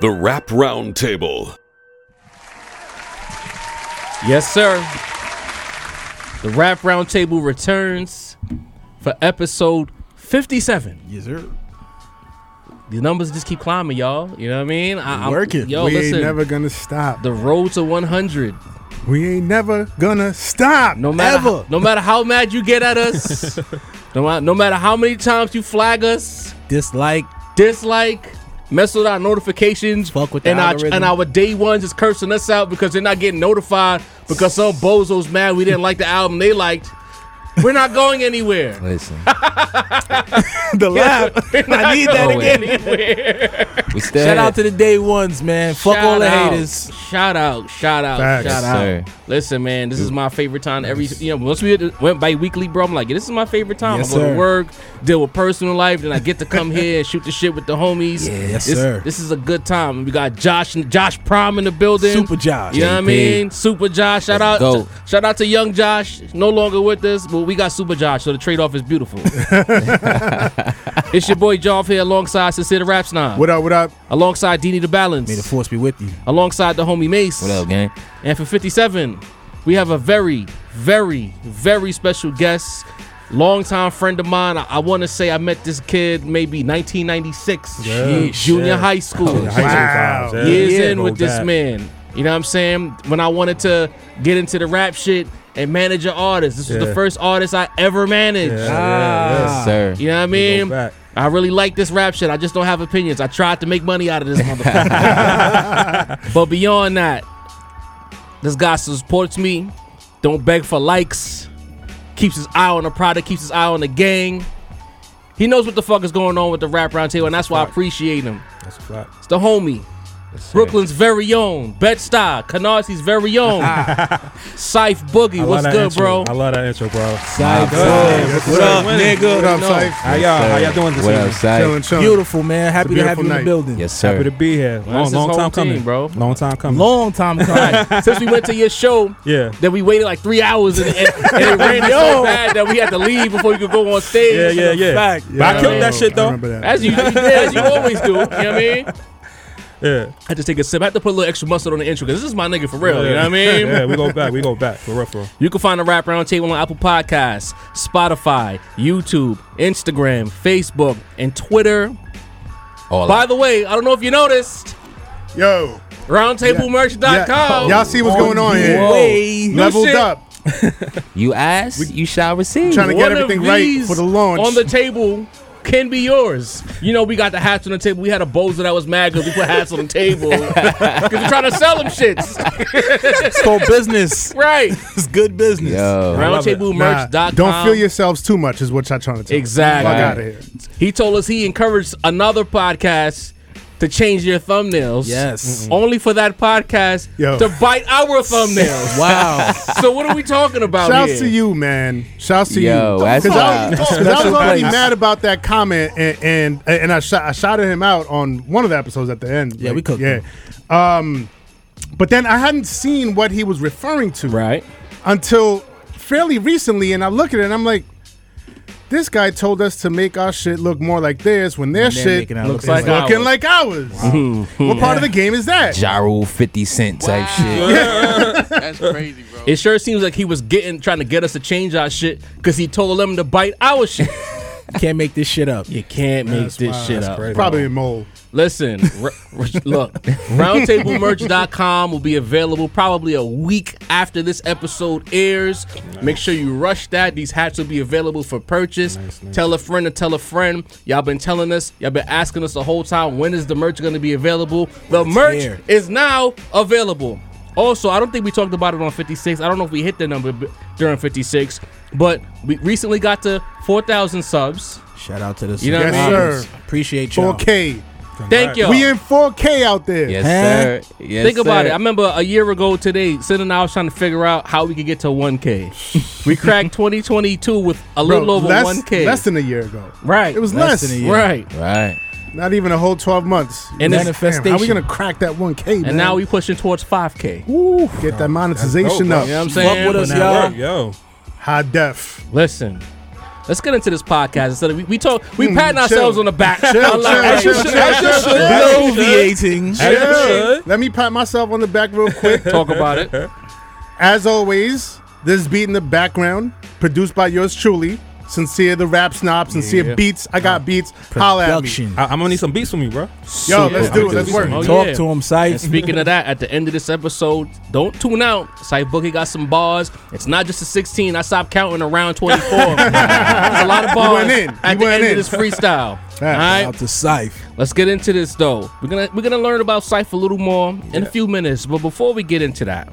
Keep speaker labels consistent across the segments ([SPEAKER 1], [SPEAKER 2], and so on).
[SPEAKER 1] The Wrap Round Table.
[SPEAKER 2] Yes, sir. The Rap Roundtable returns for episode 57.
[SPEAKER 3] Yes, sir.
[SPEAKER 2] The numbers just keep climbing, y'all. You know what I mean? I, I'm-
[SPEAKER 3] Working.
[SPEAKER 2] Yo,
[SPEAKER 4] we
[SPEAKER 2] listen.
[SPEAKER 4] ain't never gonna stop.
[SPEAKER 2] the road to 100.
[SPEAKER 4] We ain't never gonna stop.
[SPEAKER 2] No matter,
[SPEAKER 3] Ever.
[SPEAKER 2] no matter how mad you get at us, no, ma- no matter how many times you flag us,
[SPEAKER 3] Dislike.
[SPEAKER 2] dislike, mess with our notifications,
[SPEAKER 3] Fuck with the
[SPEAKER 2] and our,
[SPEAKER 3] algorithm.
[SPEAKER 2] and our day ones is cursing us out because they're not getting notified because some bozos mad we didn't like the album they liked. We're not going anywhere.
[SPEAKER 5] Listen,
[SPEAKER 3] the laugh. I need that
[SPEAKER 5] Always.
[SPEAKER 3] again.
[SPEAKER 5] we still
[SPEAKER 3] Shout
[SPEAKER 5] here.
[SPEAKER 3] out to the day ones, man. Fuck
[SPEAKER 2] Shout
[SPEAKER 3] all the
[SPEAKER 2] out.
[SPEAKER 3] haters.
[SPEAKER 2] Shout out, shout out,
[SPEAKER 4] Facts.
[SPEAKER 2] shout
[SPEAKER 5] Yes,
[SPEAKER 2] out.
[SPEAKER 5] sir.
[SPEAKER 2] Listen, man, this is my favorite time. Every you know, once we went bi-weekly, bro, I'm like, this is my favorite time.
[SPEAKER 3] Yes,
[SPEAKER 2] I go
[SPEAKER 3] sir.
[SPEAKER 2] to work, deal with personal life, then I get to come here and shoot the shit with the homies.
[SPEAKER 3] Yes,
[SPEAKER 2] this,
[SPEAKER 3] sir.
[SPEAKER 2] This is a good time. We got Josh, Josh Prime in the building.
[SPEAKER 3] Super Josh.
[SPEAKER 2] You know what I
[SPEAKER 5] JP.
[SPEAKER 2] mean? Super Josh. Shout out,
[SPEAKER 5] Let's go.
[SPEAKER 2] shout out to Young Josh. No longer with us, but we got Super Josh, so the trade off is beautiful. it's your boy Joff here, alongside Sincere the Rap Snob,
[SPEAKER 4] What up? What up?
[SPEAKER 2] alongside Dini the Balance
[SPEAKER 3] May the force be with you.
[SPEAKER 2] alongside the homie Mace.
[SPEAKER 5] What up, gang?
[SPEAKER 2] And for 57, we have a very, very, very special guest. Longtime friend of mine. I, want to say I met this kid maybe 1996,
[SPEAKER 3] Sheesh.
[SPEAKER 2] junior
[SPEAKER 3] Yeah.
[SPEAKER 2] high school.
[SPEAKER 4] high school.
[SPEAKER 6] Wow.
[SPEAKER 4] Yeah.
[SPEAKER 2] Years
[SPEAKER 3] Yeah,
[SPEAKER 2] in
[SPEAKER 6] bro,
[SPEAKER 2] with this
[SPEAKER 6] that.
[SPEAKER 2] man. You know what I'm saying? When I wanted to get into the rap shit and manage an artist, this was the
[SPEAKER 6] Yeah.
[SPEAKER 2] first artist I ever managed.
[SPEAKER 3] Ah.
[SPEAKER 5] Yes, sir.
[SPEAKER 2] You know what I
[SPEAKER 6] Go
[SPEAKER 2] mean?
[SPEAKER 6] back.
[SPEAKER 2] I really like this rap shit. I just don't have opinions. I tried to make money out of this motherfucker. but beyond that, this guy supports me. Don't beg for likes. Keeps his eye on the product. Keeps his eye on the gang. He knows what the fuck is going on with the rap round table, and that's why I appreciate him.
[SPEAKER 6] That's a fact.
[SPEAKER 2] It's the homie. Brooklyn's very own. Bet Stuy. Canarsi's very own. Syph Boogie.
[SPEAKER 6] I love
[SPEAKER 2] What's
[SPEAKER 6] that
[SPEAKER 2] good,
[SPEAKER 6] intro.
[SPEAKER 2] bro?
[SPEAKER 6] I love that intro, bro.
[SPEAKER 3] Side
[SPEAKER 6] Good.
[SPEAKER 3] What's
[SPEAKER 6] Good.
[SPEAKER 3] up,
[SPEAKER 6] Winning.
[SPEAKER 3] nigga?
[SPEAKER 4] What up, Safe?
[SPEAKER 6] How y'all? How y'all doing this
[SPEAKER 5] What up,
[SPEAKER 6] evening?
[SPEAKER 5] Sight?
[SPEAKER 4] Chilling, chilling.
[SPEAKER 3] Beautiful, man. Happy to have
[SPEAKER 4] beautiful
[SPEAKER 3] you in the
[SPEAKER 4] night.
[SPEAKER 3] building.
[SPEAKER 5] Yes,
[SPEAKER 6] Happy to
[SPEAKER 5] sir.
[SPEAKER 6] be here.
[SPEAKER 2] Well,
[SPEAKER 6] Long,
[SPEAKER 2] this
[SPEAKER 6] long
[SPEAKER 2] whole
[SPEAKER 6] time
[SPEAKER 2] team,
[SPEAKER 6] coming,
[SPEAKER 2] bro.
[SPEAKER 6] Long time coming.
[SPEAKER 3] Long time coming.
[SPEAKER 2] Since we went to your show,
[SPEAKER 6] Yeah.
[SPEAKER 2] Then we waited like three hours and, and, and it rained so bad that we had to leave before you could go on stage.
[SPEAKER 6] Yeah, yeah, yeah.
[SPEAKER 3] Fact.
[SPEAKER 6] But I killed that shit
[SPEAKER 4] I
[SPEAKER 6] though.
[SPEAKER 4] remember that.
[SPEAKER 2] As you, as you always do, you know what I mean?
[SPEAKER 6] Yeah.
[SPEAKER 2] I just take a sip. I have to put a little extra mustard on the intro because this is my nigga for real. You know what I mean?
[SPEAKER 6] Yeah, we go back. We go back. For real, for real.
[SPEAKER 2] You can find the Rap Roundtable on Apple Podcasts, Spotify, YouTube, Instagram, Facebook, and Twitter.
[SPEAKER 5] All
[SPEAKER 2] By
[SPEAKER 5] out.
[SPEAKER 2] the way, I don't know if you noticed,
[SPEAKER 4] Yo, yeah,
[SPEAKER 2] roundtablemerch.com.
[SPEAKER 4] y'all see what's going on here?
[SPEAKER 3] Way.
[SPEAKER 4] Leveled
[SPEAKER 2] shit.
[SPEAKER 4] up,
[SPEAKER 5] you ask, you shall receive.
[SPEAKER 4] trying to
[SPEAKER 2] One
[SPEAKER 4] get everything
[SPEAKER 2] of
[SPEAKER 4] right
[SPEAKER 2] these
[SPEAKER 4] for the launch.
[SPEAKER 2] on the table can be yours. You know, we got the hats on the table. We had a bozo that was mad because we put hats on the table because we're trying to sell them shits.
[SPEAKER 3] It's called business.
[SPEAKER 2] Right.
[SPEAKER 3] It's good business.
[SPEAKER 5] Yo,
[SPEAKER 6] love it.
[SPEAKER 4] Nah,
[SPEAKER 2] Roundtablemerch.com.
[SPEAKER 4] don't feel yourselves too much, is what y'all trying to tell. me.
[SPEAKER 2] Exactly.
[SPEAKER 4] Fuck out of here.
[SPEAKER 2] He told us he encouraged another podcast to change their thumbnails.
[SPEAKER 3] Yes.
[SPEAKER 2] Only for that podcast
[SPEAKER 4] Yo.
[SPEAKER 2] to bite our thumbnails.
[SPEAKER 3] Wow.
[SPEAKER 2] so what are we talking about
[SPEAKER 4] Shouts
[SPEAKER 2] here?
[SPEAKER 4] to you, man. Shouts to
[SPEAKER 5] Yo,
[SPEAKER 4] you.
[SPEAKER 5] that's
[SPEAKER 4] I,
[SPEAKER 5] why-
[SPEAKER 4] was- 'cause I was already mad about that comment, and and, and I, shot, I shouted him out on one of the episodes at the end.
[SPEAKER 3] Yeah, we cooked
[SPEAKER 4] Yeah,
[SPEAKER 3] him.
[SPEAKER 4] um, but then I hadn't seen what he was referring to
[SPEAKER 2] Right.
[SPEAKER 4] until fairly recently, and I look at it and I'm like, this guy told us to make our shit look more like theirs when their
[SPEAKER 3] they're
[SPEAKER 4] shit
[SPEAKER 3] making it
[SPEAKER 4] looks like
[SPEAKER 3] look
[SPEAKER 2] like ours.
[SPEAKER 4] looking like ours. What part of the game is that?
[SPEAKER 5] gyro fifty cent type shit.
[SPEAKER 7] That's crazy, bro.
[SPEAKER 2] It sure seems like he was getting trying to get us to change our shit because he told them to bite our shit.
[SPEAKER 3] Can't make this shit up.
[SPEAKER 2] You can't make this shit
[SPEAKER 5] Uh,
[SPEAKER 2] up.
[SPEAKER 6] crazy.
[SPEAKER 4] Probably a mole.
[SPEAKER 2] Listen, r- r- look, roundtablemerch.com will be available probably a week after this episode airs. Make sure you rush that. These hats will be available for purchase. Tell a friend to tell a friend. Y'all been telling us, y'all been asking us the whole time, when is the merch going to be available? The merch
[SPEAKER 3] here.
[SPEAKER 2] is now available. Also, I don't think we talked about it on 56. I don't know if we hit the number b- during 56, but we recently got to 4,000 subs.
[SPEAKER 3] Shout out to the
[SPEAKER 2] You know
[SPEAKER 4] what I
[SPEAKER 3] subscribers.
[SPEAKER 4] mean? Yes, sir.
[SPEAKER 3] Appreciate y'all.
[SPEAKER 4] 4K.
[SPEAKER 2] Thank you.
[SPEAKER 4] We in 4K out there.
[SPEAKER 5] Yes, sir. Yes,
[SPEAKER 2] Think about
[SPEAKER 5] sir.
[SPEAKER 2] it. I remember a year ago today, Sid and I was trying to figure out how we could get to 1K. we cracked 2022 with a
[SPEAKER 4] Bro,
[SPEAKER 2] little over
[SPEAKER 4] less,
[SPEAKER 2] 1K.
[SPEAKER 4] Less than a year ago.
[SPEAKER 2] right.
[SPEAKER 4] It was
[SPEAKER 3] Less
[SPEAKER 4] less.
[SPEAKER 3] than a year.
[SPEAKER 2] right.
[SPEAKER 5] Right.
[SPEAKER 4] Not even a whole 12 months.
[SPEAKER 2] And
[SPEAKER 4] Damn,
[SPEAKER 3] manifestation.
[SPEAKER 4] How are we going to crack that 1K, man?
[SPEAKER 2] And now we pushing towards 5K. You
[SPEAKER 4] Get that monetization
[SPEAKER 6] dope,
[SPEAKER 4] up.
[SPEAKER 2] know what I'm
[SPEAKER 3] Fuck
[SPEAKER 2] saying?
[SPEAKER 3] with us,
[SPEAKER 6] Now
[SPEAKER 3] y'all.
[SPEAKER 6] work, yo.
[SPEAKER 4] High def.
[SPEAKER 2] Listen, Let's get into this podcast instead of we, we talk we
[SPEAKER 4] Hmm,
[SPEAKER 2] patting ourselves
[SPEAKER 4] chill.
[SPEAKER 2] on the back.
[SPEAKER 4] Chill,
[SPEAKER 2] I'm like,
[SPEAKER 4] chill,
[SPEAKER 2] as you
[SPEAKER 4] chill,
[SPEAKER 2] should-
[SPEAKER 4] chill,
[SPEAKER 2] as you
[SPEAKER 4] chill,
[SPEAKER 2] should.
[SPEAKER 3] Alleviating.
[SPEAKER 4] Yeah. Let me pat myself on the back real quick.
[SPEAKER 2] Talk about it.
[SPEAKER 4] As always, this beat in the background, produced by yours truly. Sincere the rap snob, sincere beats. I got beats. Holla at me.
[SPEAKER 3] Production.
[SPEAKER 6] I, am gonna need some beats from you, bro.
[SPEAKER 4] Yo, let's do it. Let's work.
[SPEAKER 2] Oh,
[SPEAKER 3] Talk
[SPEAKER 2] yeah.
[SPEAKER 3] to him, Sight.
[SPEAKER 2] Speaking of that, at the end of this episode, don't tune out. Sight Bookie got some bars. It's not just a 16. I stopped counting around 24. That's a lot of bars
[SPEAKER 4] went in.
[SPEAKER 2] at
[SPEAKER 4] You
[SPEAKER 2] the
[SPEAKER 4] went
[SPEAKER 2] end
[SPEAKER 4] in.
[SPEAKER 2] of this freestyle. All right,
[SPEAKER 3] Out to Scythe.
[SPEAKER 2] let's get into this though. We're gonna we're gonna learn about Sight a little more in a few minutes. But before we get into that,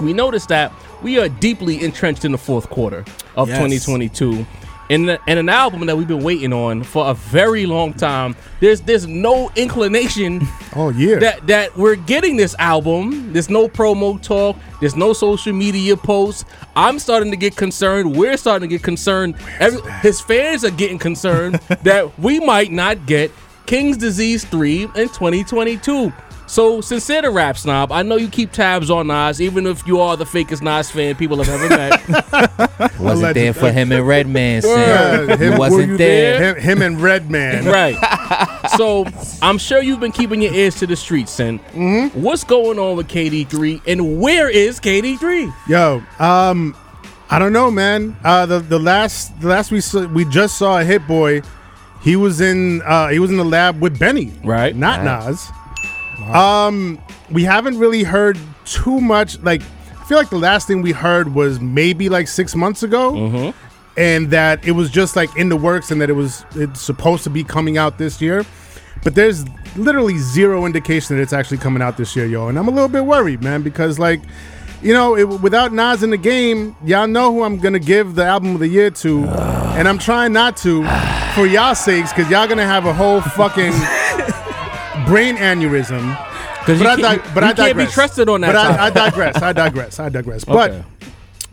[SPEAKER 2] we noticed that we are deeply entrenched in the fourth quarter of
[SPEAKER 3] Yes.
[SPEAKER 2] 2022. In, the, in an album that we've been waiting on for a very long time, there's there's no inclination
[SPEAKER 4] Oh yeah.
[SPEAKER 2] that that we're getting this album. There's no promo talk. There's no social media posts. I'm starting to get concerned. We're starting to get concerned. Every, his fans are getting concerned that we might not get King's Disease 3 in 2022. So, sincere to Rap Snob, I know you keep tabs on Nas, even if you are the fakest Nas fan people have ever met.
[SPEAKER 5] Wasn't there for him and Redman.
[SPEAKER 4] Yeah,
[SPEAKER 5] Sam.
[SPEAKER 4] Uh, him-
[SPEAKER 5] Oh, You
[SPEAKER 4] were you
[SPEAKER 5] wasn't there.
[SPEAKER 4] Him, him and Redman.
[SPEAKER 2] right. So, I'm sure you've been keeping your ears to the streets, and what's going on with KD3, and where is KD3?
[SPEAKER 4] Yo, um, I don't know, man. Uh, the the last the last we saw, we just saw a Hit Boy. He was in uh, he was in the lab with Benny,
[SPEAKER 2] Right.
[SPEAKER 4] Not Nas. Um, we haven't really heard too much. Like, I feel like the last thing we heard was maybe like six months ago,
[SPEAKER 2] Mm-hmm.
[SPEAKER 4] and that it was just like in the works, and that it was it's supposed to be coming out this year. But there's literally zero indication that it's actually coming out this year, yo. And I'm a little bit worried, man, because like, you know, it, without Nas in the game, y'all know who I'm gonna give the album of the year to, and I'm trying not to, for y'all sakes, because y'all gonna have a whole fucking brain aneurysm.
[SPEAKER 2] Because
[SPEAKER 4] But I, dig- but I digress.
[SPEAKER 2] can't be trusted on that.
[SPEAKER 4] But
[SPEAKER 2] topic.
[SPEAKER 4] I, I digress. I digress. I digress.
[SPEAKER 2] Okay.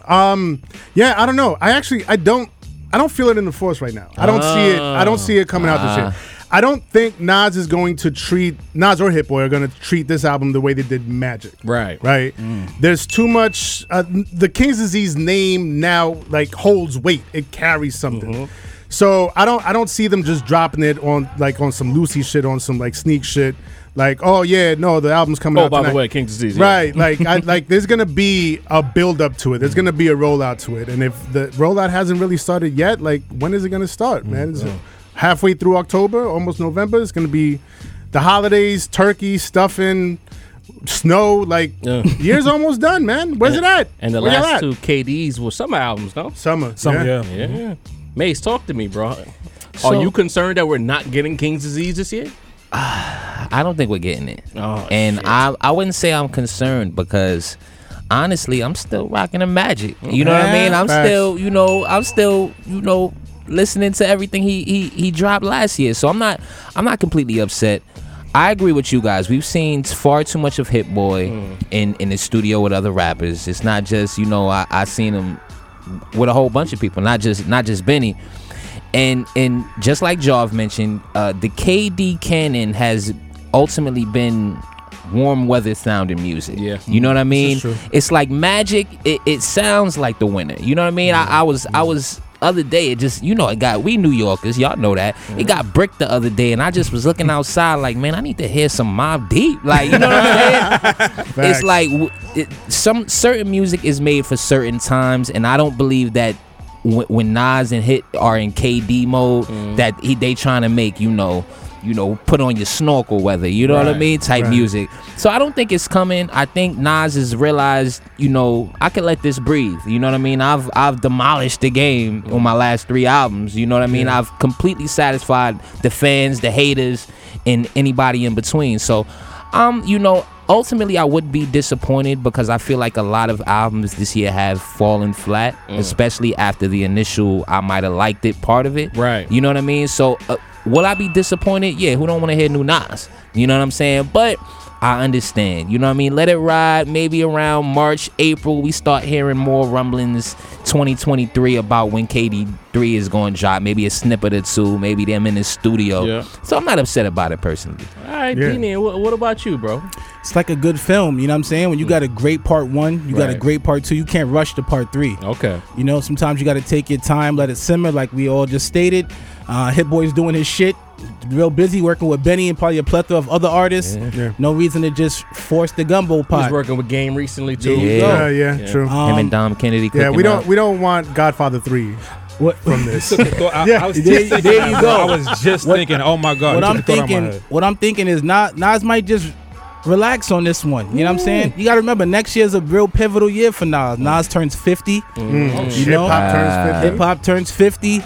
[SPEAKER 4] But, um, yeah, I don't know. I actually, I don't, I don't feel it in the force right now. I don't see
[SPEAKER 2] Ah.
[SPEAKER 4] it. I don't see it coming out this year. I don't think Nas is going to treat Nas or Hit Boy are going to treat this album the way they did Magic.
[SPEAKER 2] Right. Mm.
[SPEAKER 4] Right. There's too much. Uh, the King's Disease name now like holds weight. It carries something.
[SPEAKER 2] Mm-hmm.
[SPEAKER 4] So I don't I don't see them just dropping it on like on some Lucy shit on some like sneak shit. Like oh yeah no the album's coming out.
[SPEAKER 2] Oh, by the
[SPEAKER 4] tonight.
[SPEAKER 2] way, King's Disease. yeah.
[SPEAKER 4] Right, like I, like there's gonna be a build up to it. There's gonna be a rollout to it, and if the rollout hasn't really started yet, like when is it gonna start, man? Is it halfway through October, almost November? It's gonna be the holidays, turkey stuffing, snow. Like
[SPEAKER 2] Yeah.
[SPEAKER 4] year's almost done, man. Where's it at?
[SPEAKER 2] And the
[SPEAKER 4] Where y'all
[SPEAKER 2] last
[SPEAKER 4] at?
[SPEAKER 2] two KDs were summer albums, no?
[SPEAKER 4] summer,
[SPEAKER 6] Some,
[SPEAKER 4] yeah.
[SPEAKER 6] yeah.
[SPEAKER 2] Yeah. Mace, talk to me, bro. Are you concerned that we're not getting King's Disease this year?
[SPEAKER 5] I don't think we're getting it.
[SPEAKER 2] Oh,
[SPEAKER 5] and I, I wouldn't say I'm concerned because honestly, I'm still rocking a magic. You know what I
[SPEAKER 4] Yeah,
[SPEAKER 5] mean? I'm
[SPEAKER 4] facts.
[SPEAKER 5] still, you know, I'm still, you know, listening to everything he, he he dropped last year. So I'm not I'm not completely upset. I agree with you guys. We've seen far too much of Hit Boy
[SPEAKER 4] Hmm.
[SPEAKER 5] in in the studio with other rappers. It's not just, you know, I I seen him with a whole bunch of people, not just not just Benny. And and just like Jav mentioned, uh, the KD canon has ultimately been warm weather sounding music.
[SPEAKER 2] Yeah.
[SPEAKER 5] you know what I mean. It's like magic. It, it sounds like the winner. You know what I mean? I, I was I was other day. It just you know it got we New Yorkers. Y'all know that it got bricked the other day, and I just was looking outside like, man, I need to hear some Mob Deep. Like you know what I'm saying?
[SPEAKER 4] Facts.
[SPEAKER 5] It's like w- it, some certain music is made for certain times, and I don't believe that when, when Nas and Hit are in KD mode,
[SPEAKER 2] Mm.
[SPEAKER 5] that he they trying to make you know, you know, put on your snorkel weather, you know what I
[SPEAKER 2] Right,
[SPEAKER 5] mean, type music. So I don't think it's coming. I think Nas has realized, you know, I can let this breathe. You know what I mean? I've I've demolished the game on my last three albums. You know what I mean? I've completely satisfied the fans, the haters, and anybody in between. So um, you know, ultimately I would be disappointed because I feel like a lot of albums this year have fallen flat,
[SPEAKER 2] Mm.
[SPEAKER 5] especially after the initial I might have liked it part of it.
[SPEAKER 2] Right.
[SPEAKER 5] You know what I mean? So uh, will I be disappointed? Yeah, who don't want to hear new Nas? You know what I'm saying? But I understand. You know what I mean? Let it ride. Maybe around March, April, we start hearing more rumblings 2023 about when KD3 is going to drop. Maybe a snippet or two. Maybe them in the studio.
[SPEAKER 2] Yeah.
[SPEAKER 5] So I'm not upset about it personally.
[SPEAKER 2] All right,
[SPEAKER 4] Yeah.
[SPEAKER 2] Dini, what, what about you, bro?
[SPEAKER 3] It's like a good film, you know what I'm saying? When you got a great part one, you got a
[SPEAKER 2] Right.
[SPEAKER 3] great part two, you can't rush to part three.
[SPEAKER 2] Okay.
[SPEAKER 3] You know, sometimes you got to take your time, let it simmer, like we all just stated. Uh, Hit Boy's doing his shit, real busy working with Benny and probably a plethora of other artists.
[SPEAKER 4] Yeah.
[SPEAKER 3] No reason to just force the gumbo
[SPEAKER 2] He was
[SPEAKER 3] pot.
[SPEAKER 2] working with Game recently too.
[SPEAKER 3] Yeah.
[SPEAKER 4] Yeah,
[SPEAKER 3] Yeah.
[SPEAKER 4] yeah,
[SPEAKER 2] Yeah.
[SPEAKER 4] true.
[SPEAKER 3] Um,
[SPEAKER 5] Him and Dom Kennedy.
[SPEAKER 4] yeah,
[SPEAKER 5] cooking
[SPEAKER 4] we don't
[SPEAKER 5] up.
[SPEAKER 4] we don't want Godfather three
[SPEAKER 3] What,
[SPEAKER 4] from this.
[SPEAKER 6] I,
[SPEAKER 4] Yeah,
[SPEAKER 6] I was
[SPEAKER 3] there-
[SPEAKER 6] just thinking
[SPEAKER 3] there
[SPEAKER 6] that,
[SPEAKER 3] you
[SPEAKER 6] bro.
[SPEAKER 3] go.
[SPEAKER 6] I was just thinking, oh my god.
[SPEAKER 3] what
[SPEAKER 6] you
[SPEAKER 3] I'm
[SPEAKER 6] took the thought out my
[SPEAKER 3] thinking,
[SPEAKER 6] head.
[SPEAKER 3] what I'm thinking is not Nas might just relax on this one. You know what I'm saying? You got to remember next year's a real pivotal year for Nas. Nas turns 50.
[SPEAKER 4] Mm.
[SPEAKER 3] You
[SPEAKER 4] Hip
[SPEAKER 3] know,
[SPEAKER 4] hop turns
[SPEAKER 3] Hip
[SPEAKER 4] fifty.
[SPEAKER 3] hop turns 50.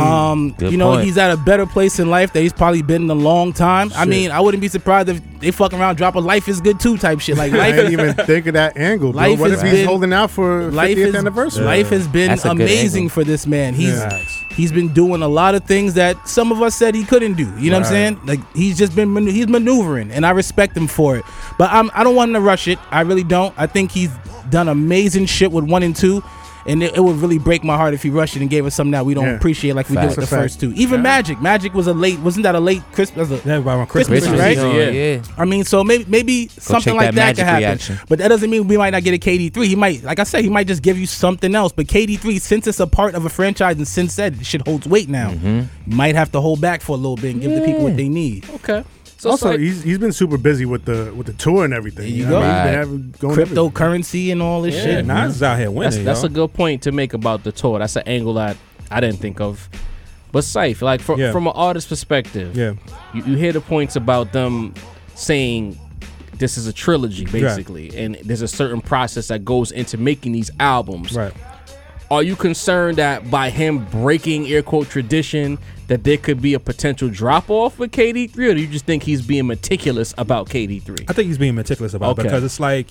[SPEAKER 3] Um,
[SPEAKER 5] Good
[SPEAKER 3] you know,
[SPEAKER 5] point.
[SPEAKER 3] he's at a better place in life that he's probably been in a long time. I
[SPEAKER 4] Shit.
[SPEAKER 3] mean, I wouldn't be surprised if they fucking around drop a life is good too type shit. Like
[SPEAKER 4] I
[SPEAKER 3] life
[SPEAKER 4] didn't even think of that angle. Bro.
[SPEAKER 3] Life
[SPEAKER 4] What if
[SPEAKER 3] has
[SPEAKER 4] he's
[SPEAKER 3] been-
[SPEAKER 4] holding out for
[SPEAKER 3] life
[SPEAKER 4] 50th
[SPEAKER 3] is
[SPEAKER 4] anniversary?
[SPEAKER 3] life has been
[SPEAKER 5] That's a good
[SPEAKER 3] amazing
[SPEAKER 5] angle.
[SPEAKER 3] for this man. He's
[SPEAKER 4] Yeah.
[SPEAKER 3] he's been doing a lot of things that some of us said he couldn't do. You know what I'm saying? Like he's just been man- he's maneuvering, and I respect him for it. But I'm I don't want him to rush it. I really don't. I think he's done amazing shit with one and two. And it, it would really break my heart if he rushed it and gave us something that we don't
[SPEAKER 4] Yeah.
[SPEAKER 3] appreciate like we
[SPEAKER 5] Facts.
[SPEAKER 3] did with
[SPEAKER 4] That's
[SPEAKER 3] the
[SPEAKER 4] a fact.
[SPEAKER 3] first two. Even Magic, Magic was a late, wasn't that a late Christmas? was a-
[SPEAKER 6] Yeah, about my Christmas.
[SPEAKER 5] Christmas,
[SPEAKER 3] Christmas, right?
[SPEAKER 5] season,
[SPEAKER 2] Yeah.
[SPEAKER 5] yeah.
[SPEAKER 3] I mean, so maybe maybe something
[SPEAKER 5] check
[SPEAKER 3] like
[SPEAKER 5] that
[SPEAKER 3] that,
[SPEAKER 5] Magic
[SPEAKER 3] could happen.
[SPEAKER 5] reaction.
[SPEAKER 3] But that doesn't mean we might not get a KD three. He might, like I said, he might just give you something else. But KD three, since it's a part of a franchise and since that shit holds weight now,
[SPEAKER 5] Mm-hmm.
[SPEAKER 3] might have to hold back for a little bit and give the people what they need.
[SPEAKER 2] Okay. So it's
[SPEAKER 4] Also,
[SPEAKER 2] like-
[SPEAKER 4] he's he's been super busy with the with the tour and everything.
[SPEAKER 3] you
[SPEAKER 4] know
[SPEAKER 3] go.
[SPEAKER 4] what I mean?
[SPEAKER 5] Right.
[SPEAKER 4] He's been having, going everywhere.
[SPEAKER 3] Cryptocurrency and all this
[SPEAKER 2] Yeah.
[SPEAKER 3] shit.
[SPEAKER 6] Nas is out here winning.
[SPEAKER 2] That's, that's
[SPEAKER 6] yo.
[SPEAKER 2] a good point to make about the tour. That's an angle I, I didn't think of. But safe, like fro-
[SPEAKER 6] Yeah.
[SPEAKER 2] from an artist perspective,
[SPEAKER 6] yeah.
[SPEAKER 2] you, you hear the points about them saying this is a trilogy basically, and there's a certain process that goes into making these albums.
[SPEAKER 6] Right.
[SPEAKER 2] Are you concerned that by him breaking air quote tradition that there could be a potential drop off with KD three, or do you just think he's being meticulous about KD three?
[SPEAKER 6] I think he's being meticulous about
[SPEAKER 2] Okay.
[SPEAKER 6] it because it's like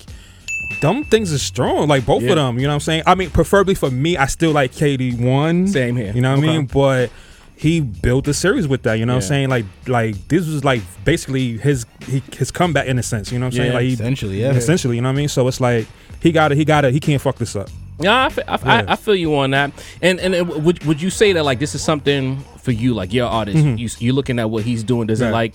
[SPEAKER 6] dumb things are strong. Like both
[SPEAKER 2] Yeah.
[SPEAKER 6] of them. You know what I'm saying? I mean, preferably for me, I still like KD one.
[SPEAKER 2] Same here.
[SPEAKER 6] You know what
[SPEAKER 2] Okay.
[SPEAKER 6] I mean? But he built the series with that. You know what
[SPEAKER 2] Yeah.
[SPEAKER 6] I'm saying? Like like this was like basically his he, his comeback in a sense. You know what I'm saying?
[SPEAKER 2] Yeah.
[SPEAKER 6] Like he,
[SPEAKER 3] Essentially, yeah.
[SPEAKER 6] Essentially, you know what I mean? So it's like he got it. He got it. He can't fuck this up.
[SPEAKER 2] Yeah, I, fe- I, I- I feel you on that. And and it, would would you say that like this is something for you, like your artist? You you're looking at what he's doing. Does it
[SPEAKER 6] Mm-hmm.
[SPEAKER 2] like
[SPEAKER 6] Right.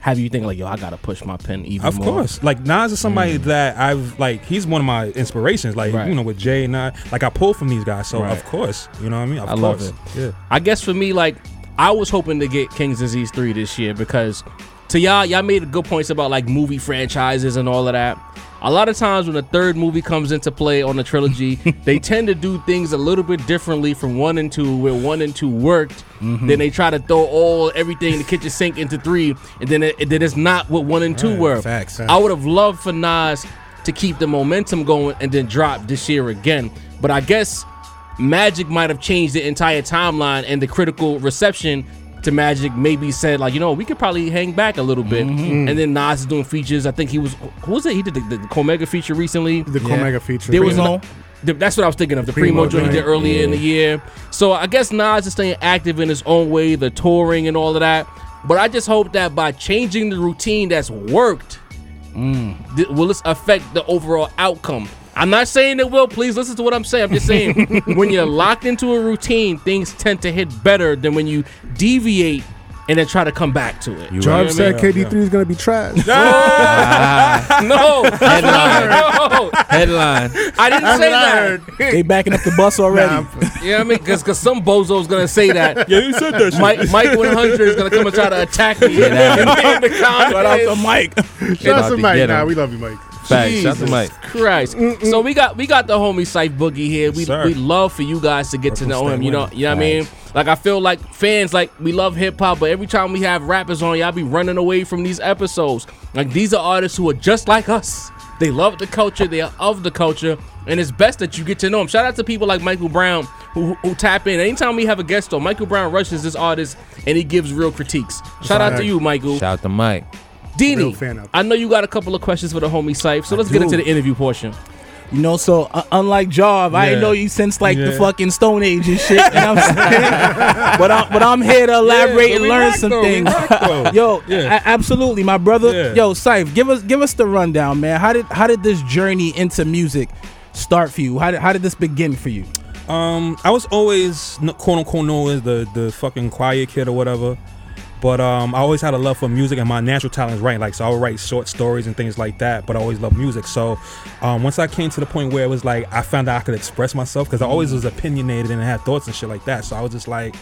[SPEAKER 2] have you think like yo, I gotta push my pen even
[SPEAKER 6] Of
[SPEAKER 2] more?
[SPEAKER 6] course, like Nas is somebody that I've like. He's one of my inspirations. Like
[SPEAKER 2] Mm. Right.
[SPEAKER 6] you know, with Jay and I, like I pull from these guys. So
[SPEAKER 2] Right.
[SPEAKER 6] of course, you know what I mean. Of
[SPEAKER 2] I
[SPEAKER 6] course.
[SPEAKER 2] love it.
[SPEAKER 6] Yeah.
[SPEAKER 2] I guess for me, like I was hoping to get King's Disease three this year because to y'all, y'all made good points about like movie franchises and all of that. A lot of times when a third movie comes into play on a trilogy, they tend to do things a little bit differently from one and two, where one and two worked.
[SPEAKER 6] Mm-hmm.
[SPEAKER 2] Then they try to throw all everything in the kitchen sink into three, and then it, then it's not what one and two were.
[SPEAKER 3] facts.
[SPEAKER 2] I would have loved for Nas to keep the momentum going and then drop this year again. But I guess Magic might have changed the entire timeline and the critical reception to Magic maybe said like, you know, we could probably hang back a little bit. And then Nas is doing features. I think he was who was it? He did the, the, Comega feature recently.
[SPEAKER 4] the
[SPEAKER 3] Yeah.
[SPEAKER 4] Comega feature.
[SPEAKER 2] There was
[SPEAKER 4] Yeah.
[SPEAKER 3] Primo.
[SPEAKER 2] the- that's what I was thinking of the Primo,
[SPEAKER 4] Primo
[SPEAKER 2] joint he did
[SPEAKER 4] joint.
[SPEAKER 2] earlier in the year. So I guess Nas is staying active in his own way, the touring and all of that. But I just hope that by changing the routine that's worked, th- will this affect the overall outcome? I'm not saying it will. Please listen to what I'm saying. I'm just saying when you're locked into a routine, things tend to hit better than when you deviate and then try to come back to it.
[SPEAKER 4] Jarv
[SPEAKER 6] Yeah,
[SPEAKER 4] said
[SPEAKER 6] yeah,
[SPEAKER 4] KD three is gonna be trash.
[SPEAKER 2] No, no,
[SPEAKER 5] Headline.
[SPEAKER 2] I didn't
[SPEAKER 4] That's
[SPEAKER 2] say
[SPEAKER 4] what I
[SPEAKER 2] that.
[SPEAKER 4] heard.
[SPEAKER 3] They backing up the bus already.
[SPEAKER 4] Nah,
[SPEAKER 2] You know what I mean? Because some bozo's gonna say that.
[SPEAKER 6] Yeah, you said that. shit.
[SPEAKER 2] Mike, Mike 100 is gonna come and try to attack me in, in the comments.
[SPEAKER 3] Mike.
[SPEAKER 4] Shout out to
[SPEAKER 5] to
[SPEAKER 4] Mike.
[SPEAKER 5] get him.
[SPEAKER 4] Nah, we love you, Mike.
[SPEAKER 5] Facts. Shout out to Mike.
[SPEAKER 2] Christ. So we got we got the homie Sife Boogie here. We
[SPEAKER 6] Sir.
[SPEAKER 2] we love for you guys to get to
[SPEAKER 6] Brooklyn
[SPEAKER 2] know him.
[SPEAKER 6] stay
[SPEAKER 2] You know,
[SPEAKER 6] winning.
[SPEAKER 2] you know what I mean? Like I feel like fans, like we love hip hop, but every time we have rappers on, y'all be running away from these episodes. Like these are artists who are just like us. They love the culture. They are of the culture, and it's best that you get to know them. Shout out to people like Michael Brown who, who tap in. Anytime we have a guest on, Michael Brown rushes this artist and he gives real critiques. Shout out to you, Michael.
[SPEAKER 5] Shout out to Mike.
[SPEAKER 4] Real
[SPEAKER 2] Dini,
[SPEAKER 4] fan out there.
[SPEAKER 2] I know you got a couple of questions for the homie Sife, so let's get into the interview portion.
[SPEAKER 3] You know, so uh, unlike Job, I ain't
[SPEAKER 6] Yeah.
[SPEAKER 3] know you since like the
[SPEAKER 6] Yeah.
[SPEAKER 3] fucking Stone Age and shit. You know what I'm saying? but I'm but I'm here to elaborate
[SPEAKER 6] but
[SPEAKER 3] and
[SPEAKER 6] we
[SPEAKER 3] learn
[SPEAKER 6] rock,
[SPEAKER 3] some
[SPEAKER 6] though, we
[SPEAKER 3] things.
[SPEAKER 6] rock, though.
[SPEAKER 3] yo,
[SPEAKER 6] Yeah.
[SPEAKER 3] a- absolutely, my brother.
[SPEAKER 6] Yeah.
[SPEAKER 3] Yo, Syfe, give us give us the rundown, man. How did how did this journey into music start for you? How did how did this begin for you?
[SPEAKER 6] Um, I was always n- quote unquote known as the the fucking quiet kid or whatever, but um, I always had a love for music and my natural talent is writing. Like, so I would write short stories and things like that. But I always loved music. So, um, once I came to the point where it was like I found out I could express myself because I always was opinionated and had thoughts and shit like that. So I was just like,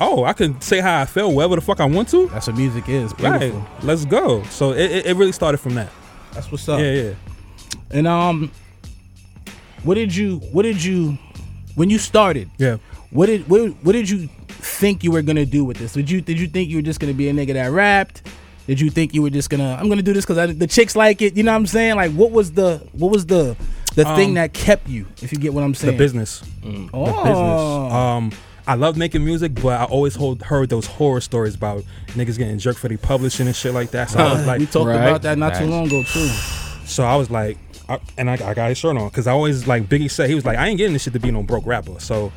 [SPEAKER 6] oh, I can say how I feel, wherever the fuck I want to.
[SPEAKER 3] That's what music is.
[SPEAKER 6] Right,
[SPEAKER 3] Beautiful.
[SPEAKER 6] let's go. So it, it, it really started from that.
[SPEAKER 3] That's what's up.
[SPEAKER 6] Yeah, yeah.
[SPEAKER 3] And um, what did you what did you when you started?
[SPEAKER 6] Yeah.
[SPEAKER 3] What did what, what did you think you were gonna do with this? Did you did you think you were just gonna be a nigga that rapped? Did you think you were just gonna I'm gonna do this because the chicks like it? You know what I'm saying? Like what was the what was the the thing
[SPEAKER 6] Um,
[SPEAKER 3] that kept you? If you get what I'm saying,
[SPEAKER 6] The business.
[SPEAKER 3] oh.
[SPEAKER 6] the business. Um, I love making music, but I always hold, heard those horror stories about niggas getting jerked for the publishing and shit like that. So I was
[SPEAKER 3] we
[SPEAKER 6] like,
[SPEAKER 3] talked
[SPEAKER 5] Right.
[SPEAKER 3] about that not too
[SPEAKER 5] Nice.
[SPEAKER 3] long ago too.
[SPEAKER 6] so I was like, I, and I, I got his shirt on because I always like Biggie said he was like, I ain't getting this shit to be no broke rapper. So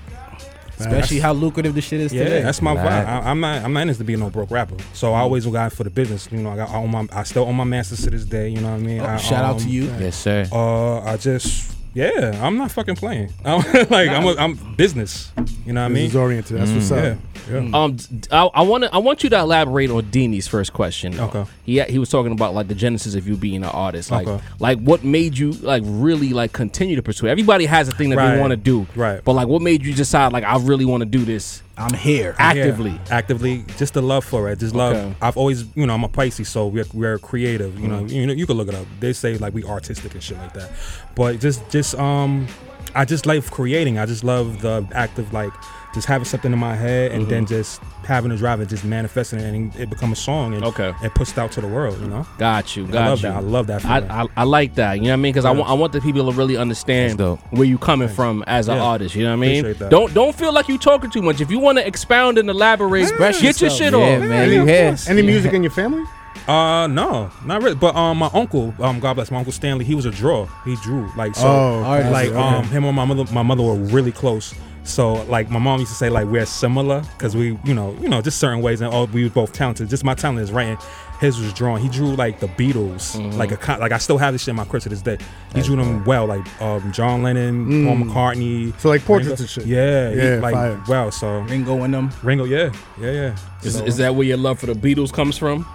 [SPEAKER 3] Especially how lucrative this shit is
[SPEAKER 6] yeah,
[SPEAKER 3] today.
[SPEAKER 6] that's my
[SPEAKER 5] Right.
[SPEAKER 6] vibe. I, I'm not, I'm not in this to be no broke rapper. So I always got for the business. You know, I got I own my, I still own my masters to this day. You know what I mean? I,
[SPEAKER 3] Oh, Shout out to
[SPEAKER 6] um,
[SPEAKER 3] you.
[SPEAKER 5] Yes, sir.
[SPEAKER 6] Uh, I just. Yeah, I'm not fucking playing. I'm like I'm, a, I'm business. You know what I mean?
[SPEAKER 4] Business oriented.
[SPEAKER 2] Mm,
[SPEAKER 4] That's what's
[SPEAKER 6] Yeah,
[SPEAKER 4] up.
[SPEAKER 6] yeah.
[SPEAKER 2] Um, d- I, want to. I want you to elaborate on Dini's first question. though.
[SPEAKER 6] Okay.
[SPEAKER 2] He he was talking about like the genesis of you being an artist. Like
[SPEAKER 6] Okay.
[SPEAKER 2] like what made you like really like continue to pursue. it? Everybody has a thing that they
[SPEAKER 6] Right.
[SPEAKER 2] want to do.
[SPEAKER 6] Right.
[SPEAKER 2] But like, what made you decide like I really want to do this
[SPEAKER 3] I'm here.
[SPEAKER 2] actively?
[SPEAKER 6] Yeah, actively, just the love for it. Just love.
[SPEAKER 2] Okay.
[SPEAKER 6] I've always, you know, I'm a Pisces, so we're, we're creative. You know,
[SPEAKER 2] Mm-hmm.
[SPEAKER 6] you know, you can look it up. They say like we artistic and shit like that. But just, just, um, I just love creating. I just love the act of like just having something in my head and then
[SPEAKER 2] Mm-hmm.
[SPEAKER 6] just having a drive and just manifesting it and it become a song and
[SPEAKER 2] Okay.
[SPEAKER 6] and pushed out to the world. You know,
[SPEAKER 2] Got you. Got
[SPEAKER 6] love
[SPEAKER 2] you.
[SPEAKER 6] that. I love that
[SPEAKER 2] I,
[SPEAKER 6] feeling.
[SPEAKER 2] I, I like that. You know what I mean? Because I want I want the people to really understand
[SPEAKER 5] That's dope.
[SPEAKER 2] where you coming from as an
[SPEAKER 6] Yeah.
[SPEAKER 2] artist. You know what I mean?
[SPEAKER 6] Appreciate that.
[SPEAKER 2] Don't don't feel like you talking too much. If you want to expound and elaborate,
[SPEAKER 5] Express
[SPEAKER 2] get your
[SPEAKER 5] yourself.
[SPEAKER 2] shit
[SPEAKER 5] Yeah,
[SPEAKER 2] off.
[SPEAKER 5] man. you
[SPEAKER 4] of
[SPEAKER 5] here.
[SPEAKER 4] course. Any music in your family?
[SPEAKER 6] uh, no, not really. But um, my uncle, um, God bless my uncle Stanley. He was a drawer. He drew like
[SPEAKER 4] Oh,
[SPEAKER 6] so.
[SPEAKER 2] Oh,
[SPEAKER 3] artist.
[SPEAKER 6] like
[SPEAKER 3] Okay.
[SPEAKER 6] um him and my mother my mother were really close so like my mom used to say like we're similar because we you know you know just certain ways and all we were both talented just my talent is writing his was drawing he drew like the beatles
[SPEAKER 4] Mm-hmm.
[SPEAKER 6] like a co- like i still have this shit in my crib to this day he drew them well like um john lennon paul mccartney
[SPEAKER 4] Mm. So, like, portraits
[SPEAKER 6] Ringo.
[SPEAKER 4] and shit.
[SPEAKER 6] yeah he,
[SPEAKER 4] Yeah,
[SPEAKER 6] like
[SPEAKER 4] fire.
[SPEAKER 6] wow so
[SPEAKER 3] Ringo and them.
[SPEAKER 6] ringo yeah yeah yeah
[SPEAKER 2] Is,
[SPEAKER 6] So-
[SPEAKER 2] is that where your love for the Beatles comes from?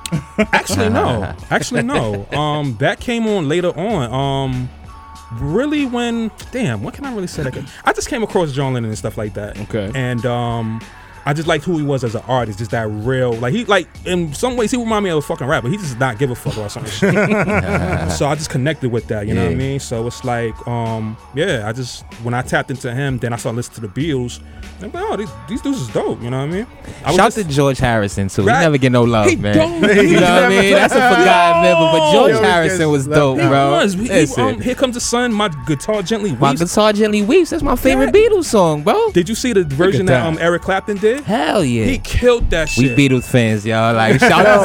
[SPEAKER 6] Actually, no. Actually, no. Um, that came on later on. Um, really, when damn, what can I really say? That I just came across John Lennon and stuff like that.
[SPEAKER 2] Okay.
[SPEAKER 6] And um, I just liked who he was as an artist. Just that real, like he like in some ways he reminded me of a fucking rapper. He just not give a fuck about something. so I just connected with that. You know what I
[SPEAKER 5] Yeah.
[SPEAKER 6] mean? So it's like, um, yeah. I just when I tapped into him, then I started listening to the Beatles. and I'm like, oh, these, these dudes is dope. You know what I mean? I was
[SPEAKER 5] Shout
[SPEAKER 6] just-
[SPEAKER 5] to George Harrison too.
[SPEAKER 6] Right.
[SPEAKER 5] He never get no love,
[SPEAKER 6] He
[SPEAKER 5] man.
[SPEAKER 6] don't.
[SPEAKER 5] You know what I mean? That's a forgotten member. But George
[SPEAKER 4] Yo, this
[SPEAKER 5] Harrison was
[SPEAKER 4] guy's
[SPEAKER 5] dope,
[SPEAKER 4] left
[SPEAKER 5] bro.
[SPEAKER 6] He was. He- he-
[SPEAKER 5] Listen,
[SPEAKER 6] um, here comes the sun. My guitar gently
[SPEAKER 5] my
[SPEAKER 6] weeps.
[SPEAKER 5] guitar gently weeps. That's my favorite
[SPEAKER 6] Yeah.
[SPEAKER 5] Beatles song, bro.
[SPEAKER 6] Did you see the version that
[SPEAKER 5] that.
[SPEAKER 6] um Eric Clapton did?
[SPEAKER 5] Hell yeah.
[SPEAKER 6] He killed that
[SPEAKER 5] we
[SPEAKER 6] shit.
[SPEAKER 5] Beatles fans, y'all. Like shout out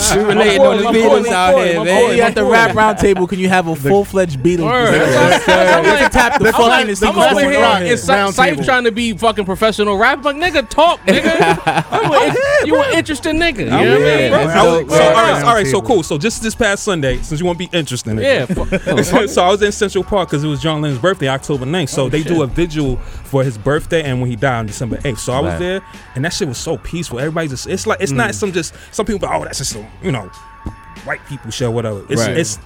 [SPEAKER 5] Sife. We relating
[SPEAKER 6] boy,
[SPEAKER 5] on the
[SPEAKER 6] my
[SPEAKER 5] Beatles
[SPEAKER 6] boy, my
[SPEAKER 5] out
[SPEAKER 6] boy,
[SPEAKER 5] here, man.
[SPEAKER 6] my boy,
[SPEAKER 3] Only
[SPEAKER 6] my
[SPEAKER 3] at Oh, the rap round table can you have a full fledged Beatles.
[SPEAKER 2] That's what I'm saying.
[SPEAKER 3] tap the
[SPEAKER 2] I'm
[SPEAKER 3] fucking
[SPEAKER 2] like-
[SPEAKER 3] is
[SPEAKER 2] I'm over
[SPEAKER 3] going
[SPEAKER 2] here
[SPEAKER 3] round.
[SPEAKER 2] and Sy-
[SPEAKER 4] round
[SPEAKER 2] Syfe
[SPEAKER 4] table.
[SPEAKER 2] trying to be fucking professional rap. I'm like, nigga, talk, nigga. I'm a- you an interesting nigga. You know
[SPEAKER 6] Yeah,
[SPEAKER 2] what I mean?
[SPEAKER 5] Yeah,
[SPEAKER 6] bro.
[SPEAKER 5] that's
[SPEAKER 6] I was-
[SPEAKER 5] dope,
[SPEAKER 6] so,
[SPEAKER 5] bro.
[SPEAKER 6] all right, all right, so
[SPEAKER 4] Roundtable.
[SPEAKER 6] cool. So just this past Sunday, since you want to be interesting,
[SPEAKER 2] Yeah,
[SPEAKER 6] again.
[SPEAKER 2] fu-
[SPEAKER 6] so I was in Central Park because it was John Lennon's birthday, October 9th.
[SPEAKER 5] Oh,
[SPEAKER 6] So they do a vigil for his birthday and when he died on December 8th. So I was
[SPEAKER 5] Right. Mm.
[SPEAKER 6] there, and that shit was so peaceful. Everybody's just it's like it's not some just some people. Oh, that's just some, you know white people shit, whatever. It's
[SPEAKER 2] Right.
[SPEAKER 6] it's,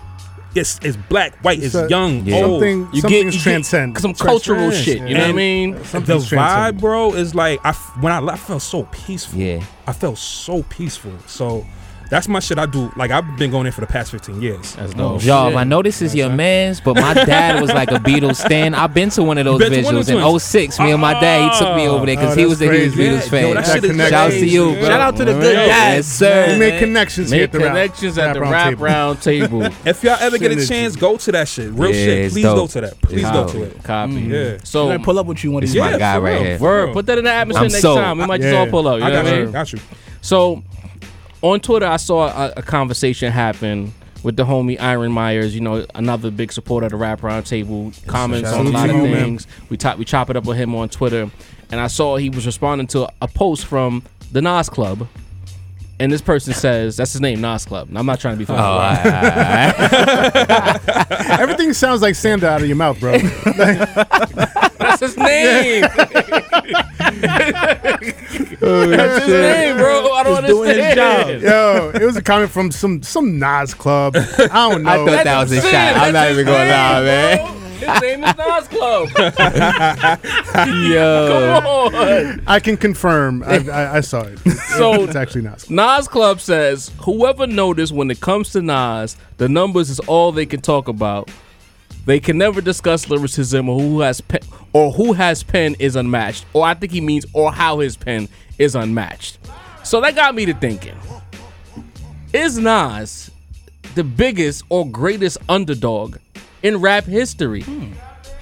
[SPEAKER 6] it's it's black, white, it's
[SPEAKER 4] So-
[SPEAKER 6] young,
[SPEAKER 5] Yeah.
[SPEAKER 6] old.
[SPEAKER 4] Something,
[SPEAKER 2] You
[SPEAKER 4] something's
[SPEAKER 2] you
[SPEAKER 4] transcend.
[SPEAKER 2] some cultural shit. You know what I
[SPEAKER 6] And-
[SPEAKER 2] mean?
[SPEAKER 6] the
[SPEAKER 4] Something's transcendent.
[SPEAKER 6] vibe, bro, is like I f- when I left, I felt so peaceful.
[SPEAKER 5] Yeah.
[SPEAKER 6] I felt so peaceful. So that's my shit. I do like I've been going in for the past fifteen years. That's
[SPEAKER 2] dope.
[SPEAKER 5] Y'all,
[SPEAKER 2] shit.
[SPEAKER 5] I know this is your man's, but my dad was like a Beatles fan. I've been to one of those
[SPEAKER 6] been to one of
[SPEAKER 5] vigils
[SPEAKER 6] Ah. those
[SPEAKER 5] in
[SPEAKER 6] ones?
[SPEAKER 5] 06. Me and my dad, he took me over there because
[SPEAKER 4] Oh,
[SPEAKER 5] he
[SPEAKER 4] that's
[SPEAKER 5] was a huge
[SPEAKER 4] crazy.
[SPEAKER 5] Beatles
[SPEAKER 4] Yeah,
[SPEAKER 5] fan.
[SPEAKER 6] yo, that shit is
[SPEAKER 5] Shout out to
[SPEAKER 6] crazy,
[SPEAKER 5] you,
[SPEAKER 6] yeah.
[SPEAKER 5] bro.
[SPEAKER 3] Shout out to the
[SPEAKER 5] Yo,
[SPEAKER 3] good
[SPEAKER 5] Yes,
[SPEAKER 3] guys.
[SPEAKER 5] sir.
[SPEAKER 4] We make connections here
[SPEAKER 2] Make
[SPEAKER 4] at the rap-
[SPEAKER 2] connections at the
[SPEAKER 4] round
[SPEAKER 2] rap
[SPEAKER 4] table.
[SPEAKER 2] round table.
[SPEAKER 6] If y'all ever get a
[SPEAKER 4] Synergy.
[SPEAKER 6] chance, go to that shit. Real
[SPEAKER 5] Yeah,
[SPEAKER 6] shit.
[SPEAKER 5] it's
[SPEAKER 6] Please
[SPEAKER 5] dope.
[SPEAKER 6] go to that. Please
[SPEAKER 5] It's
[SPEAKER 6] go
[SPEAKER 5] dope. Mm.
[SPEAKER 6] to it.
[SPEAKER 2] Copy.
[SPEAKER 6] Yeah.
[SPEAKER 3] Can I
[SPEAKER 2] So,
[SPEAKER 3] pull up with you one of these
[SPEAKER 5] my
[SPEAKER 6] yeah,
[SPEAKER 3] nights?
[SPEAKER 5] guy
[SPEAKER 6] for
[SPEAKER 5] right
[SPEAKER 6] real,
[SPEAKER 5] here.
[SPEAKER 6] for
[SPEAKER 2] Verb,
[SPEAKER 6] real.
[SPEAKER 2] put that in the atmosphere
[SPEAKER 5] I'm
[SPEAKER 2] next
[SPEAKER 5] sold.
[SPEAKER 2] time. We might just
[SPEAKER 4] Yeah.
[SPEAKER 2] all pull up. You
[SPEAKER 6] I
[SPEAKER 2] know
[SPEAKER 6] got
[SPEAKER 2] what I
[SPEAKER 6] you.
[SPEAKER 2] mean?
[SPEAKER 6] Got you.
[SPEAKER 2] So, on Twitter, I saw a, a conversation happen with the homie Iron Myers. You know, another big supporter of the Rap Roundtable. Comments
[SPEAKER 6] shout
[SPEAKER 2] on a
[SPEAKER 6] out
[SPEAKER 2] lot
[SPEAKER 6] to
[SPEAKER 2] of
[SPEAKER 6] you, man.
[SPEAKER 2] things. We top, we chop it up with him on Twitter, and I saw he was responding to a post from the Nas Club. And this person says that's his name, Nas Club. And I'm not trying to be funny.
[SPEAKER 4] Everything sounds like Santa out of your mouth, bro.
[SPEAKER 2] That's his name. That's his name, bro. I don't
[SPEAKER 3] Oh, doing his
[SPEAKER 2] understand.
[SPEAKER 3] job.
[SPEAKER 4] Yo, it was a comment from some some Nas club. I don't know.
[SPEAKER 5] I thought that was a
[SPEAKER 2] Sin,
[SPEAKER 5] shot.
[SPEAKER 2] that's
[SPEAKER 5] I'm not
[SPEAKER 2] his
[SPEAKER 5] even going to
[SPEAKER 2] name,
[SPEAKER 5] lie, man.
[SPEAKER 2] bro. His name is Nas Club.
[SPEAKER 5] Yo.
[SPEAKER 2] Come on.
[SPEAKER 4] I can confirm. I, I, I saw it.
[SPEAKER 2] So-
[SPEAKER 4] it's actually Nas. Club.
[SPEAKER 2] Nas Club says, whoever noticed when it comes to Nas, the numbers is all they can talk about. They can never discuss lyricism or who has pen or who has pen is unmatched. Or I think he means or how his pen is unmatched. So that got me to thinking. Is Nas the biggest or greatest underdog in rap history?
[SPEAKER 6] Hmm.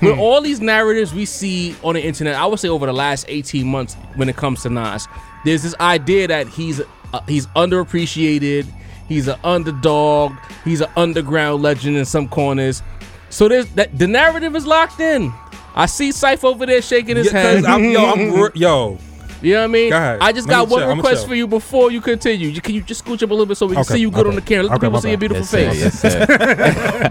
[SPEAKER 2] With all these narratives we see on the internet, I would say over the last 18 months when it comes to Nas, there's this idea that he's uh, he's underappreciated, he's an underdog, he's an underground legend in some corners. So there's that the narrative is locked in. I see Syph over there shaking his
[SPEAKER 6] Yeah, 'cause
[SPEAKER 2] head.
[SPEAKER 6] I'm, yo, I'm re- yo.
[SPEAKER 2] You know what I mean?
[SPEAKER 6] Go ahead.
[SPEAKER 2] I just
[SPEAKER 6] Let
[SPEAKER 2] got
[SPEAKER 6] me
[SPEAKER 2] one
[SPEAKER 6] chill, I'ma
[SPEAKER 2] request
[SPEAKER 6] chill.
[SPEAKER 2] for you before you continue. You- Can you just scooch up a little bit so we can
[SPEAKER 6] Okay,
[SPEAKER 2] see you good
[SPEAKER 6] okay.
[SPEAKER 2] on the camera? Let
[SPEAKER 6] Okay,
[SPEAKER 2] the people
[SPEAKER 6] my
[SPEAKER 2] see your
[SPEAKER 6] bad.
[SPEAKER 2] beautiful
[SPEAKER 5] Yes, sir.
[SPEAKER 2] face.
[SPEAKER 5] Yes, sir.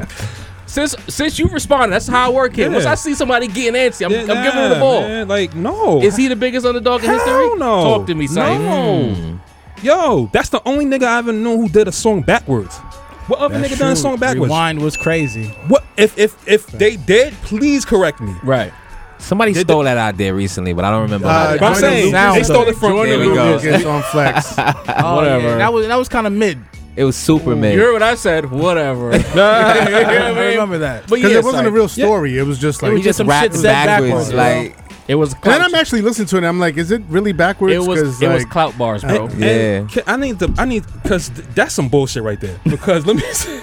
[SPEAKER 2] Since since you responded, that's how I work here.
[SPEAKER 6] Yeah.
[SPEAKER 2] Once I see somebody getting antsy, I'm,
[SPEAKER 6] Yeah,
[SPEAKER 2] I'm giving them the
[SPEAKER 6] nah,
[SPEAKER 2] ball.
[SPEAKER 6] man, like, no.
[SPEAKER 2] Is he the biggest underdog in
[SPEAKER 6] Hell
[SPEAKER 2] history?
[SPEAKER 6] no.
[SPEAKER 2] Talk to me, Saif.
[SPEAKER 6] No. Yo, that's the only nigga I ever knew who did a song backwards. What other nigga done a song backwards?
[SPEAKER 3] Rewind was crazy.
[SPEAKER 6] What if if if they did? Please correct me.
[SPEAKER 2] Right.
[SPEAKER 5] Somebody
[SPEAKER 6] Did
[SPEAKER 5] stole that idea recently, but I don't remember.
[SPEAKER 4] Uh,
[SPEAKER 5] how
[SPEAKER 6] But I'm
[SPEAKER 4] Jordan
[SPEAKER 5] they-
[SPEAKER 6] saying
[SPEAKER 4] Lucas-
[SPEAKER 6] they stole it from.
[SPEAKER 2] Jordan
[SPEAKER 6] There we
[SPEAKER 5] Lucas.
[SPEAKER 6] go.
[SPEAKER 4] Lucas on flex.
[SPEAKER 3] Oh,
[SPEAKER 2] Whatever.
[SPEAKER 3] yeah, that was that was kind of mid.
[SPEAKER 5] it was Superman.
[SPEAKER 2] You heard what I said? Whatever.
[SPEAKER 3] I,
[SPEAKER 2] I mean-
[SPEAKER 3] remember that.
[SPEAKER 2] but yeah,
[SPEAKER 4] Because it wasn't a
[SPEAKER 2] Saif.
[SPEAKER 4] real story. It was just like.
[SPEAKER 3] It
[SPEAKER 5] he
[SPEAKER 3] was
[SPEAKER 5] just
[SPEAKER 3] some
[SPEAKER 5] rapped
[SPEAKER 3] shit said
[SPEAKER 5] backwards.
[SPEAKER 3] backwards,
[SPEAKER 5] like
[SPEAKER 2] It was.
[SPEAKER 4] and then I'm
[SPEAKER 2] clout-
[SPEAKER 4] actually listening to it. and I'm like, is it really backwards?
[SPEAKER 2] It was. It
[SPEAKER 4] 'Cause,
[SPEAKER 2] was
[SPEAKER 4] like,
[SPEAKER 2] clout bars, bro.
[SPEAKER 5] Yeah.
[SPEAKER 6] And can- I need the I need because th- that's some bullshit right there. Because let me see,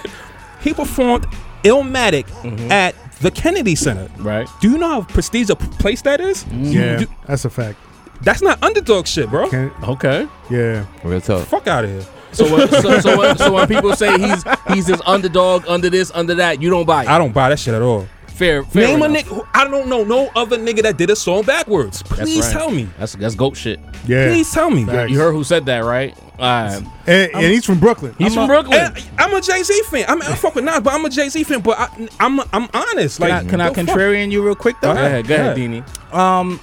[SPEAKER 6] he performed Illmatic at the Kennedy Center.
[SPEAKER 2] right.
[SPEAKER 6] Do you know how prestigious a p- place that is?
[SPEAKER 4] Yeah,
[SPEAKER 6] You-
[SPEAKER 4] that's a fact.
[SPEAKER 6] that's not underdog shit, bro.
[SPEAKER 4] Mm. Can-
[SPEAKER 2] Okay.
[SPEAKER 4] yeah.
[SPEAKER 5] real talk.
[SPEAKER 6] Fuck out of here.
[SPEAKER 2] So when, so, so, when, so when people say he's he's this underdog under this under that, you don't buy it.
[SPEAKER 6] I don't buy that shit at all.
[SPEAKER 2] fair. fair
[SPEAKER 6] Name
[SPEAKER 2] enough.
[SPEAKER 6] a nigga. I don't know no other nigga that did a song backwards.
[SPEAKER 2] That's
[SPEAKER 6] Please
[SPEAKER 2] right.
[SPEAKER 6] tell me.
[SPEAKER 2] That's that's goat shit.
[SPEAKER 4] Yeah.
[SPEAKER 6] Please tell me.
[SPEAKER 4] Facts.
[SPEAKER 2] You heard who said that, right? All right.
[SPEAKER 4] And, and he's from Brooklyn.
[SPEAKER 2] He's from Brooklyn.
[SPEAKER 6] And I'm a Jay Z fan. I mean, I fuck with Nas, but I'm a Jay Z fan. But I, I'm I'm honest.
[SPEAKER 3] Can
[SPEAKER 6] like,
[SPEAKER 3] I, can I
[SPEAKER 6] yo, fuck.
[SPEAKER 3] contrarian you real quick
[SPEAKER 6] Go
[SPEAKER 3] though?
[SPEAKER 2] Go ahead, go ahead,
[SPEAKER 6] Yeah.
[SPEAKER 2] Dini.
[SPEAKER 3] Um,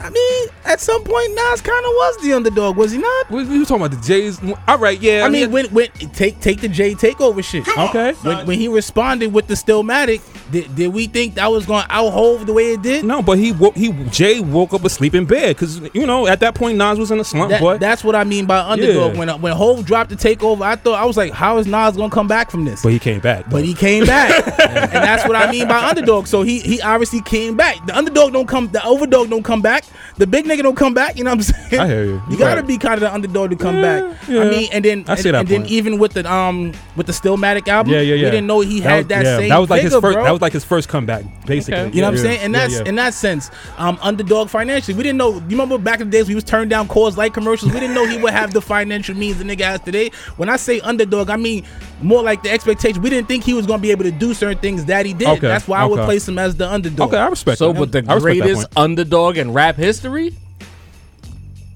[SPEAKER 3] I mean, at some point, Nas kind of was the underdog, was he not?
[SPEAKER 6] We, we were talking about the Jays. All right, yeah.
[SPEAKER 3] I mean, when when take take the Jay takeover shit.
[SPEAKER 6] okay.
[SPEAKER 3] When, when he responded with the Stillmatic, did, did we think that was going to outhove the way it did?
[SPEAKER 6] No, but he woke, he Jay woke up asleep in bed because you know at that point Nas was in a slump.
[SPEAKER 3] That-
[SPEAKER 6] but
[SPEAKER 3] that's what I mean by underdog.
[SPEAKER 6] Yeah.
[SPEAKER 3] When when Hove dropped the takeover, I thought I was like, how is Nas going to come back from this?
[SPEAKER 6] but he came back.
[SPEAKER 3] But
[SPEAKER 6] though.
[SPEAKER 3] he came back, and that's what I mean by underdog. So he he obviously came back. The underdog don't come, the overdog don't come back. The big nigga don't come back. You know what I'm saying?
[SPEAKER 6] I hear you.
[SPEAKER 3] You
[SPEAKER 6] You
[SPEAKER 3] gotta
[SPEAKER 6] right.
[SPEAKER 3] be kind of the underdog to come
[SPEAKER 6] Yeah,
[SPEAKER 3] back.
[SPEAKER 6] yeah.
[SPEAKER 3] I mean, and then
[SPEAKER 6] I see
[SPEAKER 3] and,
[SPEAKER 6] that
[SPEAKER 3] and then
[SPEAKER 6] point.
[SPEAKER 3] even with the um with the Stillmatic album,
[SPEAKER 6] yeah, yeah, yeah.
[SPEAKER 3] we didn't know he had
[SPEAKER 6] was-
[SPEAKER 3] that
[SPEAKER 6] yeah,
[SPEAKER 3] same.
[SPEAKER 6] That was like his
[SPEAKER 3] figure,
[SPEAKER 6] first.
[SPEAKER 3] bro.
[SPEAKER 6] That was like his first comeback, basically.
[SPEAKER 2] Okay.
[SPEAKER 3] You know what
[SPEAKER 6] Yeah,
[SPEAKER 3] I'm saying? And
[SPEAKER 6] yeah,
[SPEAKER 3] that's
[SPEAKER 6] yeah.
[SPEAKER 3] in that sense, um, underdog financially. We didn't know. You remember back in the days we was turned down cause light commercials. We didn't know he would have the financial means the nigga has today. When I say underdog, I mean more like the expectation. We didn't think he was gonna be able to do certain things that he did.
[SPEAKER 6] Okay,
[SPEAKER 3] That's why I would
[SPEAKER 6] okay.
[SPEAKER 3] place him as the underdog.
[SPEAKER 6] okay. I respect.
[SPEAKER 2] So,
[SPEAKER 6] that.
[SPEAKER 2] but the
[SPEAKER 6] I respect that
[SPEAKER 2] greatest
[SPEAKER 6] point.
[SPEAKER 2] underdog in rap history.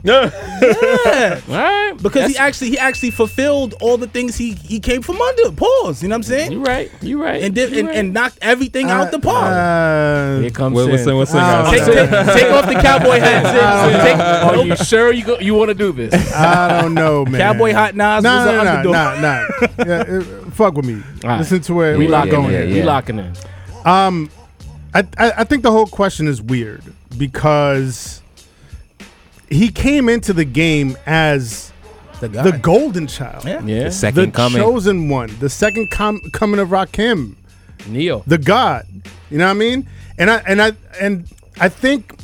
[SPEAKER 6] Yeah.
[SPEAKER 3] Yeah.
[SPEAKER 2] All right,
[SPEAKER 3] Because
[SPEAKER 2] That's-
[SPEAKER 3] he actually he actually fulfilled all the things he he came from under. Pause. You know what I'm saying?
[SPEAKER 2] You right. You right.
[SPEAKER 3] and did
[SPEAKER 2] you
[SPEAKER 3] and,
[SPEAKER 2] right.
[SPEAKER 3] and knocked everything out the park.
[SPEAKER 4] Uh,
[SPEAKER 2] here comes
[SPEAKER 6] Wait, what's
[SPEAKER 2] Sin.
[SPEAKER 6] in? What's in?
[SPEAKER 4] Uh,
[SPEAKER 6] guys?
[SPEAKER 2] Take, take, take off the cowboy hat. Sin. Sin, take- are you sure you go, you want to do this?
[SPEAKER 4] I don't know, man.
[SPEAKER 3] Cowboy Hot Nas
[SPEAKER 4] Nah,
[SPEAKER 3] was an
[SPEAKER 4] nah, nah,
[SPEAKER 3] underdog.
[SPEAKER 4] nah, nah. Yeah, it- fuck with me.
[SPEAKER 2] right.
[SPEAKER 4] Listen to where
[SPEAKER 2] we
[SPEAKER 4] we're
[SPEAKER 2] locking
[SPEAKER 4] going.
[SPEAKER 2] in.
[SPEAKER 5] yeah,
[SPEAKER 2] We
[SPEAKER 5] yeah.
[SPEAKER 2] locking in.
[SPEAKER 4] I, I, I think the whole question is weird because he came into the game as
[SPEAKER 3] The guy.
[SPEAKER 4] the golden child,
[SPEAKER 3] Yeah.
[SPEAKER 2] Yeah.
[SPEAKER 5] The
[SPEAKER 4] the
[SPEAKER 5] second coming.
[SPEAKER 4] chosen one, the second com- coming of Rakim,
[SPEAKER 2] Neo.
[SPEAKER 4] the God. You know what I mean? And I and I and I think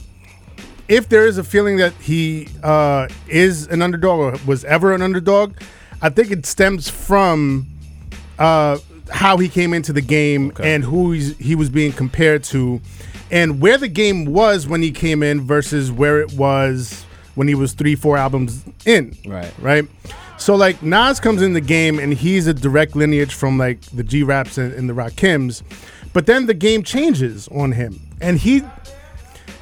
[SPEAKER 4] if there is a feeling that he uh, is an underdog or was ever an underdog, I think it stems from uh, how he came into the game and who he's, he was being compared to, and where the game was when he came in versus where it was when he was three, four albums in.
[SPEAKER 2] Right.
[SPEAKER 4] Right. So like Nas comes in the game and he's a direct lineage from like the G Raps and, and the Rakims, but then the game changes on him and he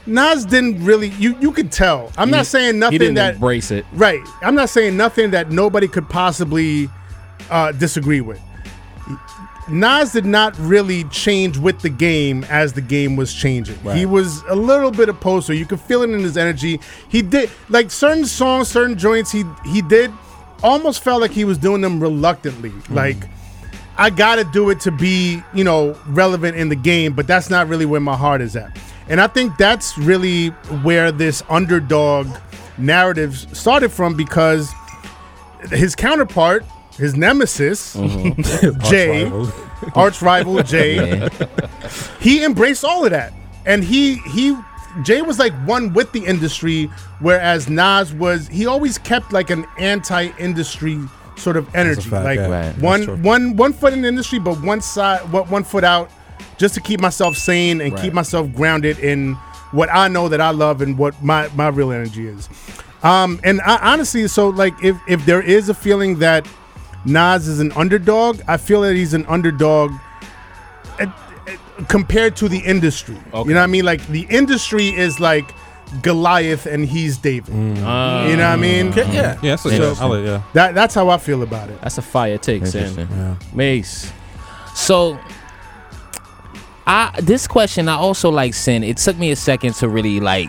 [SPEAKER 4] Nas didn't really you you could tell. I'm not saying nothing
[SPEAKER 2] He didn't
[SPEAKER 4] that
[SPEAKER 2] embrace it.
[SPEAKER 4] right. I'm not saying nothing that nobody could possibly uh, disagree with. Nas did not really change with the game as the game was changing. He was a little bit opposed, so you could feel it in his energy. He did like certain songs, certain joints. He he did almost felt like he was doing them reluctantly. Like I gotta do it to be you know relevant in the game, but that's not really where my heart is at. And I think that's really where this underdog narrative started from because his counterpart, his nemesis, Jay, arch rival Jay, he embraced all of that, and he he Jay was like one with the industry, whereas Nas was he always kept like an anti-industry sort of energy,
[SPEAKER 6] fact,
[SPEAKER 4] like
[SPEAKER 6] yeah.
[SPEAKER 5] Right.
[SPEAKER 6] That's true.
[SPEAKER 4] one one one foot in the industry, but one side what one foot out, just to keep myself sane and keep myself grounded in what I know that I love and what my my real energy is. Um, and I, honestly, so like if if there is a feeling that Nas is an underdog, I feel that he's an underdog eh, compared to the industry. You know what I mean? Like the industry is like Goliath and he's David. you know what I mean?
[SPEAKER 3] yeah.
[SPEAKER 6] Yeah, that's a,
[SPEAKER 5] Yeah.
[SPEAKER 6] I'll let- yeah.
[SPEAKER 4] That that's how I feel about it.
[SPEAKER 2] That's a fire take, Sam.
[SPEAKER 5] Interesting.
[SPEAKER 2] Mace.
[SPEAKER 5] So, I this question I also like sin. It took me a second to really like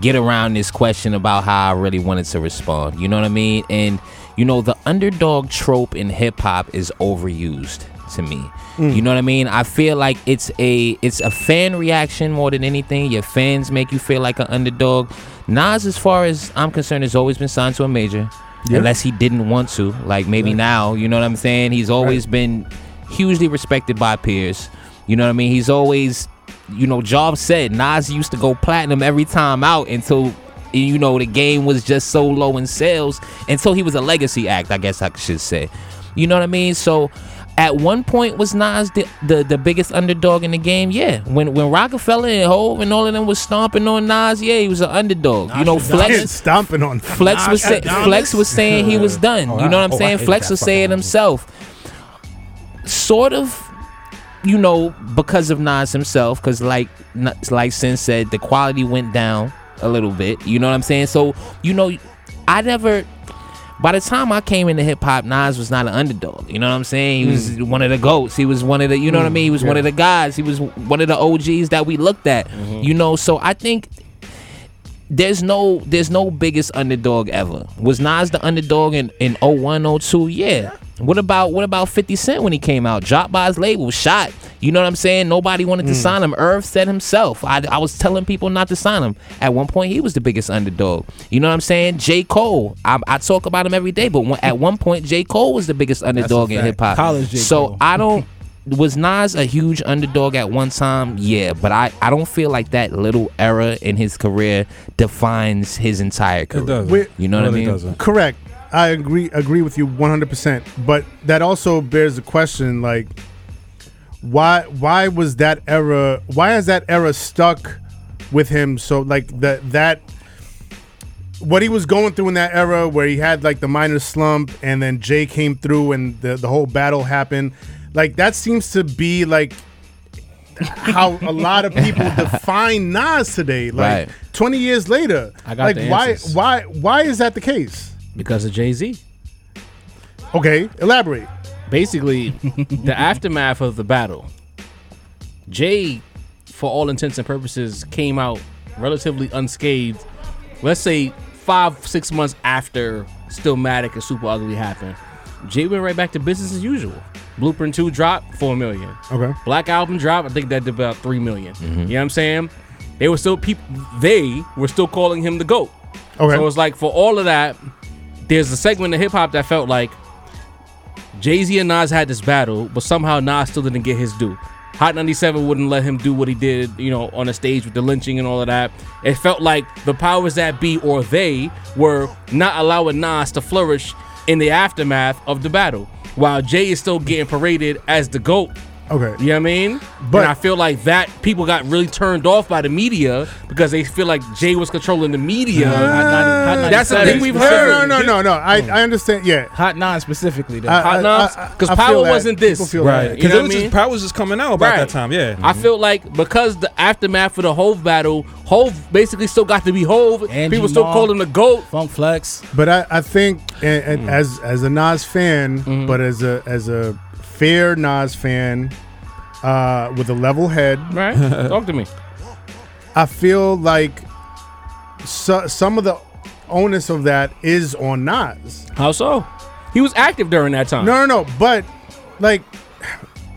[SPEAKER 5] get around this question about how I really wanted to respond. You know what I mean? And you know the underdog trope in hip hop is overused to me. You know what I mean? I feel like it's a it's a fan reaction more than anything. Your fans make you feel like an underdog. Nas, as far as I'm concerned, has always been signed to a major. Unless he didn't want to, like maybe now, you know what I'm saying? He's always been hugely respected by peers. You know what I mean? He's always, you know, Job said Nas used to go platinum every time out until, you know, the game was just so low in sales until he was a legacy act, I guess I should say. You know what I mean? So at one point was Nas the, the, the biggest underdog in the game? Yeah. When when Rockefeller and Hov and all of them was stomping on Nas, yeah, he was an underdog. you know,
[SPEAKER 4] Kid
[SPEAKER 5] Flex
[SPEAKER 4] stomping on
[SPEAKER 5] Flex was say,
[SPEAKER 3] Adonis.
[SPEAKER 5] Flex was saying he was done.
[SPEAKER 6] Oh,
[SPEAKER 5] you know
[SPEAKER 6] I-
[SPEAKER 5] what I'm
[SPEAKER 6] oh, I
[SPEAKER 5] saying?
[SPEAKER 6] hate
[SPEAKER 5] Flex
[SPEAKER 6] that
[SPEAKER 5] was saying
[SPEAKER 6] fucking album.
[SPEAKER 5] himself. Sort of, you know, because of Nas himself, because like N- like Sin said, the quality went down a little bit. You know what I'm saying? So you know, I never. By the time I came into hip hop, Nas was not an underdog. You know what I'm saying? He was
[SPEAKER 6] Mm.
[SPEAKER 5] one of the goats. He was one of the, you know what I mean? He was one of the guys. He was one of the OGs that we looked at.
[SPEAKER 6] Mm-hmm.
[SPEAKER 5] You know, so I think there's no there's no biggest underdog ever. Was Nas the underdog in in 01, 02? Yeah. What about what about 50 Cent when he came out? Dropped by his label, shot. You know what I'm saying? Nobody wanted to
[SPEAKER 3] Hmm.
[SPEAKER 5] sign him. Irv said himself. I, I was telling people not to sign him. At one point, he was the biggest underdog. You know what I'm saying? J. Cole. I, I talk about him every day, but when, at one point, J. Cole was the biggest underdog in
[SPEAKER 3] fact.
[SPEAKER 5] hip hop.
[SPEAKER 3] College J.
[SPEAKER 5] So
[SPEAKER 3] Cole.
[SPEAKER 5] I don't. Was Nas a huge underdog at one time? Yeah, but I, I don't feel like that little era in his career defines his entire career.
[SPEAKER 6] It does.
[SPEAKER 4] Wait,
[SPEAKER 5] You know what I
[SPEAKER 6] Really
[SPEAKER 5] mean?
[SPEAKER 6] doesn't.
[SPEAKER 4] Correct. I agree agree with you 100%, but that also bears the question like why why was that era why has that era stuck with him so like that that what he was going through in that era where he had like the minor slump and then Jay came through and the, the whole battle happened like that seems to be like how a lot of people define Nas today like
[SPEAKER 5] Right.
[SPEAKER 4] 20 years later
[SPEAKER 2] I got
[SPEAKER 4] like
[SPEAKER 2] the
[SPEAKER 4] why
[SPEAKER 2] answers.
[SPEAKER 4] why why is that the case
[SPEAKER 2] Because of Jay Z.
[SPEAKER 4] Okay, elaborate.
[SPEAKER 2] basically the aftermath of the battle jay for all intents and purposes came out relatively unscathed let's say five six months after stillmatic and super ugly happened jay went right back to business as usual blueprint 2 dropped 4 million
[SPEAKER 4] Okay.
[SPEAKER 2] black album dropped i think that did about 3 million. you know what i'm saying they were still people they were still calling him the goat
[SPEAKER 4] Okay.
[SPEAKER 2] so it was like for all of that, there's a segment of hip hop that felt like Jay Z and Nas had this battle, but somehow Nas still didn't get his due. Hot 97 wouldn't let him do what he did, you know, on the stage with the lynching and all of that. It felt like the powers that be or they were not allowing Nas to flourish in the aftermath of the battle, while Jay is still getting paraded as the GOAT
[SPEAKER 4] Okay.
[SPEAKER 2] You know what I mean? But
[SPEAKER 4] But-
[SPEAKER 2] I feel like that people got really turned off by the media because they feel like Jay was controlling the media.
[SPEAKER 4] Ah.
[SPEAKER 2] That's the thing we've
[SPEAKER 4] No,
[SPEAKER 2] heard.
[SPEAKER 4] no, no, no, no. I, I understand. Yeah.
[SPEAKER 3] Hot nine specifically though.
[SPEAKER 6] Uh,
[SPEAKER 4] I- I-
[SPEAKER 2] Knobs?
[SPEAKER 4] I- I-
[SPEAKER 2] 'Cause
[SPEAKER 4] I
[SPEAKER 2] Power
[SPEAKER 4] feel that.
[SPEAKER 2] wasn't this.
[SPEAKER 4] People feel
[SPEAKER 6] Right.
[SPEAKER 4] that.
[SPEAKER 2] You
[SPEAKER 6] Because
[SPEAKER 2] know
[SPEAKER 6] it was
[SPEAKER 2] what I mean?
[SPEAKER 6] just power was just coming out about
[SPEAKER 2] Right.
[SPEAKER 6] that time. Yeah.
[SPEAKER 2] I feel like because the aftermath of the Hove battle, Hove basically still got to be Hove.
[SPEAKER 3] Angie
[SPEAKER 2] people still
[SPEAKER 3] Ma.
[SPEAKER 2] call him the GOAT.
[SPEAKER 3] Funk Flex.
[SPEAKER 4] But I, I think, and, and as as a Nas fan, but as a as a fair Nas fan, uh, with a level head,
[SPEAKER 2] Right? Talk to me.
[SPEAKER 4] I feel like so, some of the onus of that is on Nas.
[SPEAKER 2] How so? He was active during that time.
[SPEAKER 4] No, no, no. But like,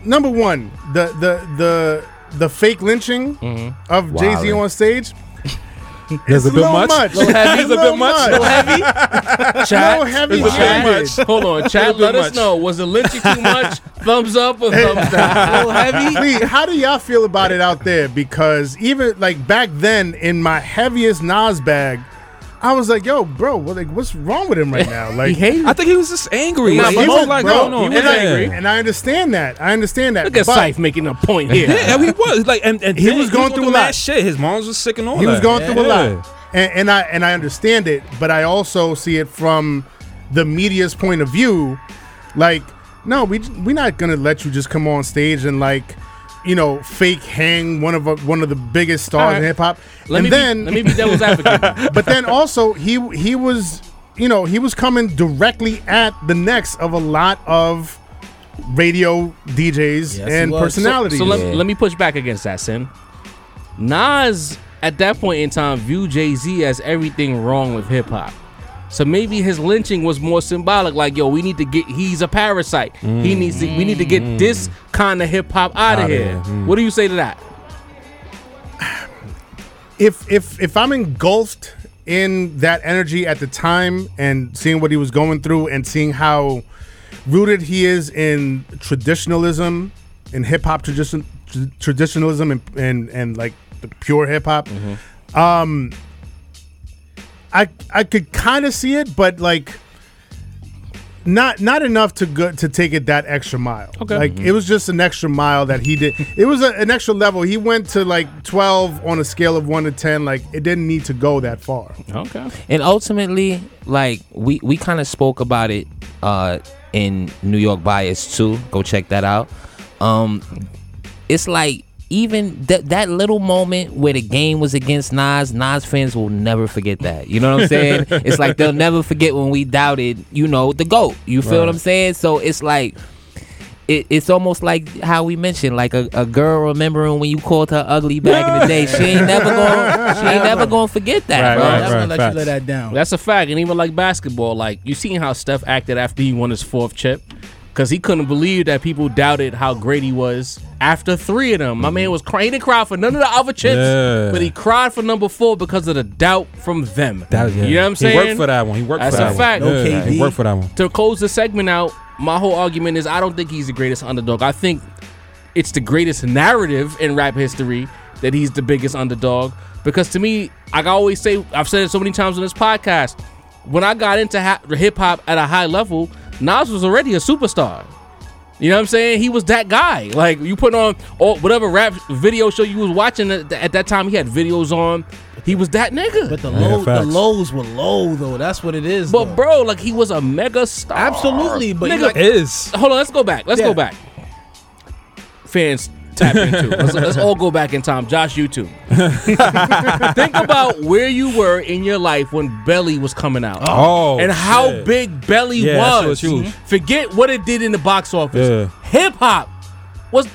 [SPEAKER 4] number one, the the the the fake lynching
[SPEAKER 2] Mm-hmm.
[SPEAKER 4] of Jay Z
[SPEAKER 5] Wildin'.
[SPEAKER 4] on stage.
[SPEAKER 6] There's a bit
[SPEAKER 4] little
[SPEAKER 6] much.
[SPEAKER 4] much.
[SPEAKER 2] Little heavy,
[SPEAKER 4] It's a little
[SPEAKER 2] Little heavy.
[SPEAKER 4] Little heavy
[SPEAKER 2] Little
[SPEAKER 4] handed.
[SPEAKER 2] heavy. Hold on, chat.
[SPEAKER 6] Little
[SPEAKER 2] Let
[SPEAKER 6] bit
[SPEAKER 2] us
[SPEAKER 6] much.
[SPEAKER 2] know. Was the lynching too much? Thumbs up or thumbs down?
[SPEAKER 3] Little heavy.
[SPEAKER 4] Lee, how do y'all feel about it out there? Because even like back then, in my heaviest Nas bag, I was like, "Yo, bro, well, like, what's wrong with him right now?" Like,
[SPEAKER 2] hated
[SPEAKER 6] I think he was just angry.
[SPEAKER 2] Nah,
[SPEAKER 6] Like,
[SPEAKER 2] but
[SPEAKER 6] he
[SPEAKER 2] most-
[SPEAKER 6] was like,
[SPEAKER 4] bro,
[SPEAKER 6] "Oh, no, no,
[SPEAKER 2] he was
[SPEAKER 6] yeah.
[SPEAKER 2] angry.
[SPEAKER 4] and I understand that. I understand that.
[SPEAKER 2] Look at
[SPEAKER 4] but
[SPEAKER 2] Scythe making a point here.
[SPEAKER 6] Yeah, and he was like, and, and
[SPEAKER 4] He
[SPEAKER 6] then
[SPEAKER 4] was going through a
[SPEAKER 6] mad
[SPEAKER 4] lot.
[SPEAKER 6] Shit, his mom's was sick and all.
[SPEAKER 4] He was
[SPEAKER 6] that.
[SPEAKER 4] going through a
[SPEAKER 6] Yeah.
[SPEAKER 4] lot, and, and I and I understand it, but I also see it from the media's point of view. Like, no, we we're not gonna let you just come on stage and like. You know, fake hang one of a, one of the biggest stars in
[SPEAKER 2] right.
[SPEAKER 4] hip hop,
[SPEAKER 2] Let
[SPEAKER 4] and
[SPEAKER 2] me
[SPEAKER 4] then
[SPEAKER 2] be, let me be devil's advocate.
[SPEAKER 4] but then also he he was you know he was coming directly at the necks of a lot of radio DJs
[SPEAKER 3] Yes, he
[SPEAKER 4] and
[SPEAKER 3] was.
[SPEAKER 4] personalities.
[SPEAKER 2] so let,
[SPEAKER 5] Yeah.
[SPEAKER 2] let me push back against that, Sin. Nas at that point in time viewed Jay Z as everything wrong with hip hop. So maybe his lynching was more symbolic, like yo, we need to get he's a parasite. He needs to we need to get this kind of hip hop out of
[SPEAKER 6] Outta
[SPEAKER 2] here.
[SPEAKER 6] here, mm.
[SPEAKER 2] What do you say to that?
[SPEAKER 4] if if if I'm engulfed in that energy at the time and seeing what he was going through and seeing how rooted he is in traditionalism, in hip hop tradition tr- traditionalism and, and and like the pure hip hop, um, I I could kind of see it, but like. Not not enough to go, to take it that extra mile. Okay, like
[SPEAKER 2] Mm-hmm.
[SPEAKER 4] it was just an extra mile that he did. It was a, an extra level. He went to like twelve on a scale of one to ten. Like it didn't need to go that far.
[SPEAKER 2] Okay.
[SPEAKER 5] and ultimately like we we kind of spoke about it uh in new york bias too go check that out um it's like even that that little moment where the game was against Nas, Nas fans will never forget that. You know what I'm saying? it's like they'll never forget when we doubted, you know, the goat. You feel what I'm saying? So it's like it, it's almost like how we mentioned, like a, a girl remembering when you called her ugly back in the day. She ain't never gonna she ain't never gonna forget that.
[SPEAKER 6] Right,
[SPEAKER 5] bro.
[SPEAKER 6] right,
[SPEAKER 3] Never let
[SPEAKER 6] facts.
[SPEAKER 3] you let that down.
[SPEAKER 2] That's a fact, and even like basketball, like you seen how Steph acted after he won his fourth chip, because he couldn't believe that people doubted how great he was after three of them. My man was crying. He didn't cry for none of the other chips,
[SPEAKER 6] Yeah.
[SPEAKER 2] but he cried for number four because of the doubt from them.
[SPEAKER 6] That- yeah.
[SPEAKER 2] You know what I'm saying?
[SPEAKER 6] He worked for that one. He worked
[SPEAKER 2] That's
[SPEAKER 6] for
[SPEAKER 2] a
[SPEAKER 6] that
[SPEAKER 2] fact.
[SPEAKER 6] one.
[SPEAKER 3] No
[SPEAKER 6] Yeah,
[SPEAKER 3] KD.
[SPEAKER 6] He worked for that one.
[SPEAKER 2] to close the segment out, my whole argument is I don't think he's the greatest underdog. I think it's the greatest narrative in rap history that he's the biggest underdog. Because to me, I always say, I've said it so many times on this podcast. When I got into ha- hip hop at a high level, Nas was already a superstar. You know what I'm saying? He was that guy. Like you put on all, whatever rap video show you was watching at, at that time. He had videos on. He was that nigga. But,
[SPEAKER 3] But the low, the
[SPEAKER 6] facts.
[SPEAKER 3] lows were low though. That's what it is. though.
[SPEAKER 2] bro, like he was a mega star.
[SPEAKER 3] absolutely. But you
[SPEAKER 2] Nigga,
[SPEAKER 3] like,
[SPEAKER 6] Is
[SPEAKER 2] hold on. Let's go back. Let's
[SPEAKER 3] Yeah.
[SPEAKER 2] go back. Fans tap into. let's, let's all go back in time. Josh, you too. Think about where you were in your life when Belly was coming out.
[SPEAKER 6] Oh,
[SPEAKER 2] and how
[SPEAKER 6] shit.
[SPEAKER 2] big Belly
[SPEAKER 6] Yeah, that shit
[SPEAKER 2] was. Mm-hmm.
[SPEAKER 6] was huge.
[SPEAKER 2] Forget what it did in the box office.
[SPEAKER 6] Yeah.
[SPEAKER 2] Hip hop was.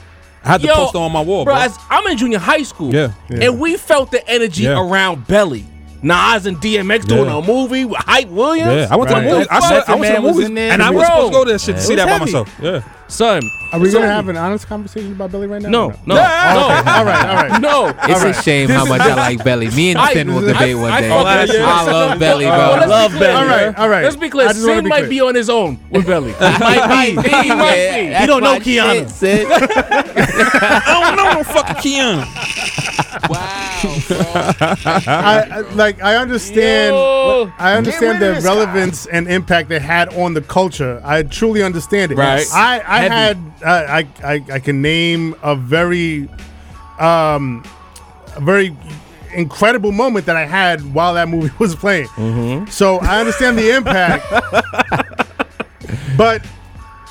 [SPEAKER 6] I had the
[SPEAKER 2] yo,
[SPEAKER 6] poster on my wall,
[SPEAKER 2] bro.
[SPEAKER 6] bro.
[SPEAKER 2] as- I'm in junior high school,
[SPEAKER 6] Yeah. Yeah.
[SPEAKER 2] and we felt the energy
[SPEAKER 6] Yeah.
[SPEAKER 2] around Belly, Nas, and DMX doing
[SPEAKER 6] Yeah.
[SPEAKER 2] a movie with Hype Williams.
[SPEAKER 6] Yeah, I went to
[SPEAKER 2] What
[SPEAKER 6] the movies. I,
[SPEAKER 2] fuck?
[SPEAKER 6] saw, I went to
[SPEAKER 3] Man
[SPEAKER 6] the
[SPEAKER 3] was
[SPEAKER 6] movies,
[SPEAKER 3] in there.
[SPEAKER 6] and I was
[SPEAKER 2] Bro.
[SPEAKER 6] supposed to go to that shit to see that by
[SPEAKER 3] heavy.
[SPEAKER 6] myself. Yeah,
[SPEAKER 2] son.
[SPEAKER 4] Are we
[SPEAKER 2] so-
[SPEAKER 4] gonna have an honest conversation about Billy right now?
[SPEAKER 2] No,
[SPEAKER 4] or
[SPEAKER 2] no, no.
[SPEAKER 4] all right, all right.
[SPEAKER 2] No,
[SPEAKER 5] It's a shame how much I like Belly. Me and
[SPEAKER 2] I-
[SPEAKER 5] Finn will
[SPEAKER 2] I-
[SPEAKER 5] debate one
[SPEAKER 2] I
[SPEAKER 5] day.
[SPEAKER 2] fuck
[SPEAKER 5] I,
[SPEAKER 2] with you.
[SPEAKER 5] love Belly, bro.
[SPEAKER 2] Well, let's be
[SPEAKER 3] love
[SPEAKER 2] clear.
[SPEAKER 3] Belly.
[SPEAKER 4] All right, all right.
[SPEAKER 2] Let's be clear.
[SPEAKER 4] I just wanna
[SPEAKER 2] Sin
[SPEAKER 4] be
[SPEAKER 2] might
[SPEAKER 4] clear.
[SPEAKER 2] be on his own with Belly. He might be. He might
[SPEAKER 5] You
[SPEAKER 3] don't know Keanu.
[SPEAKER 6] I don't know no fucking Keanu.
[SPEAKER 7] Wow, bro.
[SPEAKER 4] I, I like I understand
[SPEAKER 2] Yo.
[SPEAKER 4] I understand the relevance and impact it had on the culture. I truly understand it.
[SPEAKER 2] Right.
[SPEAKER 4] I, I
[SPEAKER 2] heavy.
[SPEAKER 4] had I, I I I can name a very um a very incredible moment that I had while that movie was playing.
[SPEAKER 2] Mm-hmm.
[SPEAKER 4] So I understand the impact. but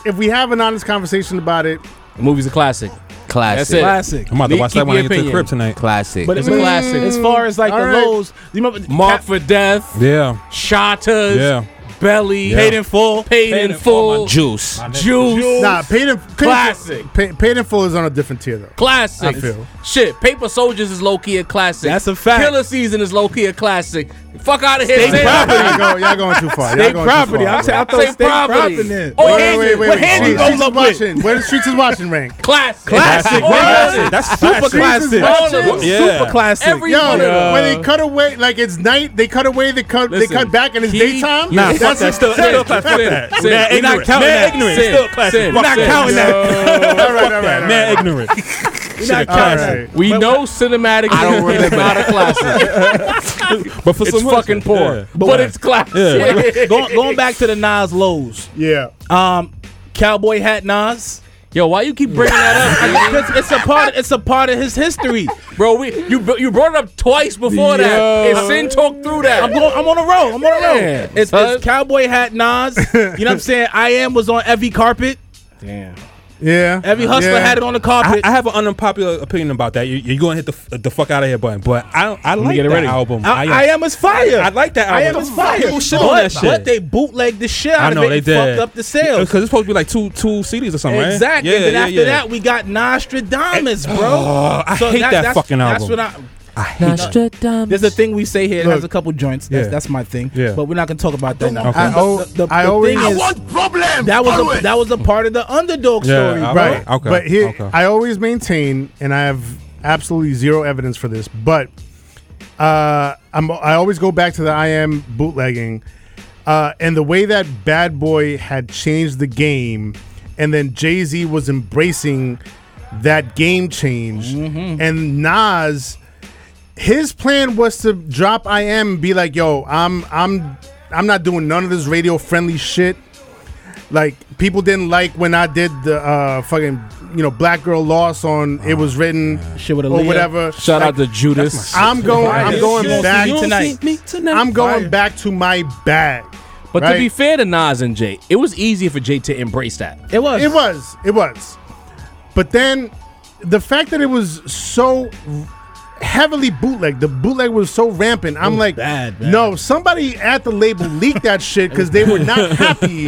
[SPEAKER 4] if we have an honest conversation about it,
[SPEAKER 2] The movie's a classic.
[SPEAKER 5] Classic.
[SPEAKER 2] That's it.
[SPEAKER 3] Classic.
[SPEAKER 6] I'm about to
[SPEAKER 2] Lee,
[SPEAKER 6] watch
[SPEAKER 2] keep
[SPEAKER 6] that when I
[SPEAKER 2] your
[SPEAKER 6] get to the
[SPEAKER 2] opinion.
[SPEAKER 6] crib tonight.
[SPEAKER 5] Classic.
[SPEAKER 2] But it's a classic.
[SPEAKER 3] As far as like
[SPEAKER 4] All
[SPEAKER 3] the
[SPEAKER 4] right.
[SPEAKER 3] lows, you remember
[SPEAKER 2] Mark
[SPEAKER 3] Cap-
[SPEAKER 2] for Death,
[SPEAKER 6] Yeah.
[SPEAKER 2] Shatas,
[SPEAKER 6] Yeah.
[SPEAKER 2] Belly,
[SPEAKER 6] Yeah.
[SPEAKER 2] Paid in Full, Paid, in, Full,
[SPEAKER 5] Juice.
[SPEAKER 2] Juice,
[SPEAKER 4] nah, paid in, paid In,
[SPEAKER 2] Classic.
[SPEAKER 4] paid, paid in full is on a different tier though.
[SPEAKER 2] classic.
[SPEAKER 4] I feel.
[SPEAKER 2] Shit, Paper Soldiers is low key a classic.
[SPEAKER 3] That's a fact.
[SPEAKER 2] Killer Season is low key a classic. Fuck out of here, State
[SPEAKER 4] Y'all, go, y'all going too far. Y'all
[SPEAKER 3] state
[SPEAKER 4] going
[SPEAKER 3] property.
[SPEAKER 4] Too far,
[SPEAKER 3] I'm saying I
[SPEAKER 4] bro.
[SPEAKER 3] thought
[SPEAKER 2] State
[SPEAKER 3] state
[SPEAKER 2] property.
[SPEAKER 3] property.
[SPEAKER 2] Oh,
[SPEAKER 3] What-
[SPEAKER 2] yeah.
[SPEAKER 4] wait, wait, wait,
[SPEAKER 3] what
[SPEAKER 4] wait.
[SPEAKER 3] hand
[SPEAKER 4] Streets
[SPEAKER 3] you roll
[SPEAKER 4] is
[SPEAKER 3] up with?
[SPEAKER 4] watching. Where the streets is watching rank?
[SPEAKER 2] classic.
[SPEAKER 3] Classic.
[SPEAKER 2] All
[SPEAKER 3] Classic.
[SPEAKER 2] of it.
[SPEAKER 6] That's
[SPEAKER 3] Super classic.
[SPEAKER 2] All of it.
[SPEAKER 6] Yeah.
[SPEAKER 3] Super classic.
[SPEAKER 2] Every
[SPEAKER 4] Yo,
[SPEAKER 2] one of them.
[SPEAKER 4] when they cut away, like it's night, they cut away, they cut,
[SPEAKER 2] Listen,
[SPEAKER 4] they cut back, and it's
[SPEAKER 2] he-
[SPEAKER 4] daytime.
[SPEAKER 2] Nah,
[SPEAKER 6] fuck that. Still-
[SPEAKER 2] Sin,
[SPEAKER 6] still classic. Fuck
[SPEAKER 2] sin,
[SPEAKER 6] that.
[SPEAKER 2] sin.
[SPEAKER 6] Mad
[SPEAKER 2] We're not
[SPEAKER 6] ignorant.
[SPEAKER 2] counting
[SPEAKER 6] Mad
[SPEAKER 2] that.
[SPEAKER 6] ignorant.
[SPEAKER 2] Sin,
[SPEAKER 6] Still classic.
[SPEAKER 2] sin,
[SPEAKER 6] Fuck
[SPEAKER 2] sin.
[SPEAKER 6] that.
[SPEAKER 3] counting that.
[SPEAKER 4] all right, all right, all right. all
[SPEAKER 6] Man,
[SPEAKER 4] right.
[SPEAKER 6] ignorant.
[SPEAKER 3] Not counting.
[SPEAKER 2] We know cinematic
[SPEAKER 5] I don't
[SPEAKER 2] is
[SPEAKER 5] remember
[SPEAKER 2] not a classic.
[SPEAKER 6] But for
[SPEAKER 2] It's
[SPEAKER 6] some
[SPEAKER 2] fucking
[SPEAKER 6] reason-
[SPEAKER 2] poor,
[SPEAKER 6] Yeah.
[SPEAKER 2] but, it's classic.
[SPEAKER 3] Going, going back to the Nas lows.
[SPEAKER 4] Yeah.
[SPEAKER 3] Um, cowboy hat Nas.
[SPEAKER 2] Yo, why you keep bringing that up,
[SPEAKER 3] 'Cause It's a part. It's a part of his history.
[SPEAKER 2] bro? We you br- you brought it up twice before that, and Sin talked through that.
[SPEAKER 3] I'm, going, Oh, I'm on a roll. I'm on a roll.
[SPEAKER 2] Damn,
[SPEAKER 3] it's,
[SPEAKER 2] son.
[SPEAKER 3] it's cowboy hat Nas. You know what I'm saying? I am was on every carpet.
[SPEAKER 4] Yeah.
[SPEAKER 3] Every hustler had it on the
[SPEAKER 6] I,
[SPEAKER 3] carpet.
[SPEAKER 6] I have an unpopular opinion about that. You, you're going to hit the, f- the fuck out of here button, but I don't- I like
[SPEAKER 2] get it
[SPEAKER 6] that
[SPEAKER 2] ready.
[SPEAKER 6] album.
[SPEAKER 3] I, I am as fire.
[SPEAKER 6] I like that
[SPEAKER 3] I
[SPEAKER 6] album.
[SPEAKER 3] am as fire.
[SPEAKER 6] People shit
[SPEAKER 3] but,
[SPEAKER 6] on that shit.
[SPEAKER 3] but they bootlegged the shit out
[SPEAKER 6] I know
[SPEAKER 3] of it
[SPEAKER 6] they
[SPEAKER 3] and
[SPEAKER 6] did.
[SPEAKER 3] fucked up the sales.
[SPEAKER 6] because it's supposed to be like two two CDs or something, right?
[SPEAKER 3] Exactly.
[SPEAKER 6] Yeah,
[SPEAKER 3] and then
[SPEAKER 6] yeah,
[SPEAKER 3] after
[SPEAKER 6] yeah.
[SPEAKER 3] that, we got Nostradamus, bro.
[SPEAKER 6] Oh, I hate that
[SPEAKER 3] that's,
[SPEAKER 6] fucking
[SPEAKER 3] that's
[SPEAKER 6] album.
[SPEAKER 3] what I,
[SPEAKER 6] I hate that.
[SPEAKER 3] there's a thing we say here. It has a couple joints. That's,
[SPEAKER 6] Yeah.
[SPEAKER 3] that's my thing.
[SPEAKER 6] Yeah.
[SPEAKER 3] But we're not gonna talk about that now.
[SPEAKER 6] Okay.
[SPEAKER 4] I, al- I always
[SPEAKER 3] thing is, that was a, that was a part of the underdog
[SPEAKER 6] Yeah,
[SPEAKER 3] story,
[SPEAKER 6] I-
[SPEAKER 3] bro.
[SPEAKER 4] right.
[SPEAKER 6] Okay,
[SPEAKER 4] But here,
[SPEAKER 6] okay.
[SPEAKER 4] I always maintain, and I have absolutely zero evidence for this, but uh, I'm I always go back to the I am bootlegging, uh, and the way that Bad Boy had changed the game, and then Jay Z was embracing that game change,
[SPEAKER 6] Mm-hmm.
[SPEAKER 4] and Nas. His plan was to drop I am and be like, "Yo, I'm I'm I'm not doing none of this radio friendly shit like people didn't like when I did the uh, fucking you know black girl loss on it was written
[SPEAKER 3] Oh, Shit with
[SPEAKER 4] or
[SPEAKER 3] Aaliyah.
[SPEAKER 4] whatever.
[SPEAKER 2] Shout out to Judas.
[SPEAKER 4] I'm going. I'm going
[SPEAKER 3] You won't see
[SPEAKER 4] back
[SPEAKER 3] me
[SPEAKER 4] tonight.
[SPEAKER 3] tonight.
[SPEAKER 4] I'm going back to my bag.
[SPEAKER 2] But to
[SPEAKER 4] Right.
[SPEAKER 2] be fair to Nas and Jay, it was easier for Jay to embrace that.
[SPEAKER 3] It was.
[SPEAKER 4] It was. It was. But then the fact that it was so heavily bootleg, the bootleg was so rampant. I'm like,
[SPEAKER 3] bad, man.
[SPEAKER 4] no, somebody at the label leaked that shit because they were not happy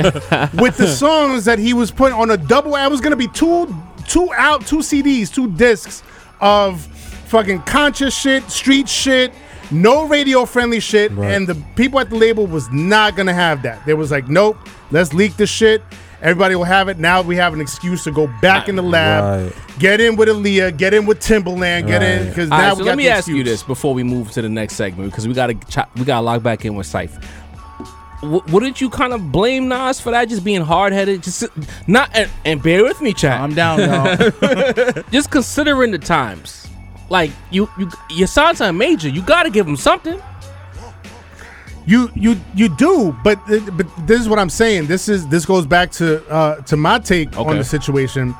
[SPEAKER 4] with the songs that he was putting on a double. I was gonna be two, two out, two CDs, two discs of fucking conscious shit, street shit. No radio friendly shit, and the people at the label was not gonna have that. They was like, nope, let's leak this shit. Everybody will have it. Now we have an excuse to go back in the lab,
[SPEAKER 6] Right.
[SPEAKER 4] get in with Aaliyah, get in with Timbaland, get in
[SPEAKER 6] Right.
[SPEAKER 4] because
[SPEAKER 2] All
[SPEAKER 4] now
[SPEAKER 2] right, so
[SPEAKER 4] we
[SPEAKER 2] let
[SPEAKER 4] got
[SPEAKER 2] me
[SPEAKER 4] the
[SPEAKER 2] ask you
[SPEAKER 4] excuse.
[SPEAKER 2] this before we move to the next segment because we gotta ch- we gotta log back in with Scythe. W- wouldn't you kind of blame Nas for that, just being hard headed? Just not and, and bear with me, chat.
[SPEAKER 3] I'm down, y'all.
[SPEAKER 2] just considering the times, like you you your son's a major, you gotta give him something.
[SPEAKER 4] You you you do, but but this is what I'm saying. This is this goes back to uh, to my take
[SPEAKER 2] Okay.
[SPEAKER 4] on the situation.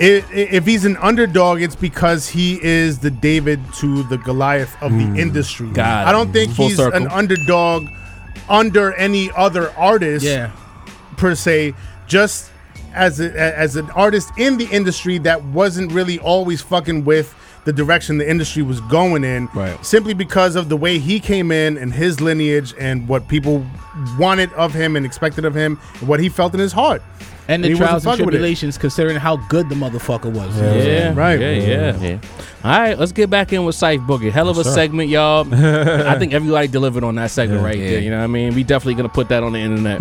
[SPEAKER 4] I i if he's an underdog, it's because he is the David to the Goliath of
[SPEAKER 6] Hmm.
[SPEAKER 4] the industry.
[SPEAKER 2] Got it.
[SPEAKER 4] I don't think
[SPEAKER 2] Full
[SPEAKER 4] he's
[SPEAKER 2] circle.
[SPEAKER 4] an underdog under any other artist.
[SPEAKER 3] yeah.
[SPEAKER 4] per se, just as a, as an artist in the industry that wasn't really always fucking with the direction the industry was going in,
[SPEAKER 2] Right.
[SPEAKER 4] simply because of the way he came in and his lineage and what people wanted of him and expected of him, and what he felt in his heart.
[SPEAKER 3] And the
[SPEAKER 4] He wasn't
[SPEAKER 3] trials and
[SPEAKER 4] fucking with it.
[SPEAKER 3] tribulations, considering how good the motherfucker was. Yeah.
[SPEAKER 4] Right.
[SPEAKER 2] Yeah, yeah. All right, let's get back in with Scythe Boogie. Hell of a segment, y'all. I think everybody delivered on that segment right there. You know what I mean? We definitely gonna put that on the internet.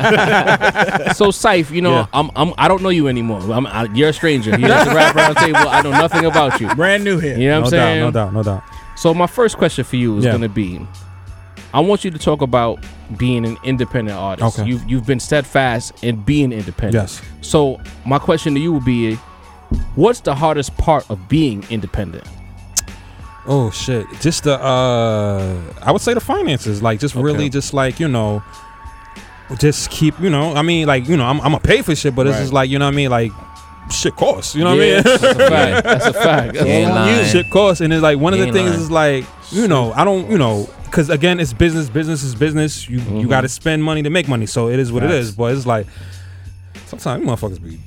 [SPEAKER 2] Uh, so Scythe, you know,
[SPEAKER 6] Yeah.
[SPEAKER 2] I'm, I'm I don't know you anymore. I'm, I, you're a stranger. You're at the rap round table. I know nothing about you.
[SPEAKER 3] Brand new here.
[SPEAKER 2] You know what
[SPEAKER 6] no
[SPEAKER 2] I'm
[SPEAKER 6] doubt,
[SPEAKER 2] saying?
[SPEAKER 6] no doubt, no doubt.
[SPEAKER 2] So my first question for you is
[SPEAKER 6] Yeah.
[SPEAKER 2] going to be, I want you to talk about being an independent artist.
[SPEAKER 6] Okay.
[SPEAKER 2] You've you've been steadfast in being independent.
[SPEAKER 6] Yes.
[SPEAKER 2] So my question to you would be, what's the hardest part of being independent?
[SPEAKER 6] Oh shit! Just the uh, I would say the finances, like just really, just like you know, just keep, you know, I mean, like, you know, I'm, I'm gonna pay for shit, but it's
[SPEAKER 2] Right.
[SPEAKER 6] just like, you know what I mean? Like, shit costs, you know what I mean?
[SPEAKER 2] that's a fact. That's a fact. That's
[SPEAKER 5] You ain't
[SPEAKER 2] all I'm
[SPEAKER 5] lying.
[SPEAKER 2] using.
[SPEAKER 6] shit costs. And it's like one of the
[SPEAKER 5] Ain't
[SPEAKER 6] things
[SPEAKER 5] lying.
[SPEAKER 6] is like, you know, I don't, you know, because again, it's business. Business is business. You you got to spend money to make money. So it is what it is. But it's like sometimes you motherfuckers be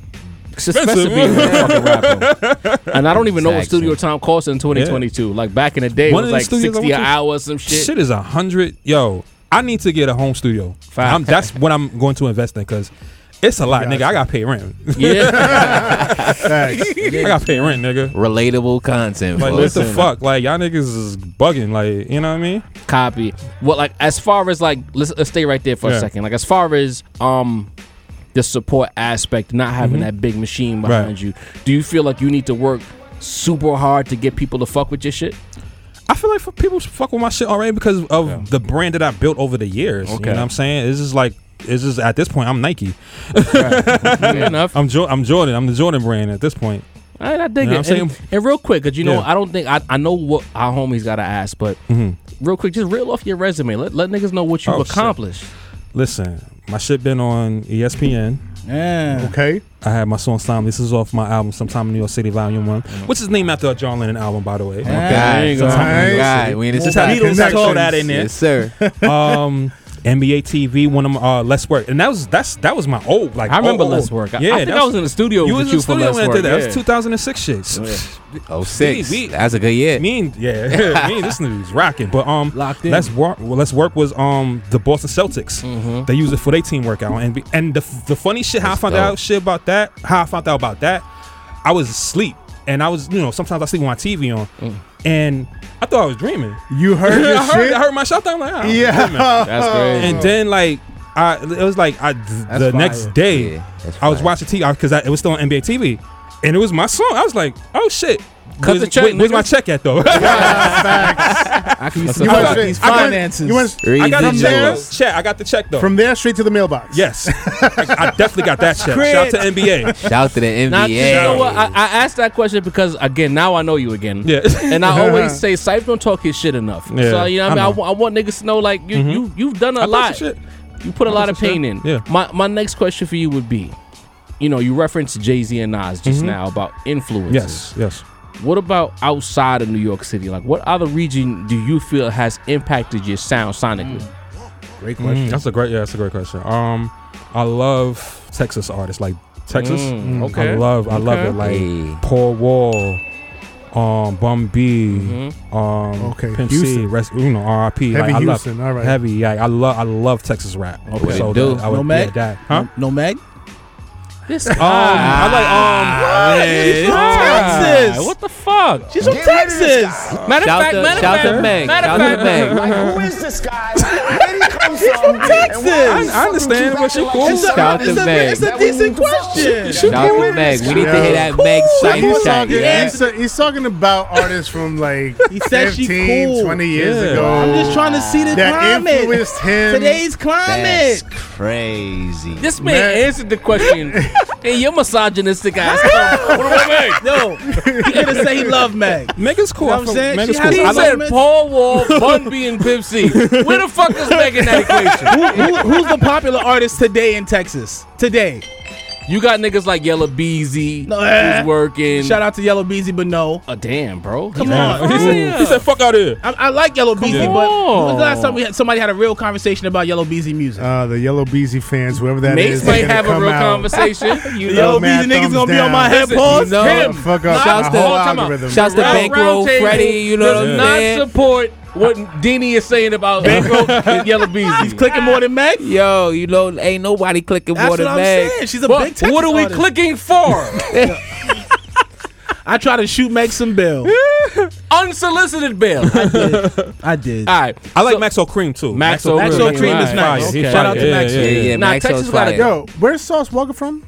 [SPEAKER 5] It's expensive
[SPEAKER 6] Expensive.
[SPEAKER 5] being a fucking rapper.
[SPEAKER 2] And I don't even know what
[SPEAKER 5] Exactly.
[SPEAKER 2] studio time costs in 2022. Like back in the day,
[SPEAKER 6] One
[SPEAKER 2] it
[SPEAKER 6] of
[SPEAKER 2] was
[SPEAKER 6] the
[SPEAKER 2] like
[SPEAKER 6] studios I
[SPEAKER 2] 60
[SPEAKER 6] went
[SPEAKER 2] an
[SPEAKER 6] to-
[SPEAKER 2] hour or some shit.
[SPEAKER 6] shit, is a hundred. Yo, I need to get a home studio. I'm, that's what I'm going to invest in because it's a lot, nigga. I got to pay rent.
[SPEAKER 2] Yeah.
[SPEAKER 6] I got to pay rent, nigga.
[SPEAKER 5] Relatable content.
[SPEAKER 6] Like
[SPEAKER 5] folks.
[SPEAKER 6] what the fuck? Like y'all niggas is bugging. Like you know what I mean?
[SPEAKER 2] Copy. Well, like as far as like let's, let's stay right there for a
[SPEAKER 6] Yeah.
[SPEAKER 2] second. Like as far as um the support aspect, not having that big machine behind
[SPEAKER 6] Mm-hmm. Right.
[SPEAKER 2] you. Do you feel like you need to work super hard to get people to fuck with your shit?
[SPEAKER 6] I feel like for people fuck with my shit already because of the brand that I built over the years. You
[SPEAKER 2] Okay.
[SPEAKER 6] know what I'm saying? It's just like it's just at this point I'm Nike.
[SPEAKER 2] Fair enough.
[SPEAKER 6] I'm jo- I'm Jordan. I'm the Jordan brand at this point.
[SPEAKER 2] All right, I dig
[SPEAKER 6] You know
[SPEAKER 2] it.
[SPEAKER 6] what I'm
[SPEAKER 2] And,
[SPEAKER 6] saying?
[SPEAKER 2] and real quick, cause you know,
[SPEAKER 6] Yeah.
[SPEAKER 2] I don't think I, I know what our homies gotta ask, but real quick, just reel off your resume. Let, let niggas know what you've
[SPEAKER 6] Mm-hmm. Oh, shit.
[SPEAKER 2] accomplished.
[SPEAKER 6] Listen, my shit been on E ESPN.
[SPEAKER 3] Yeah.
[SPEAKER 4] Okay.
[SPEAKER 6] I had my song "Time." This is off my album "Sometime in New York City" Volume One,
[SPEAKER 2] Mm.
[SPEAKER 6] which is named after a John Lennon album, by the way.
[SPEAKER 5] Guy,
[SPEAKER 2] There you go.
[SPEAKER 4] Nice.
[SPEAKER 5] sometime- guy, we in this
[SPEAKER 4] Just
[SPEAKER 5] time.
[SPEAKER 4] have Beatles throw that in
[SPEAKER 5] Yes, sir.
[SPEAKER 6] um, NBA TV, one of my uh, Let's Work, and that was that's that was my old like.
[SPEAKER 2] I remember
[SPEAKER 6] old,
[SPEAKER 2] Let's
[SPEAKER 6] old-
[SPEAKER 2] Work. I,
[SPEAKER 6] Oh, Yeah,
[SPEAKER 2] I think
[SPEAKER 6] that
[SPEAKER 2] I was in the studio
[SPEAKER 6] you
[SPEAKER 2] with
[SPEAKER 6] was in
[SPEAKER 2] you
[SPEAKER 6] the
[SPEAKER 2] for
[SPEAKER 6] studio
[SPEAKER 2] Let's
[SPEAKER 6] when I
[SPEAKER 2] Work.
[SPEAKER 6] did that. That
[SPEAKER 2] yeah.
[SPEAKER 6] was 2006 shit.
[SPEAKER 5] Oh six.
[SPEAKER 6] we-
[SPEAKER 5] That's a good year.
[SPEAKER 6] Me and yeah, me and this nigga's rocking. But um,
[SPEAKER 3] Locked in.
[SPEAKER 6] Let's work. Well, let's work was um the Boston Celtics. They use it for their team workout, and be- and the, the funny shit how I
[SPEAKER 5] That's
[SPEAKER 6] found
[SPEAKER 5] dope.
[SPEAKER 6] out shit about that, how I found out about that, I was asleep, and I was you know sometimes I sleep with my TV on, and I thought Mm. I was dreaming.
[SPEAKER 4] You heard your
[SPEAKER 6] I, heard,
[SPEAKER 4] shit?
[SPEAKER 6] I heard my shot. I'm like, ah, I'm dreaming.
[SPEAKER 4] yeah.
[SPEAKER 2] That's crazy.
[SPEAKER 6] And then like I, it was like I the
[SPEAKER 3] fire.
[SPEAKER 6] next day
[SPEAKER 5] Yeah, that's
[SPEAKER 6] I was
[SPEAKER 5] fire.
[SPEAKER 6] watching TV because it was still on NBA TV, and it was my song. I was like, oh shit.
[SPEAKER 2] Cut
[SPEAKER 6] Where's-
[SPEAKER 2] the check,
[SPEAKER 6] where- where's my
[SPEAKER 2] nigga.
[SPEAKER 6] check at though?
[SPEAKER 3] I can use
[SPEAKER 4] You
[SPEAKER 3] some
[SPEAKER 4] went
[SPEAKER 6] got
[SPEAKER 4] straight-
[SPEAKER 3] these
[SPEAKER 4] I went-
[SPEAKER 3] finances.
[SPEAKER 4] You went
[SPEAKER 5] Read
[SPEAKER 6] I got
[SPEAKER 5] the
[SPEAKER 6] the check.
[SPEAKER 5] jokes.
[SPEAKER 6] though. Check. I got the check though.
[SPEAKER 4] from there straight to the mailbox.
[SPEAKER 6] yes, I, I definitely got that check. Shout out to NBA.
[SPEAKER 5] Shout to the
[SPEAKER 2] Now,
[SPEAKER 5] NBA.
[SPEAKER 2] you know what? I, I asked that question because again, now I know you again.
[SPEAKER 6] Yeah.
[SPEAKER 2] And I always say, Syph don't talk his shit enough.
[SPEAKER 6] Yeah,
[SPEAKER 2] So you know, what I mean,
[SPEAKER 6] I
[SPEAKER 2] I,
[SPEAKER 6] know.
[SPEAKER 2] wa- I want niggas to know like you, you you've done a
[SPEAKER 6] I
[SPEAKER 2] lot.
[SPEAKER 6] thought some shit.
[SPEAKER 2] You put a lot of
[SPEAKER 6] some
[SPEAKER 2] pain
[SPEAKER 6] shit.
[SPEAKER 2] in.
[SPEAKER 6] Yeah.
[SPEAKER 2] My my next question for you would be, you know, you referenced Jay Z and Nas just now about influences.
[SPEAKER 6] Yes, yes.
[SPEAKER 2] What about outside of New York City? Like, what other region do you feel has impacted your sound sonically?
[SPEAKER 3] Great question.
[SPEAKER 6] Mm, That's a great. Yeah, that's a great question. Um, I love Texas artists like Texas.
[SPEAKER 2] Mm,
[SPEAKER 6] I
[SPEAKER 2] okay.
[SPEAKER 6] love. I love
[SPEAKER 2] Okay.
[SPEAKER 6] it. Like
[SPEAKER 5] Hey.
[SPEAKER 6] Paul Wall, um, Bum B,
[SPEAKER 2] Mm-hmm.
[SPEAKER 6] um,
[SPEAKER 4] Okay,
[SPEAKER 6] Pimp C,
[SPEAKER 4] Houston.
[SPEAKER 6] rest, you know, R.I.P.
[SPEAKER 4] Heavy
[SPEAKER 6] like, I love-
[SPEAKER 4] Houston, all right.
[SPEAKER 6] Heavy. Yeah, I love. I love Texas rap.
[SPEAKER 5] Okay.
[SPEAKER 6] So
[SPEAKER 5] Do.
[SPEAKER 6] that- I would,
[SPEAKER 3] No Mac?
[SPEAKER 6] yeah, that. Huh? Um,
[SPEAKER 3] No Meg?
[SPEAKER 2] This Ah,
[SPEAKER 6] I like um.
[SPEAKER 3] Texas.
[SPEAKER 2] What the fuck?
[SPEAKER 3] She's from Texas.
[SPEAKER 2] Matter of
[SPEAKER 5] Shout
[SPEAKER 2] fact,
[SPEAKER 5] to-
[SPEAKER 2] matter of
[SPEAKER 5] shout to
[SPEAKER 2] fact,
[SPEAKER 5] Meg.
[SPEAKER 2] matter of
[SPEAKER 5] Shout to
[SPEAKER 2] fact,
[SPEAKER 5] Meg.
[SPEAKER 2] Meg.
[SPEAKER 8] Who is this guy? Where did he come from? And
[SPEAKER 3] Texas.
[SPEAKER 8] why
[SPEAKER 6] I- I understand, but she
[SPEAKER 8] you
[SPEAKER 6] cool.
[SPEAKER 8] fucking
[SPEAKER 3] It's a,
[SPEAKER 5] Shout
[SPEAKER 3] it's
[SPEAKER 5] to
[SPEAKER 3] a,
[SPEAKER 5] Meg.
[SPEAKER 3] it's a decent question.
[SPEAKER 5] Shout out to Meg. We need to hear that Meg
[SPEAKER 4] Like he's,
[SPEAKER 5] Syph
[SPEAKER 4] talking,
[SPEAKER 5] check.
[SPEAKER 4] he's, he's talking about artists from like
[SPEAKER 3] He said she
[SPEAKER 4] 15,
[SPEAKER 3] cool.
[SPEAKER 4] 20 years
[SPEAKER 6] Yeah.
[SPEAKER 4] ago.
[SPEAKER 3] I'm just trying to see the
[SPEAKER 4] that
[SPEAKER 3] climate.
[SPEAKER 4] influenced him.
[SPEAKER 3] Today's climate.
[SPEAKER 8] That's crazy.
[SPEAKER 2] This man,
[SPEAKER 4] Meg.
[SPEAKER 2] answered the question. and your misogynistic ass. what about Meg?
[SPEAKER 3] Yo, he could have said he loved Meg.
[SPEAKER 6] Megan's cool.
[SPEAKER 3] You know
[SPEAKER 6] I
[SPEAKER 3] what I'm
[SPEAKER 6] fuck-
[SPEAKER 3] saying?
[SPEAKER 6] Megan's
[SPEAKER 3] She
[SPEAKER 6] cool.
[SPEAKER 3] has
[SPEAKER 2] He
[SPEAKER 3] I
[SPEAKER 6] I
[SPEAKER 3] these
[SPEAKER 6] like,
[SPEAKER 2] said
[SPEAKER 3] love Meg.
[SPEAKER 2] Paul Wall, Bun B, and Pimp C. Where the fuck is Meg in that equation?
[SPEAKER 3] Who, who, who's the popular artist today in Texas? Today.
[SPEAKER 2] You got niggas like Yellow Beezy,
[SPEAKER 3] No, eh.
[SPEAKER 2] who's working.
[SPEAKER 3] Shout out to Yellow Beezy, but no.
[SPEAKER 2] Oh, damn, bro.
[SPEAKER 3] Come
[SPEAKER 6] Yeah.
[SPEAKER 3] on.
[SPEAKER 6] He said, he said, "Fuck out here."
[SPEAKER 3] I, I like Yellow Beezy, but
[SPEAKER 2] on.
[SPEAKER 3] when was the last time we had, somebody had a real conversation about Yellow Beezy music?
[SPEAKER 4] Uh, the Yellow Beezy fans, whoever that is,
[SPEAKER 2] Mace
[SPEAKER 4] they're
[SPEAKER 2] might
[SPEAKER 4] gonna
[SPEAKER 2] have a
[SPEAKER 4] come
[SPEAKER 2] real
[SPEAKER 4] out.
[SPEAKER 2] conversation. You
[SPEAKER 4] Yo,
[SPEAKER 2] know,
[SPEAKER 3] Yellow Beezy
[SPEAKER 4] man,
[SPEAKER 3] niggas
[SPEAKER 4] thumbs
[SPEAKER 3] gonna be on
[SPEAKER 4] down.
[SPEAKER 3] my head,
[SPEAKER 2] Listen,
[SPEAKER 3] pause.
[SPEAKER 2] no.
[SPEAKER 4] Shut the fuck up.
[SPEAKER 5] Shouts
[SPEAKER 4] The
[SPEAKER 5] to-
[SPEAKER 4] whole
[SPEAKER 2] Time out.
[SPEAKER 4] algorithm.
[SPEAKER 5] Shouts to
[SPEAKER 2] Round
[SPEAKER 5] Bankroll
[SPEAKER 2] Roundtable
[SPEAKER 5] Freddy. You know what
[SPEAKER 2] does
[SPEAKER 5] I'm
[SPEAKER 2] not
[SPEAKER 5] saying?
[SPEAKER 2] support what Dini is saying about Bankroll and Yellow Beezy.
[SPEAKER 3] He's clicking more than Meg?
[SPEAKER 5] Yo, you know, ain't nobody clicking
[SPEAKER 3] That's
[SPEAKER 5] more
[SPEAKER 3] what
[SPEAKER 5] than
[SPEAKER 3] I'm
[SPEAKER 5] Meg.
[SPEAKER 3] saying. She's a
[SPEAKER 2] But
[SPEAKER 3] big Texas
[SPEAKER 2] what are we
[SPEAKER 3] artist.
[SPEAKER 2] clicking for?
[SPEAKER 3] I tried to shoot Meg some bill.
[SPEAKER 2] Unsolicited bail. All
[SPEAKER 3] I did.
[SPEAKER 2] right.
[SPEAKER 6] I like Maxo Cream too.
[SPEAKER 2] Max
[SPEAKER 3] Max
[SPEAKER 2] O'Cream.
[SPEAKER 3] O'Cream is
[SPEAKER 2] Right.
[SPEAKER 3] nice.
[SPEAKER 2] Okay.
[SPEAKER 3] Shout out to
[SPEAKER 6] Yeah,
[SPEAKER 3] Max.
[SPEAKER 6] yeah,
[SPEAKER 5] Yeah,
[SPEAKER 6] yeah.
[SPEAKER 5] yeah,
[SPEAKER 2] Nah,
[SPEAKER 5] Max
[SPEAKER 2] Texas
[SPEAKER 5] O's
[SPEAKER 2] gotta
[SPEAKER 5] fire.
[SPEAKER 4] Yo, where's Sauce Walker from?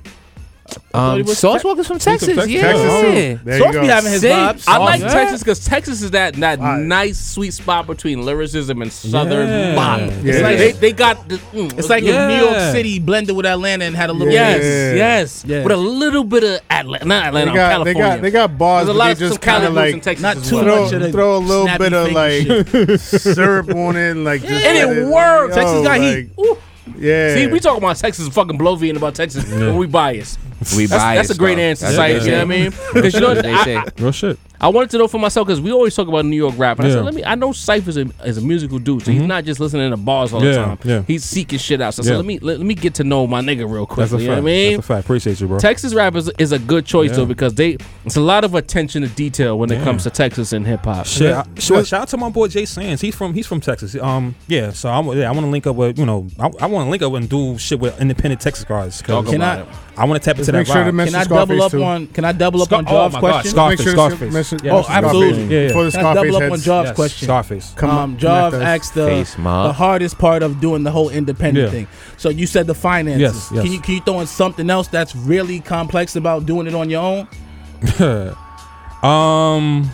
[SPEAKER 5] Um,
[SPEAKER 3] was
[SPEAKER 5] Sauce
[SPEAKER 3] Tex-
[SPEAKER 5] Walker's from Texas.
[SPEAKER 6] Texas.
[SPEAKER 5] Yeah.
[SPEAKER 6] Texas.
[SPEAKER 5] yeah.
[SPEAKER 4] There
[SPEAKER 3] Sauce
[SPEAKER 4] you go.
[SPEAKER 3] be having his
[SPEAKER 5] Sick.
[SPEAKER 3] vibes.
[SPEAKER 2] I like
[SPEAKER 5] Yeah.
[SPEAKER 2] Texas because Texas is that, that
[SPEAKER 4] Right.
[SPEAKER 2] nice sweet spot between lyricism and southern
[SPEAKER 6] Yeah.
[SPEAKER 2] vibe.
[SPEAKER 4] Yeah.
[SPEAKER 2] It's like
[SPEAKER 4] Yeah.
[SPEAKER 2] they, they got the, mm,
[SPEAKER 3] It's like
[SPEAKER 6] Yeah.
[SPEAKER 3] if New York City blended with Atlanta and had a little.
[SPEAKER 2] yes,
[SPEAKER 4] Yeah.
[SPEAKER 2] yes,
[SPEAKER 3] Yeah.
[SPEAKER 2] with a little bit of Atlanta, not
[SPEAKER 4] They
[SPEAKER 2] Atlanta,
[SPEAKER 4] got, they
[SPEAKER 2] California.
[SPEAKER 4] got, they got bars.
[SPEAKER 2] There's a
[SPEAKER 4] but
[SPEAKER 2] lot
[SPEAKER 4] they
[SPEAKER 2] of
[SPEAKER 4] just
[SPEAKER 2] some kind of
[SPEAKER 4] like
[SPEAKER 2] in Texas.
[SPEAKER 3] not
[SPEAKER 2] as
[SPEAKER 3] too
[SPEAKER 2] well.
[SPEAKER 3] much.
[SPEAKER 4] throw,
[SPEAKER 3] bunch of the
[SPEAKER 4] throw a little
[SPEAKER 3] snappy
[SPEAKER 4] bit of
[SPEAKER 3] fake
[SPEAKER 4] like
[SPEAKER 3] shit.
[SPEAKER 4] syrup on it, and like just
[SPEAKER 2] And it
[SPEAKER 4] let
[SPEAKER 2] works.
[SPEAKER 4] yo,
[SPEAKER 3] Texas got
[SPEAKER 4] like,
[SPEAKER 3] heat.
[SPEAKER 2] Ooh,
[SPEAKER 4] Yeah.
[SPEAKER 2] See, we talk about Texas fucking Blovian about Texas, but we biased.
[SPEAKER 5] We
[SPEAKER 2] That's, that's
[SPEAKER 5] biased.
[SPEAKER 2] a great
[SPEAKER 5] though.
[SPEAKER 2] answer,
[SPEAKER 5] That's
[SPEAKER 2] society.
[SPEAKER 5] what
[SPEAKER 2] You know
[SPEAKER 5] they
[SPEAKER 2] what I
[SPEAKER 5] say.
[SPEAKER 2] mean? Because you know,
[SPEAKER 5] They
[SPEAKER 2] I,
[SPEAKER 5] say.
[SPEAKER 2] I-
[SPEAKER 6] Real shit.
[SPEAKER 2] I wanted to know for myself because we always talk about New York rap, and I
[SPEAKER 6] Yeah. Mm-hmm.
[SPEAKER 2] said, let me. I know Cypher is a, is a musical dude, so he's not just listening to bars all the
[SPEAKER 6] Yeah,
[SPEAKER 2] time.
[SPEAKER 6] yeah.
[SPEAKER 2] He's seeking shit out. So I said,
[SPEAKER 6] Yeah.
[SPEAKER 2] let me let, me get to know my nigga real quick.
[SPEAKER 6] That's a
[SPEAKER 2] You
[SPEAKER 6] fact.
[SPEAKER 2] know what I mean?
[SPEAKER 6] That's a fact. Appreciate you, bro.
[SPEAKER 2] Texas rap is, is a good choice
[SPEAKER 6] Yeah.
[SPEAKER 2] though because they it's a lot of attention to detail when it comes to Texas and hip hop.
[SPEAKER 6] Shit, I- shout, shout out to my boy Jay Sands. He's from he's from Texas. Um, yeah. So I yeah, I want to link up with you know I, I want to link up with and do shit with independent Texas guys. 'cause
[SPEAKER 3] Can I-
[SPEAKER 6] I want to tap into that
[SPEAKER 4] Make sure to
[SPEAKER 6] vibe.
[SPEAKER 3] Can
[SPEAKER 4] mention
[SPEAKER 3] I double
[SPEAKER 4] Scarface
[SPEAKER 3] up
[SPEAKER 4] too.
[SPEAKER 3] on? Can I double up
[SPEAKER 6] Scar-
[SPEAKER 3] on
[SPEAKER 6] oh
[SPEAKER 3] Job's
[SPEAKER 6] my God,
[SPEAKER 3] question?
[SPEAKER 6] Scar-
[SPEAKER 4] Make sure
[SPEAKER 6] Scarface,
[SPEAKER 4] to
[SPEAKER 6] Scarface.
[SPEAKER 4] mention-
[SPEAKER 6] Yeah,
[SPEAKER 4] mention
[SPEAKER 6] oh,
[SPEAKER 4] Scarface
[SPEAKER 3] absolutely.
[SPEAKER 6] Yeah, yeah.
[SPEAKER 4] Before the
[SPEAKER 3] Can I double
[SPEAKER 4] Scarface
[SPEAKER 3] up on
[SPEAKER 4] heads.
[SPEAKER 3] Job's
[SPEAKER 6] Yes,
[SPEAKER 3] question?
[SPEAKER 6] Scarface.
[SPEAKER 4] Come
[SPEAKER 3] um,
[SPEAKER 4] on,
[SPEAKER 3] Jav
[SPEAKER 4] Mathis.
[SPEAKER 3] asked the,
[SPEAKER 5] Face mob.
[SPEAKER 3] the hardest part of doing the whole independent
[SPEAKER 6] Yeah.
[SPEAKER 3] thing. So you said the finances.
[SPEAKER 6] Yes, yes.
[SPEAKER 3] Can you can you throw in something else that's really complex about doing it on your own?
[SPEAKER 6] Um,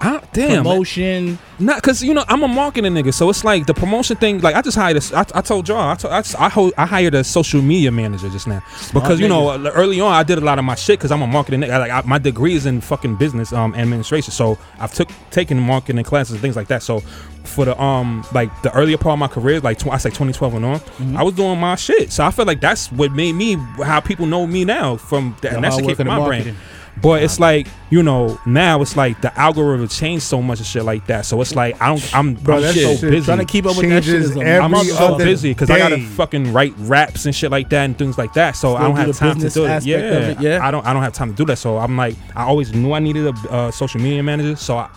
[SPEAKER 6] I, damn.
[SPEAKER 3] Promotion.
[SPEAKER 6] Not because you know I'm a marketing nigga, so it's like the promotion thing. Like I just hired a, I, I told y'all, I told, I, just- I, ho- I hired a social media manager just now because you know uh, early on I did a lot of my shit because I'm a marketing nigga. Like I, my degree is in fucking business um administration, so I've took taken marketing classes and things like that. So for the um like the earlier part of my career, like tw- I say 2012 and on,
[SPEAKER 3] Mm-hmm.
[SPEAKER 6] I was doing my shit. So I feel like that's what made me how people know me now from that, and
[SPEAKER 3] hard
[SPEAKER 6] that's the
[SPEAKER 3] work
[SPEAKER 6] came from
[SPEAKER 3] in the
[SPEAKER 6] my
[SPEAKER 3] marketing.
[SPEAKER 6] brain. But it's like you know now it's like the algorithm changed so much and shit like that. So it's like I don't I'm,
[SPEAKER 4] Bro,
[SPEAKER 6] I'm
[SPEAKER 4] that
[SPEAKER 6] so
[SPEAKER 4] shit
[SPEAKER 6] busy.
[SPEAKER 3] Trying to keep up with that shit
[SPEAKER 4] Changes
[SPEAKER 3] is a
[SPEAKER 4] every
[SPEAKER 6] I'm so
[SPEAKER 4] other
[SPEAKER 6] busy because I gotta
[SPEAKER 4] day.
[SPEAKER 6] fucking write raps and shit like that and things like that. So I
[SPEAKER 3] Still
[SPEAKER 6] don't
[SPEAKER 3] do
[SPEAKER 6] have
[SPEAKER 3] the
[SPEAKER 6] time to
[SPEAKER 3] business
[SPEAKER 6] do it.
[SPEAKER 3] aspect
[SPEAKER 6] Yeah.
[SPEAKER 3] of it, yeah.
[SPEAKER 6] I don't I don't have time to do that. So I'm like I always knew I needed a uh, social media manager. So I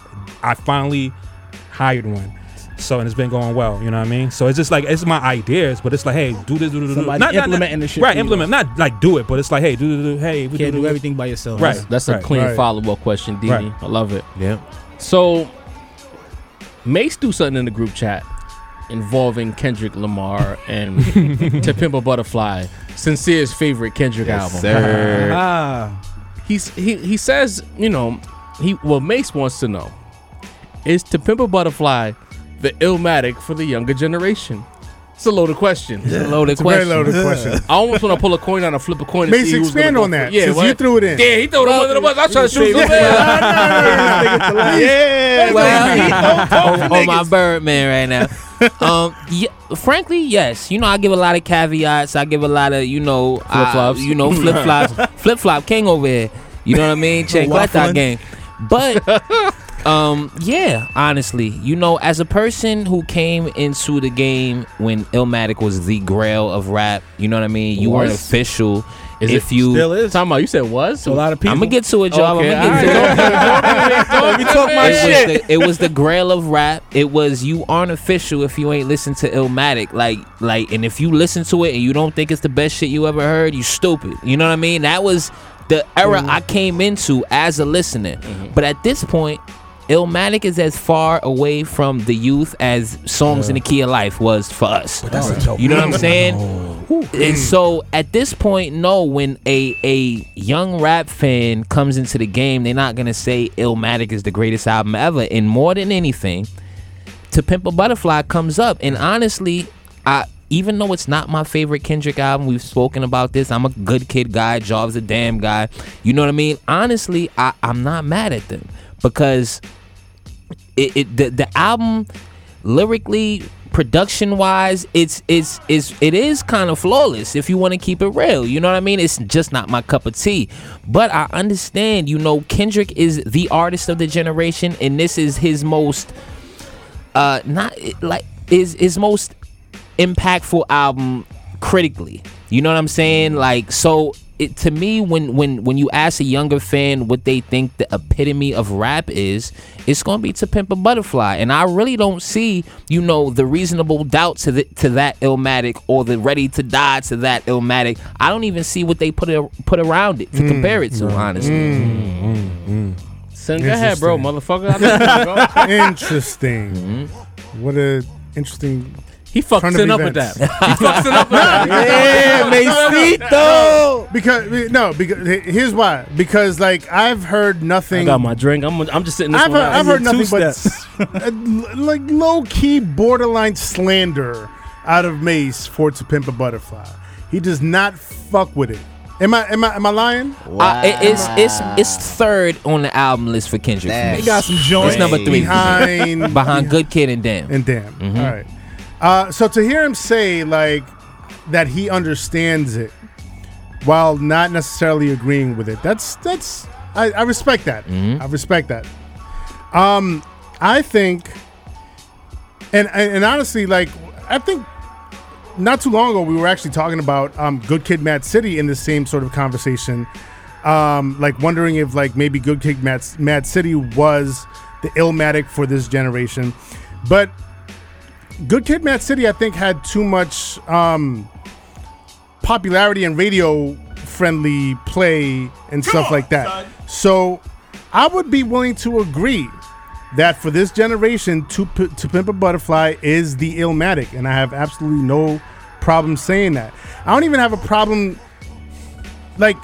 [SPEAKER 6] I finally hired one. So and it's been going well, you know what I mean. So it's just like it's my ideas, but it's like, hey, do this, do this, do this.
[SPEAKER 3] Somebody implementing the shit for
[SPEAKER 6] right?
[SPEAKER 3] you.
[SPEAKER 6] Implement, not like do it, but it's like, hey, do do do, hey, we
[SPEAKER 3] Can't
[SPEAKER 6] do
[SPEAKER 3] do everything by yourself.
[SPEAKER 6] Right.
[SPEAKER 2] That's a
[SPEAKER 6] right,
[SPEAKER 2] clean
[SPEAKER 4] right.
[SPEAKER 2] follow up question, Dini.
[SPEAKER 6] Right.
[SPEAKER 2] I love it.
[SPEAKER 5] Yeah.
[SPEAKER 2] So, Mace do something in the group chat involving Kendrick Lamar and To Pimp a Butterfly, Sincere's favorite Kendrick album.
[SPEAKER 8] Sir.
[SPEAKER 3] Ah,
[SPEAKER 2] He's he he says, you know, he well Mace wants to know is To Pimp a Butterfly the Illmatic for the younger generation? It's a loaded question.
[SPEAKER 5] Loaded
[SPEAKER 4] It's a very
[SPEAKER 5] question.
[SPEAKER 4] loaded question.
[SPEAKER 2] I almost want to pull a coin out and flip a coin. And
[SPEAKER 4] Mace,
[SPEAKER 2] see who's
[SPEAKER 4] expand
[SPEAKER 2] gonna go
[SPEAKER 4] on that,
[SPEAKER 2] for- Yeah,
[SPEAKER 4] since
[SPEAKER 2] what?
[SPEAKER 4] you threw it in.
[SPEAKER 2] Yeah, he threw it under the bus. I was trying to shoot him.
[SPEAKER 4] Yeah.
[SPEAKER 5] well, on, on my Birdman right now. Um, yeah, frankly, yes. You know, I give a lot of caveats. I give a lot of you know
[SPEAKER 2] Flip-flops.
[SPEAKER 5] Uh, you know, flip flops. flip flop king over here. You know what I mean? Check out that
[SPEAKER 3] Waffling.
[SPEAKER 5] game. But um, yeah, honestly, you know, as a person who came into the game when Illmatic was the grail of rap, you know what I mean. You weren't
[SPEAKER 2] Was?
[SPEAKER 5] official.
[SPEAKER 2] Is
[SPEAKER 5] if
[SPEAKER 2] it
[SPEAKER 5] you,
[SPEAKER 3] still is.
[SPEAKER 2] Talking about you said was
[SPEAKER 3] So a lot of people.
[SPEAKER 5] I'm gonna get to it, y'all.
[SPEAKER 2] Okay,
[SPEAKER 5] I'm gonna get to it.
[SPEAKER 2] Let me talk my
[SPEAKER 5] it was, the, it was the grail of rap. It was you aren't official if you ain't listen to Illmatic. Like like and if you listen to it and you don't think it's the best shit you ever heard, you stupid. You know what I mean? That was the era
[SPEAKER 2] Mm-hmm.
[SPEAKER 5] I came into as a listener. But at this point, Illmatic is as far away from the youth as Songs in the Key of Life was for us. You know what I'm saying? And so at this point, no, when a a young rap fan comes into the game, they're not gonna say Illmatic is the greatest album ever. And more than anything, To Pimp a Butterfly comes up. And honestly, I even though it's not my favorite Kendrick album, we've spoken about this. I'm a good kid guy, Job's a damn guy. You know what I mean? Honestly, I, I'm not mad at them because it, it the, the album lyrically production wise it's it's it's it is kind of flawless if you want to keep it real you know what i mean it's just not my cup of tea but i understand you know kendrick is the artist of the generation and this is his most uh not like is his most impactful album critically you know what i'm saying like so it, to me when when when you ask a younger fan what they think the epitome of rap is it's gonna be to pimp a butterfly and i really don't see you know the reasonable doubt to the, to that illmatic or the ready to die to that illmatic i don't even see what they put a, put around it to compare it to honestly
[SPEAKER 2] Send go ahead, bro, motherfucker. I know you, bro.
[SPEAKER 4] Interesting. What a interesting.
[SPEAKER 2] He fucked
[SPEAKER 4] Turn
[SPEAKER 2] it
[SPEAKER 4] the
[SPEAKER 2] up with that.
[SPEAKER 4] events.
[SPEAKER 2] He fucks it up with that.
[SPEAKER 3] Yeah, Macito.
[SPEAKER 4] Because no, because here's why. Because like I've heard
[SPEAKER 2] I
[SPEAKER 4] nothing.
[SPEAKER 2] got my drink. I'm, I'm just sitting this
[SPEAKER 4] I've
[SPEAKER 2] one
[SPEAKER 4] heard,
[SPEAKER 2] out.
[SPEAKER 4] I've heard
[SPEAKER 3] Two
[SPEAKER 4] nothing but uh, like low key borderline slander out of Mace for To Pimp a Butterfly. He does not fuck with it. Am I am I am I lying?
[SPEAKER 5] Uh, it- it's it's it's third on the album list for Kendrick. For me.
[SPEAKER 8] They got
[SPEAKER 3] some joints.
[SPEAKER 5] It's number three.
[SPEAKER 4] Behind
[SPEAKER 5] Behind Good Kid and Damn.
[SPEAKER 4] and damn. All right. Uh, so to hear him say like that he understands it while not necessarily agreeing with it. That's that's I, I respect that. I respect that. Um, I think, and, and and honestly, like I think not too long ago we were actually talking about um, Good Kid, Mad City in the same sort of conversation, um, like wondering if like maybe Good Kid, Mad, Mad City was the illmatic for this generation, but Good Kid, Mad City I think had too much um, popularity and radio friendly play and stuff like that. So I would be willing to agree that for this generation, to, P- to Pimp a Butterfly is the Illmatic, and I have absolutely no problem saying that. I don't even have a problem like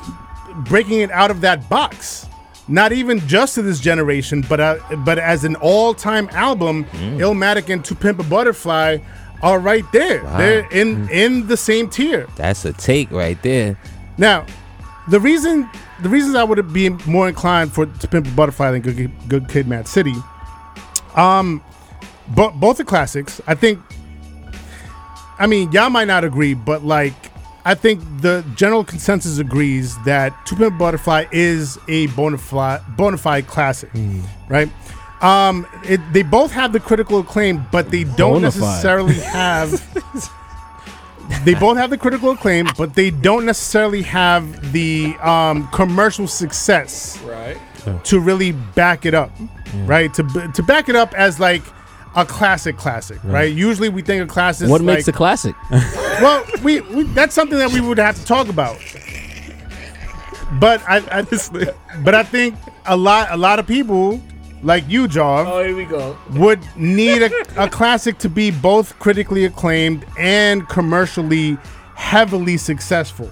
[SPEAKER 4] breaking it out of that box. Not even just to this generation, but uh, but as an all-time album, Illmatic and To Pimp a Butterfly are right there. They're in in the same tier.
[SPEAKER 5] That's a take right there.
[SPEAKER 4] Now, the reason the reasons I would be more inclined for to Pimp a Butterfly than Good, Kid- Good Kid, Mad City, um, but both are classics. I think. I mean, y'all might not agree, but like, I think the general consensus agrees that Two Pimp a Butterfly is a bona fide, bona fide classic,
[SPEAKER 3] Mm.
[SPEAKER 4] right? Um, it, they both have the critical acclaim, but they don't
[SPEAKER 3] Bona fide.
[SPEAKER 4] necessarily have they both have the critical acclaim, but they don't necessarily have the um, commercial success
[SPEAKER 2] Right.
[SPEAKER 4] to really back it up, right? To b- to back it up as like a classic, classic, right? Usually we think of classics.
[SPEAKER 5] what makes a
[SPEAKER 4] like,
[SPEAKER 5] classic?
[SPEAKER 4] well? We, we that's something that we would have to talk about. But I, I but I think a lot a lot of people like you, Jarv,
[SPEAKER 2] Oh, here we go.
[SPEAKER 4] would need a, a classic to be both critically acclaimed and commercially heavily successful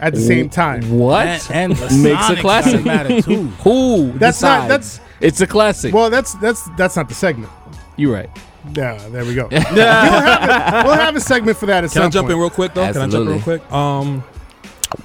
[SPEAKER 4] at the same time.
[SPEAKER 5] What
[SPEAKER 3] And, and
[SPEAKER 5] makes a classic?
[SPEAKER 3] Matter too.
[SPEAKER 5] Who?
[SPEAKER 4] That's not-
[SPEAKER 5] decides?
[SPEAKER 4] that's-
[SPEAKER 5] It's a classic.
[SPEAKER 4] Well, that's that's that's not the segment.
[SPEAKER 5] You're right.
[SPEAKER 4] Yeah, there we go. we'll, have a, we'll have a segment for that at some
[SPEAKER 6] Can I jump
[SPEAKER 4] point.
[SPEAKER 6] in real quick though? Can I
[SPEAKER 5] Absolutely.
[SPEAKER 6] jump in real quick? Um,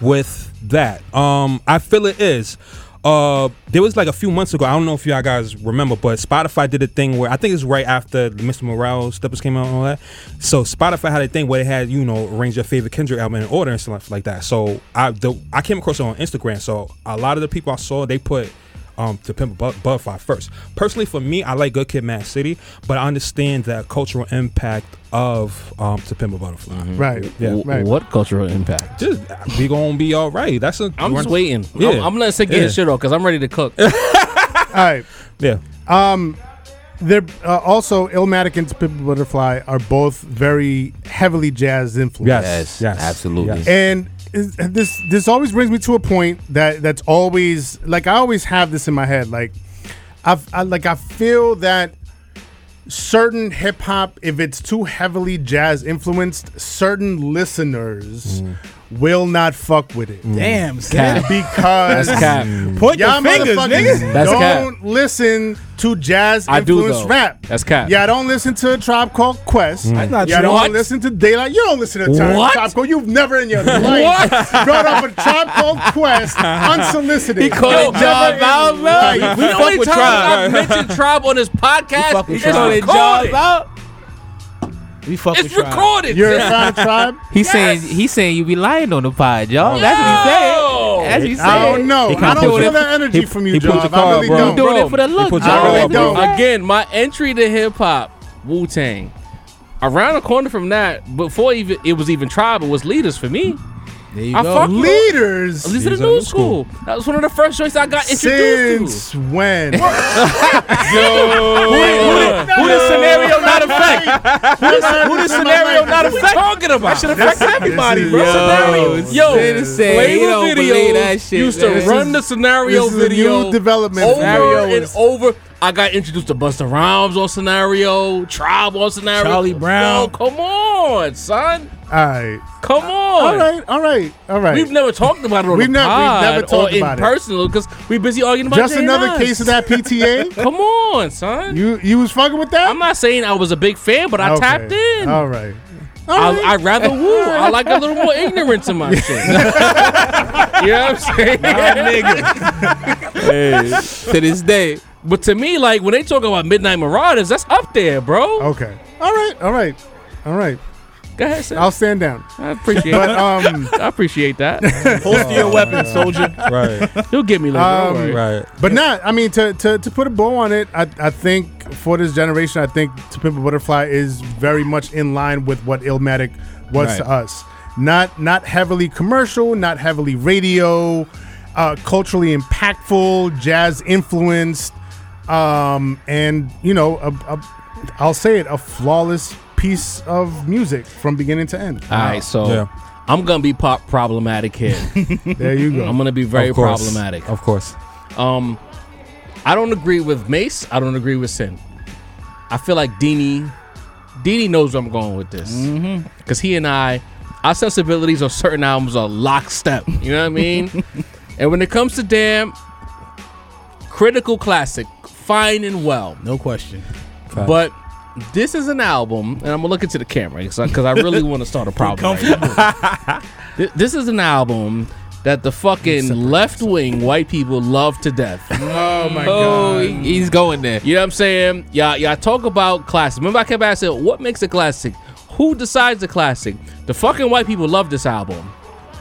[SPEAKER 6] with that, um, I feel it is. Uh, there was like a few months ago. I don't know if y'all guys remember, but Spotify did a thing where I think it's right after Mr. Morale's Steppers came out and all that. So Spotify had a thing where they had you know arrange your favorite Kendrick album in order and stuff like that. So I the, I came across it on Instagram. So a lot of the people I saw they put um, to Pimp a Bu- Butterfly first. Personally, for me, I like Good Kid, Mad City, but I understand the cultural impact of um, To Pimp a Butterfly.
[SPEAKER 4] Right.
[SPEAKER 6] Yeah.
[SPEAKER 5] W-
[SPEAKER 4] Right.
[SPEAKER 5] What cultural impact?
[SPEAKER 6] Just we gonna be all right. That's a
[SPEAKER 2] I'm just waiting.
[SPEAKER 6] Yeah.
[SPEAKER 2] I'm, I'm letting Sick get his
[SPEAKER 6] Yeah.
[SPEAKER 2] shit off because I'm ready to cook.
[SPEAKER 4] All right.
[SPEAKER 6] Yeah,
[SPEAKER 4] They're uh, also Illmatic and Pimp Butterfly are both very heavily jazz influenced.
[SPEAKER 6] Yes,
[SPEAKER 5] Yes,
[SPEAKER 6] yes,
[SPEAKER 5] absolutely.
[SPEAKER 6] yes.
[SPEAKER 4] And is- this this always brings me to a point that that's always like I always have this in my head. Like I've I, like I feel that certain hip hop, if it's too heavily jazz influenced, certain listeners will not fuck with it
[SPEAKER 3] Damn, Sam.
[SPEAKER 4] because
[SPEAKER 5] Cap.
[SPEAKER 3] Put
[SPEAKER 4] y'all
[SPEAKER 3] your fingers,
[SPEAKER 4] motherfuckers
[SPEAKER 3] nigga.
[SPEAKER 5] That's
[SPEAKER 4] don't listen to jazz
[SPEAKER 5] I do,
[SPEAKER 4] influenced
[SPEAKER 5] though.
[SPEAKER 4] rap.
[SPEAKER 5] That's cap. Mm.
[SPEAKER 4] Yeah, don't listen to Tribe Called Quest.
[SPEAKER 3] That's not
[SPEAKER 4] Y'all
[SPEAKER 3] true.
[SPEAKER 4] don't
[SPEAKER 3] What?
[SPEAKER 4] listen to Daylight. You don't listen to Tribe,
[SPEAKER 5] What?
[SPEAKER 4] Tribe Called. You've never in your life brought up a Tribe Called Quest unsolicited. He
[SPEAKER 5] called it Job out, man.
[SPEAKER 2] Like, we the only time I've mentioned Tribe on this podcast
[SPEAKER 3] with
[SPEAKER 2] is
[SPEAKER 3] Tribe.
[SPEAKER 2] recorded.
[SPEAKER 3] We fuck
[SPEAKER 2] It's
[SPEAKER 3] with Tribe.
[SPEAKER 2] recorded.
[SPEAKER 4] You're a
[SPEAKER 2] It's-
[SPEAKER 4] fan of Tribe?
[SPEAKER 5] He's saying he's saying you be lying on the pod,
[SPEAKER 2] Oh.
[SPEAKER 5] y'all. That's what he said. That's what he said.
[SPEAKER 4] I don't know. I don't feel that energy from you,
[SPEAKER 6] he pulled
[SPEAKER 4] John.
[SPEAKER 6] your
[SPEAKER 4] I
[SPEAKER 6] card,
[SPEAKER 4] really
[SPEAKER 6] bro.
[SPEAKER 4] don't.
[SPEAKER 5] Doing it for the
[SPEAKER 6] He
[SPEAKER 5] look.
[SPEAKER 6] put
[SPEAKER 4] I
[SPEAKER 6] your
[SPEAKER 4] really
[SPEAKER 6] card, bro.
[SPEAKER 4] don't.
[SPEAKER 2] Again, my entry to hip hop, Wu Tang. Around the corner from that, before even it was even Tribe, it was Leaders for me.
[SPEAKER 3] There you
[SPEAKER 2] I
[SPEAKER 3] go.
[SPEAKER 2] fuck with
[SPEAKER 4] Leaders
[SPEAKER 2] Leaders of the New School. That was one of the first joints I got introduced
[SPEAKER 4] since when?
[SPEAKER 2] to.
[SPEAKER 5] Who the scenario not affect?
[SPEAKER 4] Who
[SPEAKER 5] Who the scenario not
[SPEAKER 2] What we
[SPEAKER 5] affect?
[SPEAKER 2] talking about?
[SPEAKER 5] Should affect everybody,
[SPEAKER 4] is-
[SPEAKER 5] bro.
[SPEAKER 4] Yo,
[SPEAKER 2] Yo,
[SPEAKER 5] They done said they
[SPEAKER 2] Flavor
[SPEAKER 5] don't
[SPEAKER 2] videos
[SPEAKER 5] believe that shit,
[SPEAKER 2] used to
[SPEAKER 5] man. This
[SPEAKER 2] run
[SPEAKER 5] is-
[SPEAKER 2] the scenario
[SPEAKER 4] this is a
[SPEAKER 2] video
[SPEAKER 4] new development.
[SPEAKER 2] over
[SPEAKER 4] Scenario
[SPEAKER 2] and
[SPEAKER 4] is-
[SPEAKER 2] over. I got introduced to Busta Rhymes on scenario, Tribe on scenario,
[SPEAKER 3] Charlie
[SPEAKER 2] Yo,
[SPEAKER 3] Brown.
[SPEAKER 2] come on, son,
[SPEAKER 4] All right.
[SPEAKER 2] come on.
[SPEAKER 4] All right. All right. All right.
[SPEAKER 2] We've never talked about it on
[SPEAKER 4] We've
[SPEAKER 2] the
[SPEAKER 4] never- we've
[SPEAKER 2] pod
[SPEAKER 4] never
[SPEAKER 2] or
[SPEAKER 4] talked
[SPEAKER 2] in
[SPEAKER 4] about it.
[SPEAKER 2] personal because we busy arguing about
[SPEAKER 4] Just
[SPEAKER 2] Jay
[SPEAKER 4] another
[SPEAKER 2] Nas.
[SPEAKER 4] case of that PTA.
[SPEAKER 2] Come on, son.
[SPEAKER 4] You you was fucking with that?
[SPEAKER 2] I'm not saying I was a big fan, but I
[SPEAKER 4] Okay.
[SPEAKER 2] tapped in.
[SPEAKER 4] All right.
[SPEAKER 2] I, I rather woo. I like a little more ignorance in my shit. you know what I'm saying?
[SPEAKER 5] To this day,
[SPEAKER 2] But to me, like when
[SPEAKER 4] Oh.
[SPEAKER 2] they talk about Midnight Marauders, that's up there, bro.
[SPEAKER 4] Okay. All right. All right. All right.
[SPEAKER 2] Go ahead, Sid.
[SPEAKER 4] I'll stand down.
[SPEAKER 2] I appreciate
[SPEAKER 4] Oh. But
[SPEAKER 2] that.
[SPEAKER 4] um,
[SPEAKER 2] I appreciate that.
[SPEAKER 6] Holster your weapon, soldier. Right,
[SPEAKER 2] You'll get me later.
[SPEAKER 4] Um,
[SPEAKER 2] don't worry.
[SPEAKER 6] right.
[SPEAKER 4] but not. I mean, to, to to put a bow on it, I I think for this generation, I think To Pimp a Butterfly is very much in line with what Illmatic was to us. Not not heavily commercial, not heavily radio, uh, culturally impactful, jazz influenced, um, and you know, a, a, I'll say it, a flawless piece of music from beginning to end.
[SPEAKER 2] All right, so
[SPEAKER 6] Yeah.
[SPEAKER 2] I'm gonna be pop problematic here.
[SPEAKER 4] There you go.
[SPEAKER 2] I'm gonna be very
[SPEAKER 6] Mm-hmm. Of course.
[SPEAKER 2] problematic.
[SPEAKER 6] Of course.
[SPEAKER 2] Um, I don't agree with Mace. I don't agree with Sin. I feel like Dini, Dini knows where I'm going with this
[SPEAKER 6] Mm-hmm.
[SPEAKER 2] because he and I, our sensibilities on certain albums are lockstep. You know what I mean? and when it comes to Damn, critical classic, fine and well.
[SPEAKER 3] No question.
[SPEAKER 2] But this is an album, and I'm gonna look into the camera because I really want to start a problem. right now. Th- this is an album that the fucking left wing white people love to death.
[SPEAKER 4] oh my
[SPEAKER 5] Oh, he- he's going there.
[SPEAKER 2] You know what I'm saying? Y'all, y'all talk about classic. Remember, I kept asking, what makes a classic? Who decides a classic? The fucking white people love this album.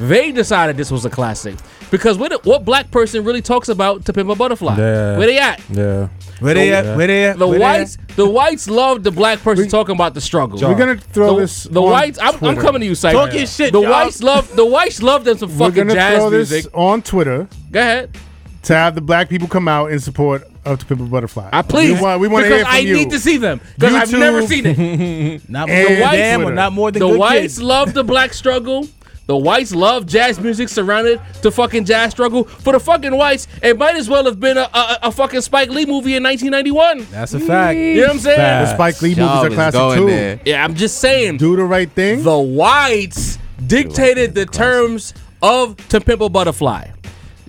[SPEAKER 2] They decided this was a classic because what, what black person really talks about to pimp a butterfly?
[SPEAKER 6] Yeah.
[SPEAKER 2] Where they at?
[SPEAKER 6] Yeah.
[SPEAKER 3] Where they at? Where they at?
[SPEAKER 2] The
[SPEAKER 3] Where they at?
[SPEAKER 2] whites, the whites love the black person talking about the struggle.
[SPEAKER 4] We're gonna throw
[SPEAKER 2] the,
[SPEAKER 4] this.
[SPEAKER 2] the
[SPEAKER 4] on
[SPEAKER 2] whites. I'm, I'm
[SPEAKER 4] Twitter.
[SPEAKER 2] coming to you, Cypher.
[SPEAKER 3] Talk your shit,
[SPEAKER 2] The
[SPEAKER 3] y'all.
[SPEAKER 2] whites love the whites love them some
[SPEAKER 4] We're
[SPEAKER 2] fucking
[SPEAKER 4] gonna
[SPEAKER 2] jazz
[SPEAKER 4] throw this
[SPEAKER 2] music.
[SPEAKER 4] on Twitter.
[SPEAKER 2] Go ahead.
[SPEAKER 4] to have the black people come out in support of To Pimp a Butterfly.
[SPEAKER 2] I please.
[SPEAKER 4] We want, we want to
[SPEAKER 2] because
[SPEAKER 4] hear from
[SPEAKER 2] I
[SPEAKER 4] you.
[SPEAKER 2] need to see them because I've
[SPEAKER 4] YouTube.
[SPEAKER 2] never seen it.
[SPEAKER 3] Not more
[SPEAKER 4] And
[SPEAKER 3] than
[SPEAKER 4] whites
[SPEAKER 3] damn or
[SPEAKER 4] with it.
[SPEAKER 3] not more than
[SPEAKER 2] the
[SPEAKER 3] good
[SPEAKER 2] whites
[SPEAKER 3] kids.
[SPEAKER 2] love the black struggle. The whites love jazz music surrounded to fucking jazz struggle. For the fucking whites, it might as well have been a, a, a fucking Spike Lee movie in 1991.
[SPEAKER 3] That's a fact.
[SPEAKER 2] You know what I'm saying?
[SPEAKER 4] The Spike Lee movies
[SPEAKER 5] Y'all
[SPEAKER 4] are
[SPEAKER 5] is
[SPEAKER 4] classic
[SPEAKER 5] going
[SPEAKER 4] too.
[SPEAKER 5] there.
[SPEAKER 2] Yeah, I'm just saying.
[SPEAKER 4] Do the right thing.
[SPEAKER 2] The whites dictated the terms of To Pimp a Butterfly.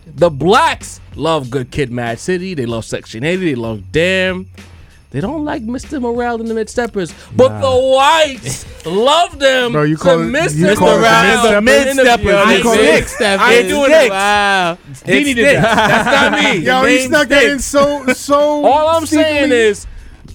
[SPEAKER 2] The blacks love Good Kid, Mad City. They love Section 80. They love Damn. They don't like Mr. Morale and the Mid Steppers, but the whites love them.
[SPEAKER 4] Bro, you
[SPEAKER 2] to
[SPEAKER 4] call it-
[SPEAKER 2] Mr.
[SPEAKER 4] you call it the
[SPEAKER 2] Morale
[SPEAKER 3] Mid
[SPEAKER 2] and the
[SPEAKER 3] Steppers.
[SPEAKER 2] Mid
[SPEAKER 3] You call it-
[SPEAKER 2] Steppers. I ain't doing it.
[SPEAKER 5] Wow.
[SPEAKER 3] It
[SPEAKER 2] Dini did
[SPEAKER 3] sticks.
[SPEAKER 2] that. That's not me.
[SPEAKER 4] Yo,
[SPEAKER 2] Name
[SPEAKER 4] he snuck that in so so.
[SPEAKER 2] all I'm saying
[SPEAKER 4] secretly.
[SPEAKER 2] is,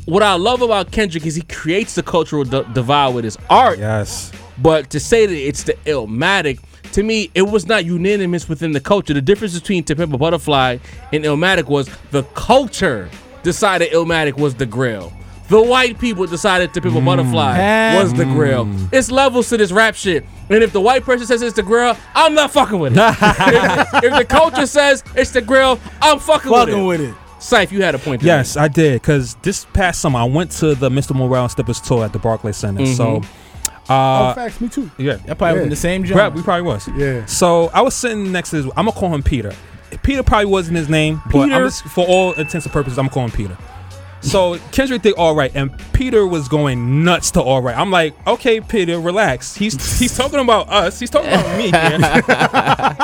[SPEAKER 2] what I love about Kendrick is he creates the cultural d- divide with his art.
[SPEAKER 6] Yes.
[SPEAKER 2] But to say that it's the Illmatic, to me, it was not unanimous within the culture. The difference between To Pimp a Butterfly and Illmatic was the culture decided Illmatic was the grail. The white people decided To Pimp
[SPEAKER 6] Mm.
[SPEAKER 2] a Butterfly was the grail. It's levels to this rap shit. And if the white person says it's the grail, I'm not fucking with it. if, if the culture says it's the grail, I'm fucking,
[SPEAKER 3] Fucking
[SPEAKER 2] with
[SPEAKER 3] with
[SPEAKER 2] it.
[SPEAKER 3] it.
[SPEAKER 2] Sif, you had a point. to
[SPEAKER 6] Yes, I did. Cause this past summer I went to the Mr. Morale Steppers tour at the Barclays Center. So,
[SPEAKER 4] Oh,
[SPEAKER 6] uh,
[SPEAKER 4] facts. Me too.
[SPEAKER 6] yeah,
[SPEAKER 3] That probably
[SPEAKER 4] Yeah.
[SPEAKER 3] from the same
[SPEAKER 6] Prob-
[SPEAKER 3] job.
[SPEAKER 6] we probably was.
[SPEAKER 4] Yeah.
[SPEAKER 6] So I was sitting next to this. I'm gonna call him Peter. Peter probably wasn't his name, but I'm
[SPEAKER 2] Peter.
[SPEAKER 6] just, for all intents and purposes, I'm calling Peter. So Kendrick did all right, and Peter was going nuts to all right. I'm like, okay, Peter, relax. He's he's talking about us. He's talking about me. Here.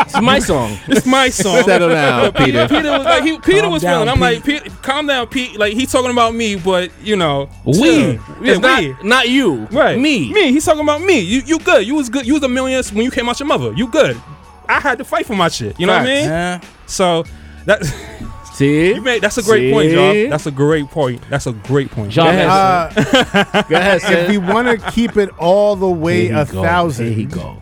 [SPEAKER 2] It's my song.
[SPEAKER 6] It's my song.
[SPEAKER 5] Settle down,
[SPEAKER 6] But Peter. Peter was like, he, Peter
[SPEAKER 3] Calm
[SPEAKER 6] was
[SPEAKER 3] down,
[SPEAKER 6] feeling. I'm like, Pete, calm down, Pete. Like he's talking about me, but you know,
[SPEAKER 2] We.
[SPEAKER 6] chill. yeah,
[SPEAKER 2] it's not,
[SPEAKER 6] we.
[SPEAKER 2] not you.
[SPEAKER 6] Right.
[SPEAKER 2] Me.
[SPEAKER 6] Me. He's talking about me. You you good. You was good. You was a million when you came out your mother. You good. I had to fight for my shit. You know what I mean?
[SPEAKER 3] Yeah.
[SPEAKER 6] So that
[SPEAKER 2] See?
[SPEAKER 6] you made that's a great point,
[SPEAKER 2] See?
[SPEAKER 6] John. That's a great point. That's a great point.
[SPEAKER 2] John
[SPEAKER 6] Yeah.
[SPEAKER 2] has
[SPEAKER 4] Uh,
[SPEAKER 2] Go ahead,
[SPEAKER 4] if we want to keep it all the way a thousand,
[SPEAKER 2] go.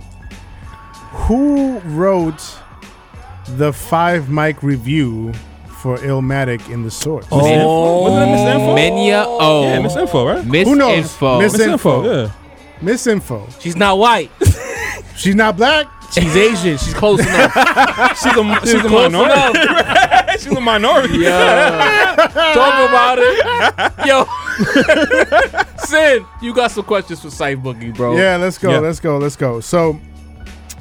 [SPEAKER 4] who wrote the five mic review for Illmatic in the source?
[SPEAKER 5] Oh,
[SPEAKER 6] Wasn't it misinfo?
[SPEAKER 5] Menya O.
[SPEAKER 6] Yeah, misinfo, right?
[SPEAKER 4] Who knows?
[SPEAKER 5] Misinfo.
[SPEAKER 4] Miss- Misinfo.
[SPEAKER 6] Misinfo. Yeah.
[SPEAKER 4] Misinfo.
[SPEAKER 2] She's not white.
[SPEAKER 4] She's not black.
[SPEAKER 2] She's Asian. She's close enough.
[SPEAKER 6] She's a she's a
[SPEAKER 2] Close
[SPEAKER 6] minority.
[SPEAKER 2] enough.
[SPEAKER 6] She's a minority.
[SPEAKER 2] Talk about it. Yo. Sin, you got some questions for Sight Boogie, bro.
[SPEAKER 4] Yeah, let's go.
[SPEAKER 6] Oh. Yeah.
[SPEAKER 4] Let's go. Let's go. So,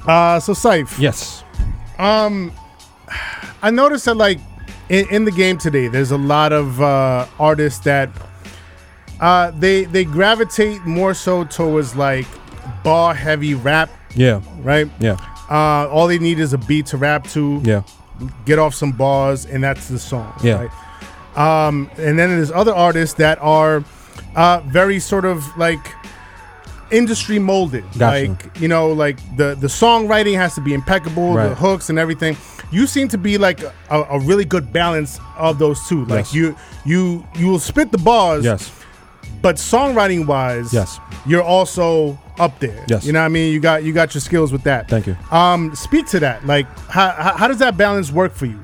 [SPEAKER 4] uh, so Scythe.
[SPEAKER 6] Yes.
[SPEAKER 4] Um, I noticed that like in, in the game today, there's a lot of uh, artists that uh, they they gravitate more so towards like bar heavy rap,
[SPEAKER 6] Yeah.
[SPEAKER 4] right?
[SPEAKER 6] Yeah.
[SPEAKER 4] Uh, all they need is a beat to rap to,
[SPEAKER 6] Yeah.
[SPEAKER 4] get off some bars, and that's the song.
[SPEAKER 6] Yeah.
[SPEAKER 4] right? Um, and then there's other artists that are uh, very sort of like industry molded.
[SPEAKER 6] Gotcha.
[SPEAKER 4] Like you know, like the the songwriting has to be impeccable, the
[SPEAKER 6] Right.
[SPEAKER 4] hooks and everything. You seem to be like a, a really good balance of those two. Like
[SPEAKER 6] Yes.
[SPEAKER 4] you you you will spit the bars,
[SPEAKER 6] Yes.
[SPEAKER 4] But songwriting wise,
[SPEAKER 6] Yes.
[SPEAKER 4] you're also up there.
[SPEAKER 6] Yes.
[SPEAKER 4] you know what I mean. You got you got your skills with that.
[SPEAKER 6] Thank you.
[SPEAKER 4] Um, speak to that. Like, how, how, how does that balance work for you?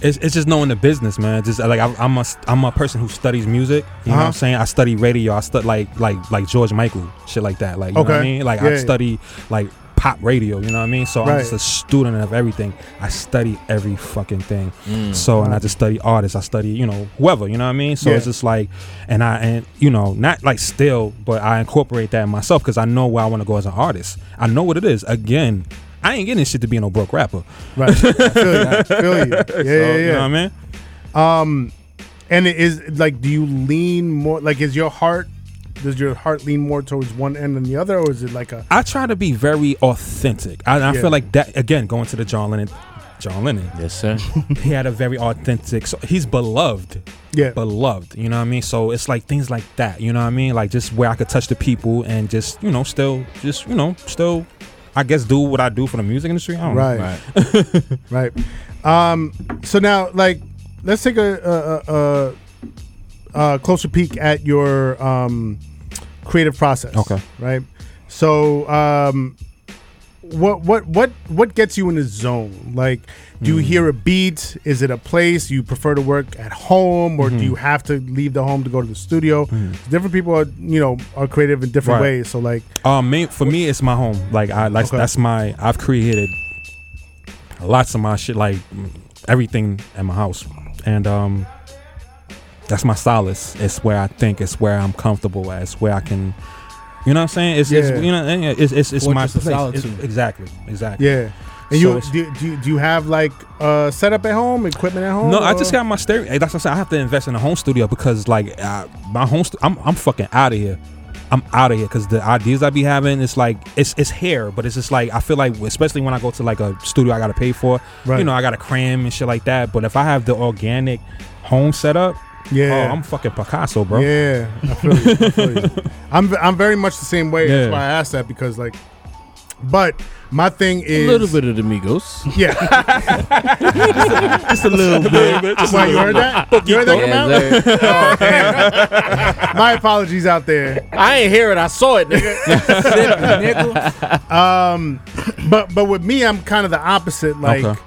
[SPEAKER 6] it's, it's just knowing the business, man. Just like I, I'm a I'm a person who studies music. You know what
[SPEAKER 4] Uh-huh.
[SPEAKER 6] I'm saying? I study radio. I study like like like George Michael, shit like that. Like you know what I
[SPEAKER 4] Okay.
[SPEAKER 6] mean? Like
[SPEAKER 4] Yeah,
[SPEAKER 6] I
[SPEAKER 4] yeah.
[SPEAKER 6] study like pop radio. You know what I mean? So I'm
[SPEAKER 4] Right.
[SPEAKER 6] just a student of everything. I study every fucking thing. So and I just study artists. I study you know whoever. You know what I mean? So it's
[SPEAKER 4] Yeah.
[SPEAKER 6] just like and I and you know not like still, but I incorporate that in myself because I know where I want to go as an artist. I know what it is. Again. I ain't getting this shit to be no broke rapper.
[SPEAKER 4] Right. I feel you. I feel you. Yeah,
[SPEAKER 6] So,
[SPEAKER 4] yeah, yeah.
[SPEAKER 6] You know what I mean?
[SPEAKER 4] And it is like, do you lean more? Like, is your heart? Does your heart lean more towards one end than the other, or is it like a?
[SPEAKER 6] I try to be very authentic. I, I
[SPEAKER 4] Yeah.
[SPEAKER 6] feel like that again. Going to the John Lennon, John Lennon,
[SPEAKER 5] Yes, sir.
[SPEAKER 6] he had a very authentic. So he's beloved,
[SPEAKER 4] Yeah.
[SPEAKER 6] beloved. You know what I mean? So it's like things like that. You know what I mean? Like just where I could touch the people and just you know still just you know still. I guess do what I do for the music industry. I don't know.
[SPEAKER 4] right. Right. Um. So now, like, let's take a a, a, a, a closer peek at your um, creative process.
[SPEAKER 6] Okay.
[SPEAKER 4] Right. So, um, what what what what gets you in the zone? Like, do
[SPEAKER 6] Hmm.
[SPEAKER 4] you hear a beat? Is it a place you prefer to work at home, or do
[SPEAKER 6] Hmm.
[SPEAKER 4] you have to leave the home to go to the studio? Different people are you know are creative in different
[SPEAKER 6] Right.
[SPEAKER 4] ways. So like,
[SPEAKER 6] Um, me, for me, it's my home. Like I, like
[SPEAKER 4] Okay.
[SPEAKER 6] that's my. I've created lots of my shit. Like mm, everything at my house, and um, that's my solace. It's where I think. It's where I'm comfortable at. It's where I can. You know what I'm saying? It's,
[SPEAKER 4] Yeah.
[SPEAKER 6] it's you know and it's it's, it's my
[SPEAKER 3] Fortress of
[SPEAKER 6] place. It's-
[SPEAKER 3] solitude.
[SPEAKER 6] exactly, exactly.
[SPEAKER 4] yeah. And
[SPEAKER 6] So
[SPEAKER 4] you
[SPEAKER 6] it's-
[SPEAKER 4] do, do, do you have like uh, setup at home, equipment at home?
[SPEAKER 6] No, I just
[SPEAKER 4] or-
[SPEAKER 6] got my stereo. That's what I'm saying. I have to invest in a home studio because, like, uh, my home. St- I'm I'm fucking out of here. I'm out of here because the ideas I be having, it's like it's it's here, but it's just like I feel like, especially when I go to like a studio, I gotta pay for.
[SPEAKER 4] Right.
[SPEAKER 6] You know, I gotta cram and shit like that. But if I have the organic home setup,
[SPEAKER 4] Yeah.
[SPEAKER 6] oh, I'm fucking Picasso, bro.
[SPEAKER 4] Yeah, I feel you. I feel you. I'm I'm very much the same way.
[SPEAKER 6] Yeah.
[SPEAKER 4] That's why I asked that because like, but my thing
[SPEAKER 2] A
[SPEAKER 4] is
[SPEAKER 2] little bit of the Migos.
[SPEAKER 4] Yeah,
[SPEAKER 2] Just a little bit.
[SPEAKER 4] why you heard that? You heard that come out? Oh,
[SPEAKER 5] Yes, sir.
[SPEAKER 4] My apologies out there.
[SPEAKER 2] I ain't hear it. I saw it, nigga.
[SPEAKER 4] But but with me, I'm kind of the opposite. Like,
[SPEAKER 6] Okay.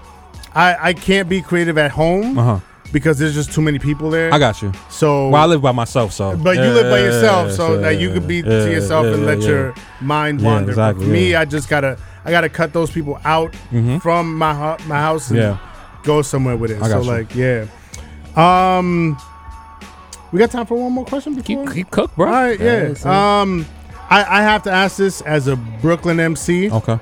[SPEAKER 4] I I can't be creative at home
[SPEAKER 6] Uh huh.
[SPEAKER 4] because there's just too many people there.
[SPEAKER 6] I got you.
[SPEAKER 4] so.
[SPEAKER 6] Well, I live by myself, so.
[SPEAKER 4] but you live by
[SPEAKER 6] Yeah,
[SPEAKER 4] yourself,
[SPEAKER 6] yeah,
[SPEAKER 4] so
[SPEAKER 6] yeah,
[SPEAKER 4] that you could be
[SPEAKER 6] yeah,
[SPEAKER 4] to
[SPEAKER 6] yeah,
[SPEAKER 4] yourself
[SPEAKER 6] yeah,
[SPEAKER 4] and
[SPEAKER 6] yeah,
[SPEAKER 4] let
[SPEAKER 6] yeah.
[SPEAKER 4] your mind
[SPEAKER 6] Yeah,
[SPEAKER 4] wander. But
[SPEAKER 6] exactly,
[SPEAKER 4] For me,
[SPEAKER 6] yeah. Mm-hmm.
[SPEAKER 4] I just gotta I gotta cut those people out from my hu- my house and
[SPEAKER 6] Yeah.
[SPEAKER 4] go somewhere with it.
[SPEAKER 6] I
[SPEAKER 4] so
[SPEAKER 6] got you.
[SPEAKER 4] like, yeah. Um, we got time for one more question. Before?
[SPEAKER 5] Keep, keep cook, bro.
[SPEAKER 4] All right, yeah.
[SPEAKER 5] Yes, sir.
[SPEAKER 4] Um, I, I have to ask this as a Brooklyn MC.
[SPEAKER 6] Okay.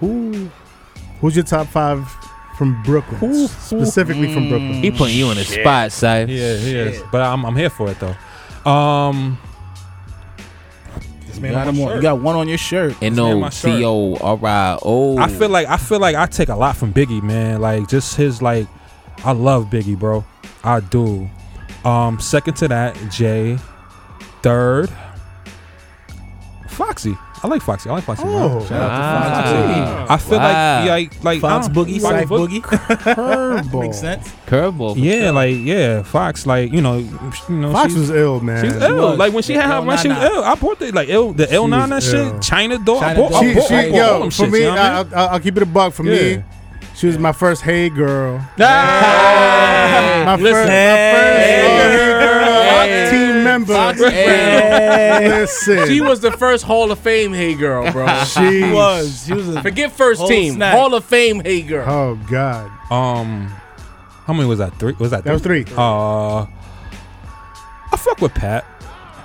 [SPEAKER 4] Who's your top five from Brooklyn, specifically from Brooklyn?
[SPEAKER 5] he putting you in a spot, side.
[SPEAKER 6] Yeah, he is. But I'm I'm here for it though. Um.
[SPEAKER 3] You got, 'em on- you got one on your shirt.
[SPEAKER 5] N
[SPEAKER 6] in
[SPEAKER 5] O
[SPEAKER 6] my shirt.
[SPEAKER 5] C O R I O.
[SPEAKER 6] I feel like I feel like I take a lot from Biggie, man. Like just his like, I love Biggie, bro. I do. Um, second to that, Jay. Third, Foxy. I like Foxy. I like Foxy.
[SPEAKER 4] Oh.
[SPEAKER 6] man. Shout out to
[SPEAKER 5] Ah.
[SPEAKER 6] Foxy. I feel
[SPEAKER 5] Wow.
[SPEAKER 6] like like uh, like
[SPEAKER 3] Fox
[SPEAKER 6] I don't-
[SPEAKER 3] Boogie,
[SPEAKER 6] Fox
[SPEAKER 3] Side
[SPEAKER 6] Boog-
[SPEAKER 3] Boogie.
[SPEAKER 4] Curveball.
[SPEAKER 3] Makes sense.
[SPEAKER 5] curveball. for
[SPEAKER 6] Yeah,
[SPEAKER 5] sure.
[SPEAKER 6] like yeah, Fox. Like you know, you know,
[SPEAKER 4] Fox was
[SPEAKER 6] she's-
[SPEAKER 4] ill, man.
[SPEAKER 6] She was ill.
[SPEAKER 3] was.
[SPEAKER 6] Like when she
[SPEAKER 3] Yeah,
[SPEAKER 6] had her
[SPEAKER 3] L
[SPEAKER 6] when she was
[SPEAKER 3] Nana.
[SPEAKER 6] ill, I bought the like ill the L Nana
[SPEAKER 4] was
[SPEAKER 6] shit.
[SPEAKER 4] ill.
[SPEAKER 6] China doll. I
[SPEAKER 3] China
[SPEAKER 6] bought,
[SPEAKER 3] doll.
[SPEAKER 6] I
[SPEAKER 4] she,
[SPEAKER 6] bought,
[SPEAKER 4] she,
[SPEAKER 6] I bought all
[SPEAKER 4] yo,
[SPEAKER 6] them
[SPEAKER 4] for
[SPEAKER 6] shits,
[SPEAKER 4] me,
[SPEAKER 6] you know what I
[SPEAKER 4] I,
[SPEAKER 6] mean?
[SPEAKER 4] will I'll keep it a buck. For
[SPEAKER 6] Yeah.
[SPEAKER 4] me, she was my first hey girl.
[SPEAKER 6] Nah.
[SPEAKER 4] My
[SPEAKER 2] listen.
[SPEAKER 4] first, my first hey girl
[SPEAKER 2] Hey.
[SPEAKER 4] team member.
[SPEAKER 2] Fox-
[SPEAKER 3] Hey.
[SPEAKER 4] Listen,
[SPEAKER 2] she was the first Hall of Fame Hey Girl, bro.
[SPEAKER 4] She
[SPEAKER 3] He was. He was a
[SPEAKER 2] Forget first
[SPEAKER 3] Whole
[SPEAKER 2] team.
[SPEAKER 3] snack.
[SPEAKER 2] Hall of Fame Hey Girl.
[SPEAKER 4] Oh God,
[SPEAKER 6] Um, how many was that? Three? Was that?
[SPEAKER 4] that was three.
[SPEAKER 6] Uh, I fuck with Pat.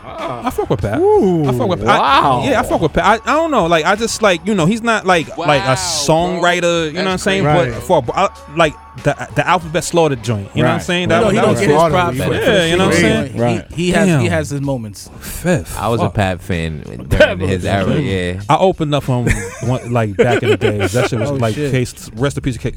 [SPEAKER 6] I fuck with Pat.
[SPEAKER 4] Ooh.
[SPEAKER 6] I fuck with Pat.
[SPEAKER 5] Wow.
[SPEAKER 6] yeah, I fuck with Pat. I, I don't know. Like I just like you know he's not like like
[SPEAKER 7] Wow,
[SPEAKER 6] a songwriter. You know what I'm
[SPEAKER 7] That's
[SPEAKER 6] saying?
[SPEAKER 4] crazy.
[SPEAKER 6] But for I, like the the alphabet slaughter joint. You know what I'm
[SPEAKER 4] Right.
[SPEAKER 6] saying?
[SPEAKER 4] No,
[SPEAKER 3] No, he
[SPEAKER 4] that
[SPEAKER 3] don't
[SPEAKER 4] was
[SPEAKER 3] get his
[SPEAKER 4] slaughtered.
[SPEAKER 3] props.
[SPEAKER 5] Yeah,
[SPEAKER 3] for that.
[SPEAKER 6] you know what I'm
[SPEAKER 4] saying?
[SPEAKER 3] He-
[SPEAKER 2] Right.
[SPEAKER 3] He, has
[SPEAKER 6] Damn.
[SPEAKER 3] he has his moments.
[SPEAKER 6] fifth.
[SPEAKER 5] I was a
[SPEAKER 6] Fuck.
[SPEAKER 5] Pat fan during his era. Yeah.
[SPEAKER 6] I opened up on one, like back in the days. That shit was
[SPEAKER 3] Oh,
[SPEAKER 6] like
[SPEAKER 3] shit.
[SPEAKER 6] case rest in peace, case.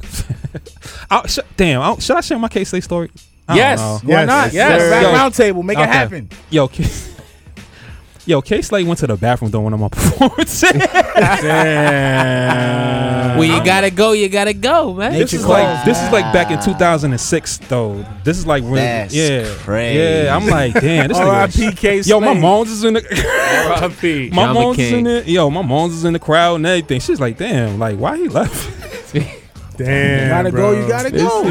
[SPEAKER 6] I, sh- damn, I, should I share my case State story? I don't
[SPEAKER 2] Yes.
[SPEAKER 6] know.
[SPEAKER 4] Yes,
[SPEAKER 2] Yes.
[SPEAKER 3] Back
[SPEAKER 6] Yo.
[SPEAKER 3] round table, make it
[SPEAKER 6] Okay.
[SPEAKER 3] happen.
[SPEAKER 6] Yo, K- yo, K Slate went to the bathroom during one of my performances.
[SPEAKER 4] Damn.
[SPEAKER 5] When you gotta go, you gotta go, man.
[SPEAKER 6] This is like this is like back in 2006 though. This is like when
[SPEAKER 8] That's
[SPEAKER 6] yeah
[SPEAKER 8] crazy.
[SPEAKER 6] yeah. I'm like damn. This nigga.
[SPEAKER 3] RIPK.
[SPEAKER 6] Yo, my
[SPEAKER 3] Slade.
[SPEAKER 6] moms is in the
[SPEAKER 2] R.I.P.
[SPEAKER 6] my
[SPEAKER 5] Java
[SPEAKER 6] moms is
[SPEAKER 5] King.
[SPEAKER 6] in the yo my moms is in the crowd and everything. She's like damn. Like why he left?
[SPEAKER 4] Damn.
[SPEAKER 3] Gotta
[SPEAKER 4] bro.
[SPEAKER 3] go. You gotta go.
[SPEAKER 2] Re-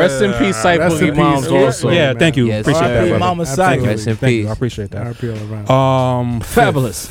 [SPEAKER 2] Rest in peace, Cypher
[SPEAKER 4] Rest in
[SPEAKER 2] Boogie
[SPEAKER 4] peace.
[SPEAKER 2] Moms.
[SPEAKER 4] Yeah.
[SPEAKER 2] Also,
[SPEAKER 6] yeah, thank you.
[SPEAKER 5] Yes,
[SPEAKER 6] appreciate
[SPEAKER 5] sir.
[SPEAKER 6] that,
[SPEAKER 5] R.I.P.
[SPEAKER 6] brother.
[SPEAKER 3] Mama
[SPEAKER 6] Absolutely.
[SPEAKER 5] Rest in
[SPEAKER 6] Thank you. I
[SPEAKER 5] peace.
[SPEAKER 6] appreciate that.
[SPEAKER 4] RIP all around.
[SPEAKER 6] Um,
[SPEAKER 2] fabulous.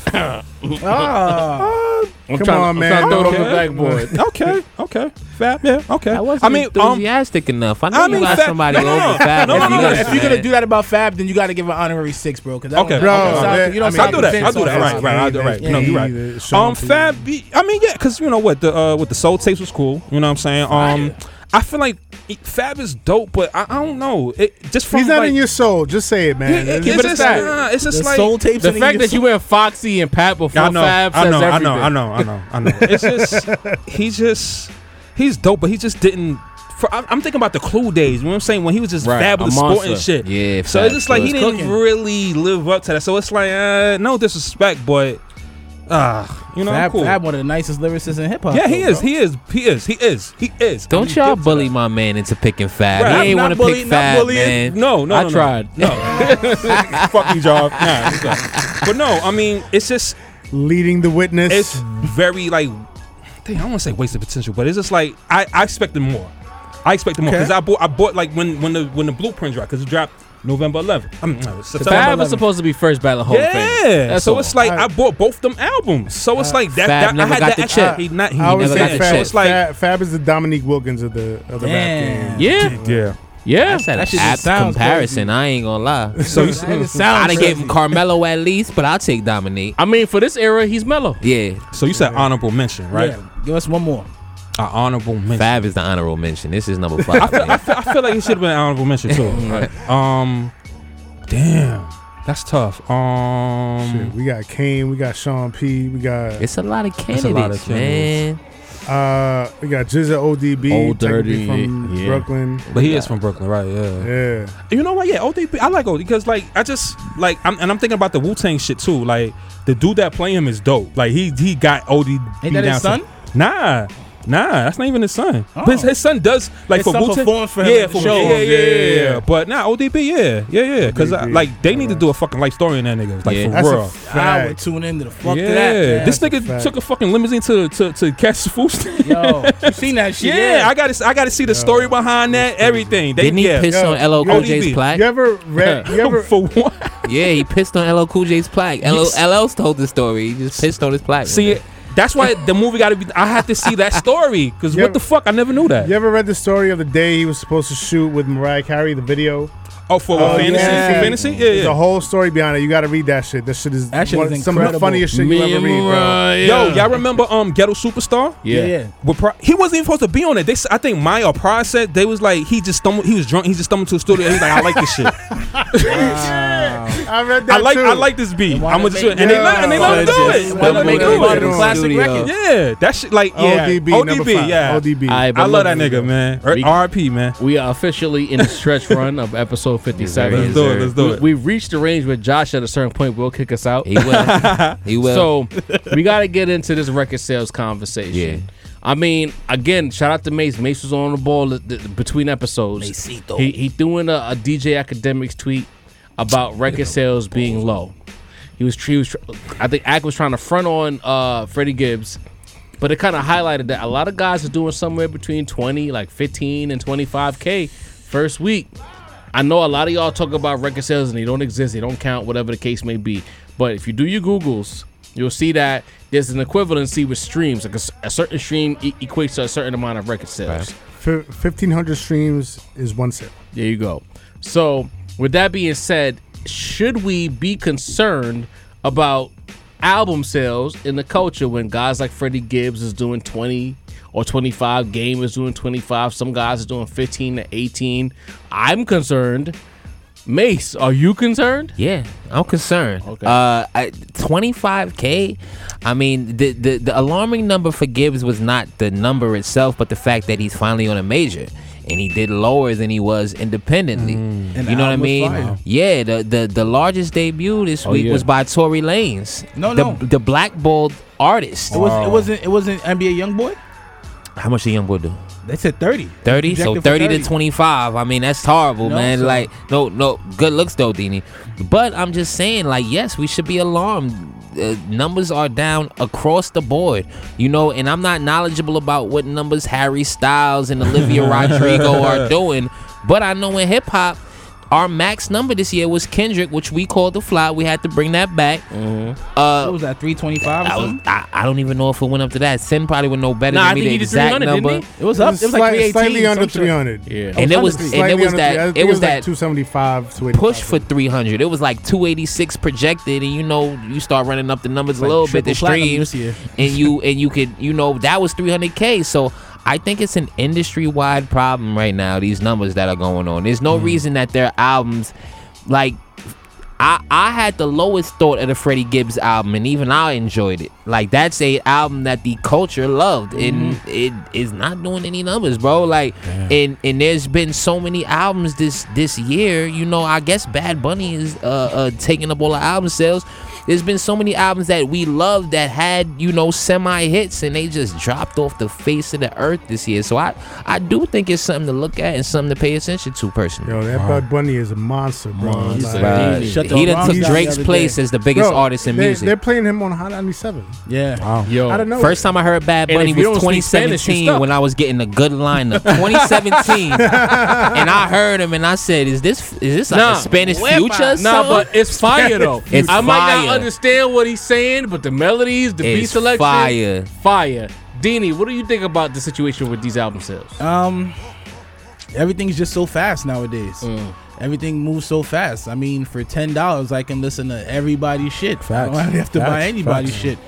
[SPEAKER 2] I'm
[SPEAKER 4] Come
[SPEAKER 2] trying,
[SPEAKER 4] on,
[SPEAKER 2] I'm
[SPEAKER 4] man.
[SPEAKER 2] trying to throw it on the
[SPEAKER 6] Okay.
[SPEAKER 2] backboard.
[SPEAKER 6] okay, okay, fab, yeah, okay.
[SPEAKER 5] I wasn't
[SPEAKER 6] I mean, um,
[SPEAKER 5] enthusiastic enough. I know
[SPEAKER 6] I
[SPEAKER 5] you
[SPEAKER 6] mean,
[SPEAKER 5] got
[SPEAKER 6] Fab-
[SPEAKER 5] somebody
[SPEAKER 6] no, no, no.
[SPEAKER 5] over Fab.
[SPEAKER 6] No, no, no, no,
[SPEAKER 5] listen,
[SPEAKER 6] if
[SPEAKER 3] If you're gonna
[SPEAKER 5] man.
[SPEAKER 3] do that about Fab, then you gotta give an honorary six, bro. 'cause that
[SPEAKER 6] Okay.
[SPEAKER 3] one-
[SPEAKER 6] Bro,
[SPEAKER 3] you don't sound-
[SPEAKER 4] that-
[SPEAKER 3] you don't
[SPEAKER 4] I mean,
[SPEAKER 3] sound
[SPEAKER 6] I do that. I
[SPEAKER 3] convinced
[SPEAKER 6] do that.
[SPEAKER 3] on
[SPEAKER 6] Right,
[SPEAKER 3] Fab.
[SPEAKER 6] right. I do right.
[SPEAKER 3] Yeah,
[SPEAKER 6] no, you're right.
[SPEAKER 4] yeah, show
[SPEAKER 6] Um,
[SPEAKER 4] them to
[SPEAKER 6] Fab. B, I mean, yeah, because you know what the uh, what the soul tapes was cool. You know what I'm saying? Um, I feel like it- Fab is dope, but I, I don't know. It just from
[SPEAKER 4] He's not
[SPEAKER 6] like,
[SPEAKER 4] in your soul. Just say it, man.
[SPEAKER 6] It, it,
[SPEAKER 4] Give
[SPEAKER 6] it's
[SPEAKER 4] it a
[SPEAKER 6] just,
[SPEAKER 4] fact.
[SPEAKER 6] nah, it's just
[SPEAKER 3] The
[SPEAKER 6] like
[SPEAKER 3] soul tapes.
[SPEAKER 2] The
[SPEAKER 3] and
[SPEAKER 2] fact that you went Foxy and Pat before
[SPEAKER 6] I know,
[SPEAKER 2] Fab
[SPEAKER 6] I
[SPEAKER 2] says
[SPEAKER 6] know, I
[SPEAKER 2] everything.
[SPEAKER 6] know, I know, I know, I know. It's just he's just he's dope, but he just didn't. For, I'm, I'm thinking about the Clue days. You know what I'm saying? When he was just
[SPEAKER 2] Right,
[SPEAKER 6] fab with
[SPEAKER 2] a
[SPEAKER 6] the sport
[SPEAKER 2] monster.
[SPEAKER 6] and shit.
[SPEAKER 5] Yeah,
[SPEAKER 6] So
[SPEAKER 5] Fab
[SPEAKER 6] it's just like he
[SPEAKER 5] was
[SPEAKER 6] didn't
[SPEAKER 3] cooking.
[SPEAKER 6] really live up to that. So it's like uh, no disrespect, but ah, you know, I'm
[SPEAKER 3] Fab,
[SPEAKER 6] cool.
[SPEAKER 3] Fab, one of the nicest lyricists in hip hop.
[SPEAKER 6] yeah, he
[SPEAKER 3] though,
[SPEAKER 6] is.
[SPEAKER 3] bro.
[SPEAKER 6] He is. He is. He is. He is. I
[SPEAKER 5] Don't
[SPEAKER 6] mean,
[SPEAKER 5] y'all
[SPEAKER 6] get-
[SPEAKER 5] bully my man into picking Fab.
[SPEAKER 6] Right.
[SPEAKER 5] He ain't
[SPEAKER 3] Not
[SPEAKER 5] want to
[SPEAKER 3] bully-
[SPEAKER 5] pick
[SPEAKER 3] not
[SPEAKER 5] Fab,
[SPEAKER 3] bullying.
[SPEAKER 5] man.
[SPEAKER 6] No, no,
[SPEAKER 2] I
[SPEAKER 6] no, no.
[SPEAKER 2] tried.
[SPEAKER 6] No, fucking job. Nah, it's good. but no, I mean, it's just
[SPEAKER 4] Leading the witness.
[SPEAKER 6] it's very like dang, I don't want to say wasted potential, but it's just like I, I expected more. I expected more because I bought I bought like when when the when the blueprint dropped because it dropped November 11th. I mean, no, it's September
[SPEAKER 2] Fab was
[SPEAKER 6] 11th.
[SPEAKER 2] supposed to be first Battle of Hall of Fame.
[SPEAKER 6] Yeah,
[SPEAKER 2] That's
[SPEAKER 6] so
[SPEAKER 2] all.
[SPEAKER 6] it's like
[SPEAKER 4] All
[SPEAKER 6] I
[SPEAKER 4] right.
[SPEAKER 6] bought both them albums. So it's like
[SPEAKER 5] Fab
[SPEAKER 6] that. that I
[SPEAKER 5] never
[SPEAKER 6] had
[SPEAKER 5] got
[SPEAKER 6] that
[SPEAKER 5] the
[SPEAKER 6] extra.
[SPEAKER 5] check.
[SPEAKER 6] He not. He
[SPEAKER 4] Uh, I would
[SPEAKER 6] never
[SPEAKER 4] say
[SPEAKER 5] got
[SPEAKER 6] got
[SPEAKER 4] Fab,
[SPEAKER 5] the
[SPEAKER 6] that. So
[SPEAKER 5] check.
[SPEAKER 6] it's like
[SPEAKER 4] Fab, Fab is the Dominique Wilkins of the of the rap
[SPEAKER 3] Damn.
[SPEAKER 4] game.
[SPEAKER 2] Yeah,
[SPEAKER 6] yeah.
[SPEAKER 2] yeah.
[SPEAKER 5] That's an
[SPEAKER 3] That shit just
[SPEAKER 5] apt
[SPEAKER 3] sounds
[SPEAKER 5] comparison. I ain't gonna lie.
[SPEAKER 6] So you
[SPEAKER 3] That just sounds
[SPEAKER 5] I'd have gave him
[SPEAKER 3] crazy.
[SPEAKER 5] Carmelo at least, but I'll take Dominique.
[SPEAKER 2] I mean, for this era, he's mellow.
[SPEAKER 5] Yeah,
[SPEAKER 6] so you said honorable mention, right?
[SPEAKER 3] Yeah, Give us one more.
[SPEAKER 6] An honorable mention.
[SPEAKER 5] Fab is the honorable mention. This is number five.
[SPEAKER 6] I
[SPEAKER 5] man.
[SPEAKER 6] feel, I feel like it should have been an honorable mention too. Um, damn, that's tough. Um,
[SPEAKER 4] Shit, we got Kane, we got Sean P, we got
[SPEAKER 5] It's a lot of
[SPEAKER 6] It's
[SPEAKER 5] candidates,
[SPEAKER 6] a lot of
[SPEAKER 5] man.
[SPEAKER 4] uh we got Jizza ODB,
[SPEAKER 2] Old
[SPEAKER 4] technically
[SPEAKER 2] Dirty,
[SPEAKER 4] from
[SPEAKER 2] yeah.
[SPEAKER 4] Brooklyn.
[SPEAKER 6] But he is from Brooklyn, right? Yeah.
[SPEAKER 4] Yeah,
[SPEAKER 6] You know what? Yeah, ODB. I like ODB because like I just like I'm and I'm thinking about the Wu Tang shit too. Like the dude that play him is dope. Like he he got ODB
[SPEAKER 3] Ain't that
[SPEAKER 6] down
[SPEAKER 3] his
[SPEAKER 6] to-
[SPEAKER 3] son?
[SPEAKER 6] Nah. Nah, that's not even his son.
[SPEAKER 3] Oh.
[SPEAKER 6] But his, his son does like
[SPEAKER 3] His
[SPEAKER 6] for
[SPEAKER 3] son
[SPEAKER 6] Wu Tang.
[SPEAKER 3] performed for him
[SPEAKER 6] yeah,
[SPEAKER 3] at the
[SPEAKER 6] for
[SPEAKER 3] shows.
[SPEAKER 6] yeah, yeah, yeah,
[SPEAKER 3] Yeah.
[SPEAKER 6] yeah. But nah, ODB, yeah, yeah, yeah. Because
[SPEAKER 4] ODB.
[SPEAKER 6] like they need to
[SPEAKER 4] Alright.
[SPEAKER 6] do a fucking life story in that nigga. Like
[SPEAKER 5] Yeah.
[SPEAKER 6] for
[SPEAKER 4] that's
[SPEAKER 6] real.
[SPEAKER 4] a
[SPEAKER 3] I would
[SPEAKER 4] fact.
[SPEAKER 3] tune into the fuck
[SPEAKER 6] yeah,
[SPEAKER 3] to that. man.
[SPEAKER 6] this
[SPEAKER 4] That's a
[SPEAKER 6] nigga
[SPEAKER 4] fact.
[SPEAKER 6] took a fucking limousine to to to catch the food. stand.
[SPEAKER 3] Yo, you seen that shit?
[SPEAKER 6] yeah, I gotta I gotta see the story behind that. Everything. They,
[SPEAKER 5] Didn't he
[SPEAKER 6] yeah.
[SPEAKER 5] piss
[SPEAKER 4] Yo,
[SPEAKER 5] on LL Cool J's
[SPEAKER 6] ODB.
[SPEAKER 5] plaque?
[SPEAKER 4] You ever read? You ever?
[SPEAKER 6] for one.
[SPEAKER 5] Yeah, he pissed on LL Cool J's plaque. LL, LL told the story. He just pissed on his plaque.
[SPEAKER 6] See, that's why the movie got to be. I had to see that story because
[SPEAKER 4] Yeah,
[SPEAKER 6] what the fuck? I never knew that.
[SPEAKER 4] You ever read the story of the day he was supposed to shoot with Mariah Carey, the video?
[SPEAKER 6] Oh, for what,
[SPEAKER 4] Oh,
[SPEAKER 6] fantasy,
[SPEAKER 4] yeah.
[SPEAKER 6] for fantasy, yeah,
[SPEAKER 4] There's a
[SPEAKER 6] yeah.
[SPEAKER 4] whole story behind it. You got to read that shit. That shit is,
[SPEAKER 3] That shit
[SPEAKER 4] one-
[SPEAKER 3] is
[SPEAKER 4] some of the
[SPEAKER 3] incredible.
[SPEAKER 4] funniest shit you ever read, bro.
[SPEAKER 6] Yo, y'all remember um Ghetto Superstar?
[SPEAKER 3] Yeah. yeah.
[SPEAKER 6] With Pro- he wasn't even supposed to be on it. They, s- I think Maya or Pryor said they was like he just stumbled. He was drunk. He just stumbled to the studio. He's like, I like this shit.
[SPEAKER 4] I read that
[SPEAKER 6] I like
[SPEAKER 4] too.
[SPEAKER 6] I like this beat. I'm
[SPEAKER 3] wanna
[SPEAKER 6] gonna just do
[SPEAKER 3] make-
[SPEAKER 6] it. And they
[SPEAKER 4] Yeah.
[SPEAKER 6] let and they let him
[SPEAKER 4] So
[SPEAKER 6] do
[SPEAKER 4] it's
[SPEAKER 6] it.
[SPEAKER 4] just
[SPEAKER 6] They let him
[SPEAKER 4] stumbled
[SPEAKER 6] do uh,
[SPEAKER 4] into
[SPEAKER 6] it.
[SPEAKER 4] it.
[SPEAKER 3] classic
[SPEAKER 5] Studio.
[SPEAKER 3] record.
[SPEAKER 6] Yeah, that shit like yeah.
[SPEAKER 4] ODB, number
[SPEAKER 6] ODB,
[SPEAKER 4] five.
[SPEAKER 6] yeah.
[SPEAKER 4] ODB.
[SPEAKER 2] I-
[SPEAKER 6] I love that
[SPEAKER 2] Number
[SPEAKER 6] nigga, man.
[SPEAKER 2] Re-
[SPEAKER 6] R.I.P. Man.
[SPEAKER 2] We are officially in the stretch run of episode
[SPEAKER 6] Let's
[SPEAKER 2] 57.
[SPEAKER 6] do it. Let's do
[SPEAKER 2] We,
[SPEAKER 6] it.
[SPEAKER 2] we've reached the range where Josh at a certain point will kick us out.
[SPEAKER 5] he will. He will.
[SPEAKER 2] So we got to get into this record sales conversation.
[SPEAKER 5] Yeah.
[SPEAKER 2] I mean, again, shout out to Mace. Mace was on the ball th- th- between episodes.
[SPEAKER 3] Macito.
[SPEAKER 2] He, he threw in a, a DJ Academics tweet about record sales being low. He was, he was tr- I think Ack was trying to front on uh, Freddie Gibbs, but it kind of highlighted that a lot of guys are doing somewhere between 20, like 15 and 25K first week. I know a lot of y'all talk about record sales and they don't exist, they don't count, whatever the case may be. But if you do your Googles, you'll see that there's an equivalency with streams. Like a, s- a certain stream e- equates to a certain amount of record sales.
[SPEAKER 4] F- 1,500 streams is one sale.
[SPEAKER 2] There you go. So, with that being said, should we be concerned about album sales in the culture when guys like Freddie Gibbs is doing 20 or 25, Game is doing 25, some guys are doing 15 to 18? I'm concerned. Mace, are you concerned?
[SPEAKER 5] Yeah, I'm concerned.
[SPEAKER 2] Okay.
[SPEAKER 5] Uh, I, 25k. I mean, the, the the alarming number for Gibbs was not the number itself, but the fact that he's finally on a major, and he did lower than he was independently.
[SPEAKER 2] Mm.
[SPEAKER 3] And the
[SPEAKER 5] you know what I
[SPEAKER 3] album was
[SPEAKER 5] mean?
[SPEAKER 3] fire.
[SPEAKER 5] Yeah. The, the the largest debut this week
[SPEAKER 2] Oh, yeah.
[SPEAKER 5] was by Tory Lanez.
[SPEAKER 3] No,
[SPEAKER 5] the,
[SPEAKER 3] no.
[SPEAKER 5] the blackballed artist.
[SPEAKER 3] It was. It wasn't. It wasn't NBA YoungBoy.
[SPEAKER 5] How much the young boy do?
[SPEAKER 3] They said 30.
[SPEAKER 5] 30? So
[SPEAKER 3] Projected for
[SPEAKER 5] 30, to 25. I mean, that's horrible,
[SPEAKER 3] No,
[SPEAKER 5] man.
[SPEAKER 3] so-
[SPEAKER 5] Like, no, no. Good looks, though, Dini. But I'm just saying, like, yes, we should be alarmed. Uh, numbers are down across the board, you know, and I'm not knowledgeable about what numbers Harry Styles and Olivia Rodrigo are doing, but I know in hip hop, our max number this year was Kendrick, which we called the fly. We had to bring that back. Uh,
[SPEAKER 3] What was that, 325 or
[SPEAKER 5] I, was,
[SPEAKER 3] something?
[SPEAKER 5] I, I don't even know if it went up to that. Sin probably would know better
[SPEAKER 2] Nah, I
[SPEAKER 5] than me
[SPEAKER 2] think
[SPEAKER 5] the
[SPEAKER 2] he did
[SPEAKER 5] exact
[SPEAKER 2] 300, didn't
[SPEAKER 5] number.
[SPEAKER 2] he?
[SPEAKER 3] It was up. It was like
[SPEAKER 4] slight-
[SPEAKER 3] 318.
[SPEAKER 4] slightly under
[SPEAKER 3] some shit.
[SPEAKER 4] 300.
[SPEAKER 2] Yeah.
[SPEAKER 5] And it was
[SPEAKER 4] Slightly
[SPEAKER 5] and it was
[SPEAKER 4] under three- I
[SPEAKER 5] that
[SPEAKER 4] think
[SPEAKER 5] it was that
[SPEAKER 4] 275 to
[SPEAKER 5] push for 300. It was like 286 projected, and you know you start running up the numbers a
[SPEAKER 3] Like
[SPEAKER 5] little bit, the
[SPEAKER 3] triple platinum
[SPEAKER 5] streams,
[SPEAKER 3] this year.
[SPEAKER 5] and you and you could you know that was 300k. So I think it's an industry wide problem right now. These numbers that are going on. There's
[SPEAKER 3] Mm.
[SPEAKER 5] no reason that their albums, like. I, I had the lowest thought of the Freddie Gibbs album, and even I enjoyed it. Like that's a album that the culture loved, and it is not doing any numbers, bro. Like, and and there's been so many albums this this year. You know, I guess Bad Bunny is uh, uh taking up all the album sales. There's been so many albums that we loved that had you know semi hits, and they just dropped off the face of the earth this year. So I I do think it's something to look at and something to pay attention to personally.
[SPEAKER 4] Yo, that Bud Bunny is a monster, bro.
[SPEAKER 2] Monster.
[SPEAKER 4] Like,
[SPEAKER 2] Right.
[SPEAKER 5] he
[SPEAKER 3] Shut the
[SPEAKER 5] done
[SPEAKER 3] wrong
[SPEAKER 5] took
[SPEAKER 3] guy
[SPEAKER 5] Drake's
[SPEAKER 3] the other
[SPEAKER 5] place
[SPEAKER 3] day.
[SPEAKER 5] as the biggest
[SPEAKER 4] Bro,
[SPEAKER 5] artist in
[SPEAKER 4] they,
[SPEAKER 5] music.
[SPEAKER 4] They're playing him on Hot 97.
[SPEAKER 3] Yeah.
[SPEAKER 4] I don't know.
[SPEAKER 5] First time I heard Bad
[SPEAKER 2] And
[SPEAKER 5] Bunny
[SPEAKER 2] if you
[SPEAKER 5] was
[SPEAKER 2] don't speak Spanish, you
[SPEAKER 5] 2017
[SPEAKER 2] stuck.
[SPEAKER 5] when I was getting a good lineup. 2017, and I heard him and I said, "Is this is this like
[SPEAKER 2] Nah.
[SPEAKER 5] a Spanish
[SPEAKER 2] Wepa.
[SPEAKER 5] future?"
[SPEAKER 2] Nah,
[SPEAKER 5] or something?
[SPEAKER 2] but it's fire though.
[SPEAKER 5] It's
[SPEAKER 2] I might
[SPEAKER 5] fire.
[SPEAKER 2] not understand what he's saying, but the melodies, the beat
[SPEAKER 5] It's
[SPEAKER 2] selection,
[SPEAKER 5] fire.
[SPEAKER 2] fire. Deanie, what do you think about the situation with these album sales?
[SPEAKER 3] Um, everything's just so fast nowadays.
[SPEAKER 6] Mm.
[SPEAKER 3] Everything moves so fast. I mean, for ten dollars, I can listen to everybody's shit. I
[SPEAKER 6] Facts.
[SPEAKER 3] don't have to buy
[SPEAKER 6] Facts.
[SPEAKER 3] anybody's
[SPEAKER 6] Facts.
[SPEAKER 3] shit.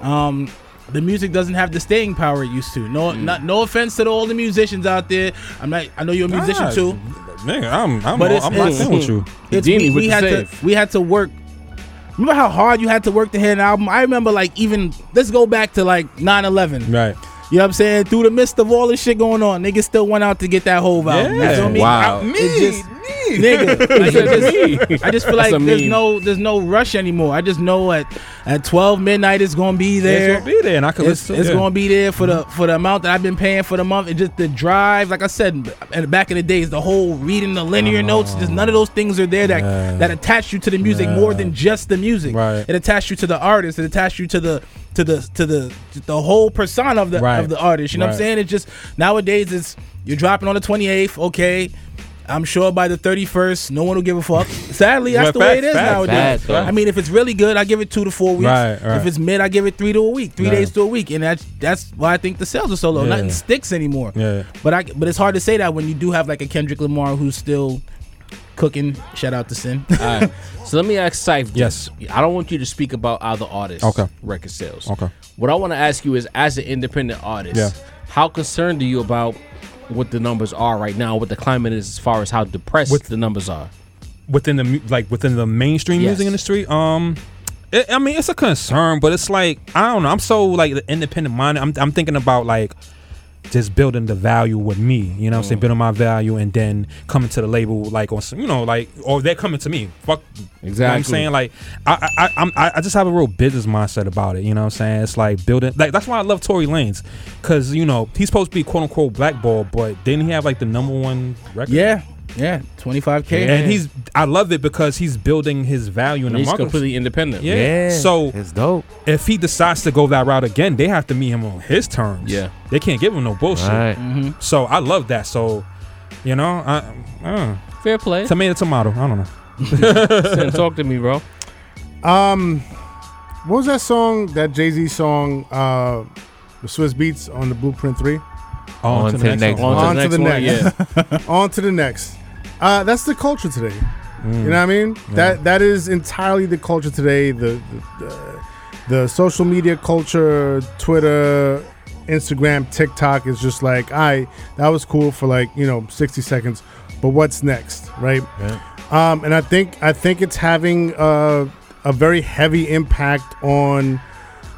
[SPEAKER 3] Um, the music doesn't have the staying power it used to.
[SPEAKER 6] Mm.
[SPEAKER 3] No, not, no offense to all the musicians out there. I'm not. I know you're a musician
[SPEAKER 6] Nah,
[SPEAKER 3] too.
[SPEAKER 6] Nigga, I'm I'm,
[SPEAKER 3] But it's-
[SPEAKER 6] I'm locked
[SPEAKER 3] it's-
[SPEAKER 6] in with you.
[SPEAKER 3] It's,
[SPEAKER 2] Dini
[SPEAKER 3] we,
[SPEAKER 2] with
[SPEAKER 3] we
[SPEAKER 2] the
[SPEAKER 3] had
[SPEAKER 2] save.
[SPEAKER 3] to. We had to work. Remember how hard you had to work to hit an album? I remember, like, even let's go back to like 9/11.
[SPEAKER 6] Right.
[SPEAKER 3] You know what I'm saying? Through the midst of all this shit going on, niggas still went out to get that whole album. You feel
[SPEAKER 6] Yeah.
[SPEAKER 3] me?
[SPEAKER 5] Wow.
[SPEAKER 3] Me, just, nigga. like, it just- I just feel
[SPEAKER 2] That's
[SPEAKER 3] like
[SPEAKER 2] a
[SPEAKER 3] there's
[SPEAKER 2] meme.
[SPEAKER 3] no there's no rush anymore. I just know at at 12 midnight it's gonna be there.
[SPEAKER 6] It's gonna be there, Mm-hmm. and I could
[SPEAKER 3] It's,
[SPEAKER 6] listen.
[SPEAKER 3] it's
[SPEAKER 6] yeah.
[SPEAKER 3] gonna be there for the for the amount that I've been paying for the month. And just the drive, like I said, and back in the days, the whole reading the linear notes, just none of those things are there that
[SPEAKER 6] Yeah.
[SPEAKER 3] that attach you to the music more than just the music.
[SPEAKER 6] Right.
[SPEAKER 3] It attached you to the artist. It attached you to the to the to the to the whole persona of the
[SPEAKER 6] Right.
[SPEAKER 3] of the artist. You know what I'm
[SPEAKER 6] Right.
[SPEAKER 3] saying? It's just nowadays it's you're dropping on the 28th. Okay. I'm sure by the 31st, no one will give a fuck. Sadly, that's
[SPEAKER 6] Well,
[SPEAKER 3] the way it
[SPEAKER 6] facts,
[SPEAKER 3] is
[SPEAKER 6] facts,
[SPEAKER 3] nowadays.
[SPEAKER 5] facts, facts.
[SPEAKER 3] I mean, if it's really good, I give it two to four weeks.
[SPEAKER 6] Right, right.
[SPEAKER 3] If it's mid, I give it three to a week, three
[SPEAKER 6] Yeah.
[SPEAKER 3] days to a week, and that's that's why I think the sales are so low.
[SPEAKER 6] Yeah.
[SPEAKER 3] Nothing sticks anymore.
[SPEAKER 6] Yeah.
[SPEAKER 3] But I but it's hard to say that when you do have like a Kendrick Lamar who's still cooking. Shout out to Sin.
[SPEAKER 2] All right. So let me ask Syph. this. I don't want you to speak about other artists'
[SPEAKER 6] Okay.
[SPEAKER 2] record sales.
[SPEAKER 6] Okay.
[SPEAKER 2] What I want to ask you is, as an independent artist,
[SPEAKER 6] Yeah.
[SPEAKER 2] how concerned are you about what the numbers are right now, what the climate is as far as how depressed
[SPEAKER 6] With-
[SPEAKER 2] the numbers are?
[SPEAKER 6] within the mu- like within the mainstream
[SPEAKER 2] Yes.
[SPEAKER 6] music industry. Um, it, I mean, it's a concern, but it's like I don't know. I'm so like the independent minded. I'm I'm thinking about like just building the value with me. You know, what I'm
[SPEAKER 2] Mm.
[SPEAKER 6] saying building my value and then coming to the label like on some, you know like or they're coming to me. Fuck, You know what I'm
[SPEAKER 2] Exactly.
[SPEAKER 6] saying like I I I, I'm, I I just have a real business mindset about it. You know, what I'm saying it's like building like that's why I love Tory Lanez because you know he's supposed to be quote unquote blackball, but didn't he have like the number one record?
[SPEAKER 3] yeah, yeah, 25k.
[SPEAKER 6] And he's I love it because he's building his value in the
[SPEAKER 2] He's
[SPEAKER 6] market.
[SPEAKER 2] completely independent.
[SPEAKER 6] yeah. So
[SPEAKER 5] it's dope.
[SPEAKER 6] if he decides to go that route again, they have to meet him on his terms.
[SPEAKER 2] Yeah. Mm-hmm.
[SPEAKER 6] They can't give him no bullshit.
[SPEAKER 5] Right.
[SPEAKER 6] So I love that. So, you know, I, I
[SPEAKER 2] Fair play.
[SPEAKER 6] don't know. tomato tomato. I don't know.
[SPEAKER 2] Sin, talk to me, bro.
[SPEAKER 4] Um, what was that song? That Jay Z song, uh, the Swiss Beats on the Blueprint Three.
[SPEAKER 6] On,
[SPEAKER 5] to the next
[SPEAKER 2] On,
[SPEAKER 5] one.
[SPEAKER 4] On
[SPEAKER 2] to
[SPEAKER 4] to
[SPEAKER 2] the
[SPEAKER 4] the
[SPEAKER 2] next one.
[SPEAKER 4] next. On to the next. Uh, that's the culture today. You know what I mean? That that is entirely the culture today. The the, the the social media culture, Twitter, Instagram, TikTok is just like, all right, that was cool for like you know sixty seconds, but what's next, right? Um, and I think I think it's having uh, a very heavy impact on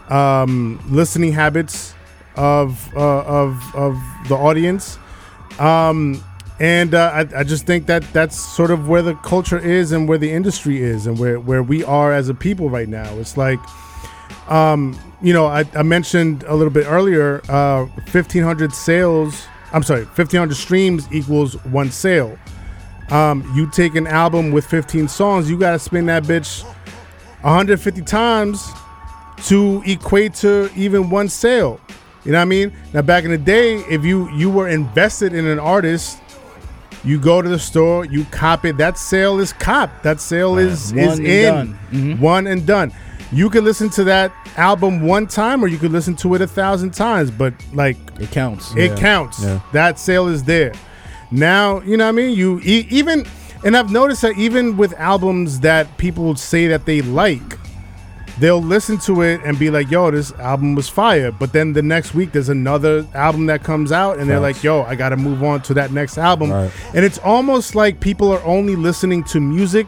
[SPEAKER 4] um, listening habits of uh, of of the audience. Um, and uh, I, I just think that that's sort of where the culture is and where the industry is and where, where we are as a people right now. It's like Um, you know, I, I mentioned a little bit earlier, uh, 1,500 sales, I'm sorry, 1,500 streams equals one sale. Um, you take an album with 15 songs, you got to spin that bitch 150 times to equate to even one sale. You know what I mean? Now back in the day, if you you were invested in an artist, you go to the store, you cop it. That sale is cop. That sale is
[SPEAKER 3] One
[SPEAKER 4] is
[SPEAKER 3] and
[SPEAKER 4] in
[SPEAKER 3] done. Mm-hmm.
[SPEAKER 4] one and done. You could listen to that album one time, or you could listen to it a thousand times. But like
[SPEAKER 3] It counts.
[SPEAKER 4] it counts.
[SPEAKER 6] Yeah.
[SPEAKER 4] That sale is there. Now, you know what I mean? You e- even, and I've noticed that even with albums that people say that they like, they'll listen to it and be like, yo, this album was fire. But then the next week, there's another album that comes out, and they're like, yo, I got to move on to that next album.
[SPEAKER 6] Right.
[SPEAKER 4] And it's almost like people are only listening to music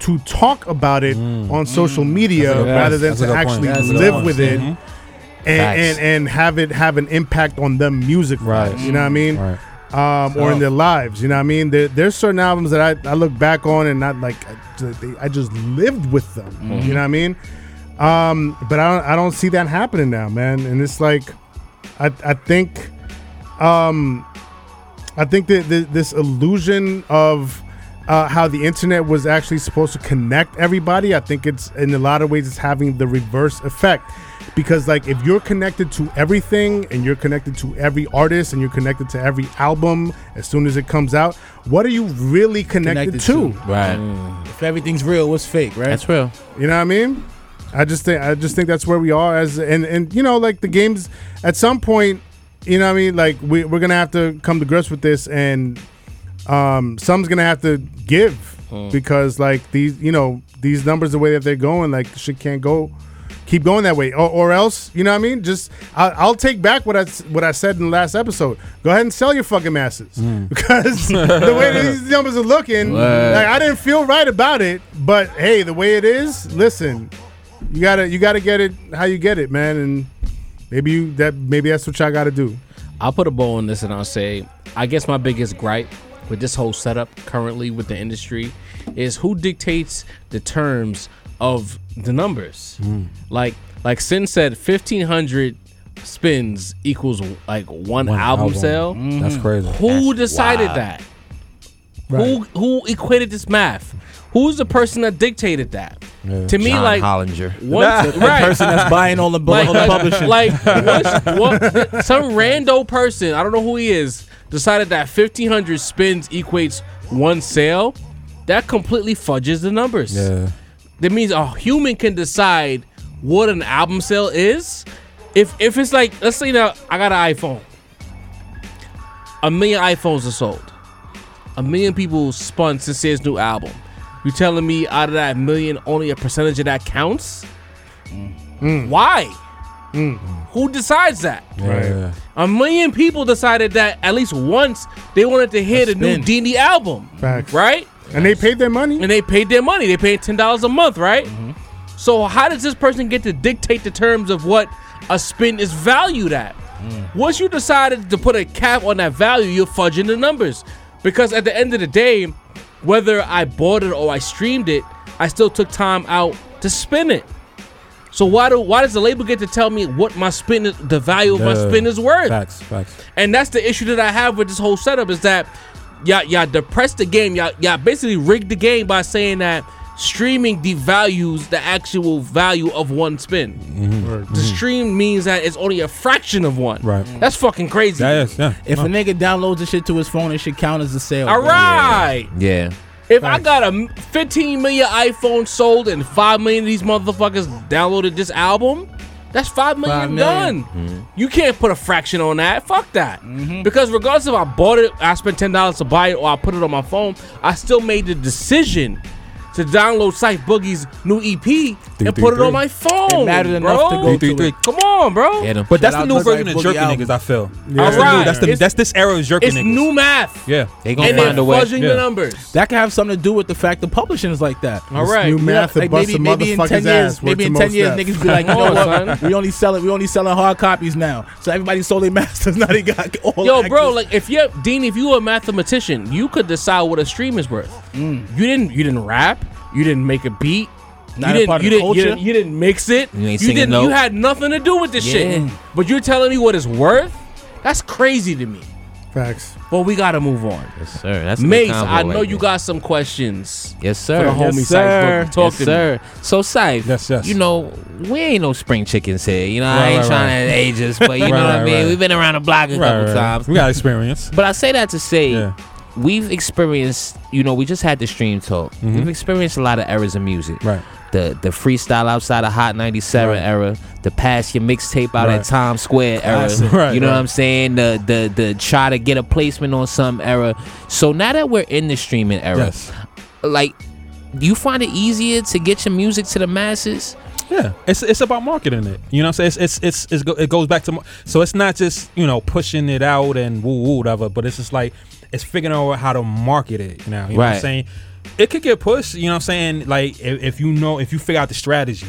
[SPEAKER 4] to talk about it on social media
[SPEAKER 6] good-
[SPEAKER 4] rather than
[SPEAKER 6] Mm. that's
[SPEAKER 4] to
[SPEAKER 6] a good point.
[SPEAKER 4] actually
[SPEAKER 6] That's a good
[SPEAKER 4] live
[SPEAKER 6] point.
[SPEAKER 4] with it
[SPEAKER 6] Mhm.
[SPEAKER 4] and,
[SPEAKER 5] Facts.
[SPEAKER 4] and and have it have an impact on them music
[SPEAKER 6] Right.
[SPEAKER 4] you know what I mean
[SPEAKER 6] Right.
[SPEAKER 4] um, or in their lives you know what I mean there, there's certain albums that I, I look back on and not like I just, they, I just lived with them
[SPEAKER 6] Mm-hmm.
[SPEAKER 4] you know what I mean um, but I don't I don't see that happening now man and it's like I, I think um, I think that th- this illusion of uh, how the internet was actually supposed to connect everybody, I think it's in a lot of ways it's having the reverse effect. Because like if you're connected to everything and you're connected to every artist and you're connected to every album as soon as it comes out, what are you really connected, to?
[SPEAKER 5] Right.
[SPEAKER 3] Mm. If everything's real, what's fake, right?
[SPEAKER 5] That's real.
[SPEAKER 4] You know what I mean? I just think I just think that's where we are as and and you know like the games at some point you know what I mean like we we're gonna have to come to grips with this and um some's gonna have to give because like these you know these numbers the way that they're going like shit can't go keep going that way or, or else you know what I mean just I, I'll take back what I s- what I said in the last episode go ahead and sell your fucking masses because the way that these numbers are looking
[SPEAKER 5] Word.
[SPEAKER 4] like I didn't feel right about it but hey the way it is listen you gotta you gotta get it how you get it man and maybe you that maybe that's what y'all gotta do
[SPEAKER 2] I'll put a bow on this and I'll say, I guess my biggest gripe with this whole setup currently with the industry is who dictates the terms of the numbers. Like, like Sin said, fifteen hundred spins equals like one,
[SPEAKER 6] One Mm.
[SPEAKER 2] album, sale. Mm-hmm.
[SPEAKER 6] That's crazy.
[SPEAKER 2] Who decided that? Who who equated this math? Who's the person that dictated that? To me,
[SPEAKER 5] John
[SPEAKER 2] like
[SPEAKER 5] Hollinger.
[SPEAKER 2] once,
[SPEAKER 3] The
[SPEAKER 2] right?
[SPEAKER 3] person that's buying all the, bu-
[SPEAKER 2] like,
[SPEAKER 3] all the
[SPEAKER 2] like,
[SPEAKER 3] publishing.
[SPEAKER 2] like, what's- what, some rando person, I don't know who he is, decided that 1,500 spins equates one sale. That completely fudges the numbers.
[SPEAKER 6] Yeah.
[SPEAKER 2] That means a human can decide what an album sale is. If if it's like, let's say now I got an iPhone, a million iPhones are sold, a million people spun Sincere's new album. You telling me out of that million, only a percentage of that counts? Why? Who decides that?
[SPEAKER 6] Yeah.
[SPEAKER 2] A million people decided that at least once they wanted to hear the new
[SPEAKER 3] spin.
[SPEAKER 2] D&D album,
[SPEAKER 4] Facts.
[SPEAKER 2] right?
[SPEAKER 4] and they paid their money
[SPEAKER 2] And they paid their money. Mm-hmm. They paid ten dollars a month, right? So how does this person get to dictate the terms of what a spin is valued at? Once you decided to put a cap on that value, you're fudging the numbers. Because at the end of the day, whether I bought it or I streamed it, I still took time out to spin it. So why do why does the label get to tell me what my spin is, the value of my
[SPEAKER 6] Yeah.
[SPEAKER 2] spin is worth?
[SPEAKER 6] Facts. Facts.
[SPEAKER 2] And that's the issue that I have with this whole setup is that y'all, y'all depressed the game. Y'all, y'all basically rigged the game by saying that streaming devalues the actual value of one spin.
[SPEAKER 6] Mm-hmm.
[SPEAKER 2] The stream means that it's only a fraction of one.
[SPEAKER 6] Right.
[SPEAKER 2] That's fucking crazy.
[SPEAKER 6] That is. Yeah.
[SPEAKER 3] if a nigga downloads the shit to his phone, it should count as a sale.
[SPEAKER 2] All
[SPEAKER 3] bro.
[SPEAKER 2] right.
[SPEAKER 5] Yeah.
[SPEAKER 2] If I got a m- 15 million iPhones sold and 5 million of these motherfuckers downloaded this album, that's 5 million,
[SPEAKER 3] Five million. Mm-hmm.
[SPEAKER 2] done. You can't put a fraction on that. Fuck that. Because regardless if I bought it, I spent $10 to buy it, or I put it on my phone, I still made the decision to download Sight Boogie's new EP and put it
[SPEAKER 6] three.
[SPEAKER 2] on my phone.
[SPEAKER 3] It mattered
[SPEAKER 2] bro.
[SPEAKER 3] enough to go
[SPEAKER 6] Three,
[SPEAKER 3] to
[SPEAKER 6] three,
[SPEAKER 3] it.
[SPEAKER 2] Come on, bro.
[SPEAKER 5] Get him.
[SPEAKER 6] But that's
[SPEAKER 3] Shout
[SPEAKER 6] the
[SPEAKER 3] out
[SPEAKER 6] new
[SPEAKER 3] to
[SPEAKER 6] version
[SPEAKER 3] Black
[SPEAKER 6] of jerking
[SPEAKER 3] Boogie album.
[SPEAKER 6] niggas. I feel.
[SPEAKER 2] All
[SPEAKER 6] That's, the
[SPEAKER 2] right.
[SPEAKER 6] new, that's the
[SPEAKER 2] It's-
[SPEAKER 6] that's this era of jerking
[SPEAKER 2] It's
[SPEAKER 6] niggas.
[SPEAKER 2] new math.
[SPEAKER 6] Yeah.
[SPEAKER 5] They gonna
[SPEAKER 2] And they're
[SPEAKER 5] find a way.
[SPEAKER 2] fudging
[SPEAKER 6] Yeah.
[SPEAKER 2] the numbers.
[SPEAKER 3] That could have something to do with the fact the publishing is like that.
[SPEAKER 2] All right.
[SPEAKER 4] new math
[SPEAKER 3] Like
[SPEAKER 4] to bust
[SPEAKER 3] maybe,
[SPEAKER 4] a
[SPEAKER 3] maybe in ten
[SPEAKER 4] motherfucker's
[SPEAKER 3] years,
[SPEAKER 4] ass worth
[SPEAKER 3] maybe in
[SPEAKER 4] the
[SPEAKER 3] ten
[SPEAKER 4] most
[SPEAKER 3] years,
[SPEAKER 4] steps.
[SPEAKER 3] niggas be like, you
[SPEAKER 2] Come
[SPEAKER 3] know
[SPEAKER 2] on,
[SPEAKER 3] what?
[SPEAKER 2] son.
[SPEAKER 3] We only selling, we only selling hard copies now. So everybody sold their masters. Now they got all.
[SPEAKER 2] Yo, bro,
[SPEAKER 3] access.
[SPEAKER 2] like if you're Dean, if you were a mathematician, you could decide what a stream is worth. You didn't you didn't rap, you didn't make a beat,
[SPEAKER 3] Not a
[SPEAKER 2] you didn't,
[SPEAKER 3] part of
[SPEAKER 2] you,
[SPEAKER 3] the
[SPEAKER 2] didn't, you
[SPEAKER 3] culture.
[SPEAKER 2] didn't you didn't mix it.
[SPEAKER 5] You ain't singing
[SPEAKER 2] didn't
[SPEAKER 5] no.
[SPEAKER 2] you had nothing to do with this
[SPEAKER 5] Yeah.
[SPEAKER 2] shit. But you're telling me what it's worth? That's crazy to me.
[SPEAKER 4] Facts.
[SPEAKER 2] But we gotta move on.
[SPEAKER 5] Yes, sir. That's a good
[SPEAKER 2] Mace,
[SPEAKER 5] convo
[SPEAKER 2] I know
[SPEAKER 5] right
[SPEAKER 2] you
[SPEAKER 5] there.
[SPEAKER 2] got some questions.
[SPEAKER 5] Yes, sir.
[SPEAKER 2] the homie Syfe
[SPEAKER 5] yes,
[SPEAKER 2] Booker.
[SPEAKER 5] sir.
[SPEAKER 2] Talk
[SPEAKER 5] yes,
[SPEAKER 2] to me.
[SPEAKER 5] sir. So Syfe,
[SPEAKER 6] Yes, yes.
[SPEAKER 5] you know, we ain't no spring chickens here. You know, I
[SPEAKER 6] Right,
[SPEAKER 5] ain't
[SPEAKER 6] right,
[SPEAKER 5] trying to age us, but you
[SPEAKER 6] Right,
[SPEAKER 5] know what I
[SPEAKER 6] right,
[SPEAKER 5] mean?
[SPEAKER 6] right.
[SPEAKER 5] We've been around the block a couple times.
[SPEAKER 6] We got experience.
[SPEAKER 5] But I say that to say
[SPEAKER 6] Yeah.
[SPEAKER 5] we've experienced, you know, we just had the stream talk. We've experienced a lot of errors in music.
[SPEAKER 6] Mm-hmm. Right.
[SPEAKER 5] The the freestyle outside of Hot 97
[SPEAKER 6] Right.
[SPEAKER 5] era, the pass your mixtape out
[SPEAKER 6] Right.
[SPEAKER 5] at Times Square
[SPEAKER 6] Classic.
[SPEAKER 5] era.
[SPEAKER 6] Right,
[SPEAKER 5] you know
[SPEAKER 6] right.
[SPEAKER 5] what I'm saying? The the the try to get a placement on some era. So now that we're in the streaming era,
[SPEAKER 6] Yes.
[SPEAKER 5] like do you find it easier to get your music to the masses?
[SPEAKER 6] Yeah, it's it's about marketing it. You know what I'm saying? It's it's it's, it's go, it goes back to mar- so it's not just you know pushing it out and woo woo whatever, but it's just like it's figuring out how to market it. Now you know what
[SPEAKER 5] Right.
[SPEAKER 6] I'm saying? It could get pushed. You know what I'm saying? Like if, if you know if you figure out the strategy,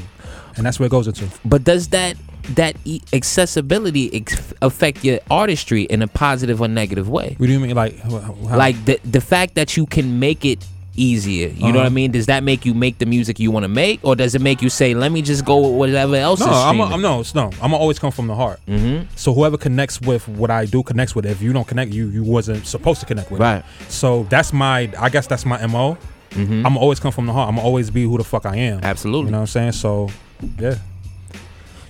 [SPEAKER 6] and that's where it goes into.
[SPEAKER 5] But does that that e- accessibility ex- affect your artistry in a positive or negative way?
[SPEAKER 6] What do you mean? Like wh- how?
[SPEAKER 5] like the the fact that you can make it easier you know what i
[SPEAKER 6] Uh-huh.
[SPEAKER 5] mean does that make you make the music you want to make or does it make you say let me just go with whatever else
[SPEAKER 6] no,
[SPEAKER 5] is
[SPEAKER 6] I'm, a,
[SPEAKER 5] streaming?
[SPEAKER 6] I'm no, it's no. I'm always come from the heart. Mm-hmm. So whoever connects with what I do connects with. It. If you don't connect, you you wasn't supposed to connect with. it.
[SPEAKER 5] Right. Mm-hmm.
[SPEAKER 6] So that's my. I guess that's my mo. I'm always come from the heart. I'm always be who the fuck I am.
[SPEAKER 5] Absolutely.
[SPEAKER 6] You know what I'm saying? So, yeah.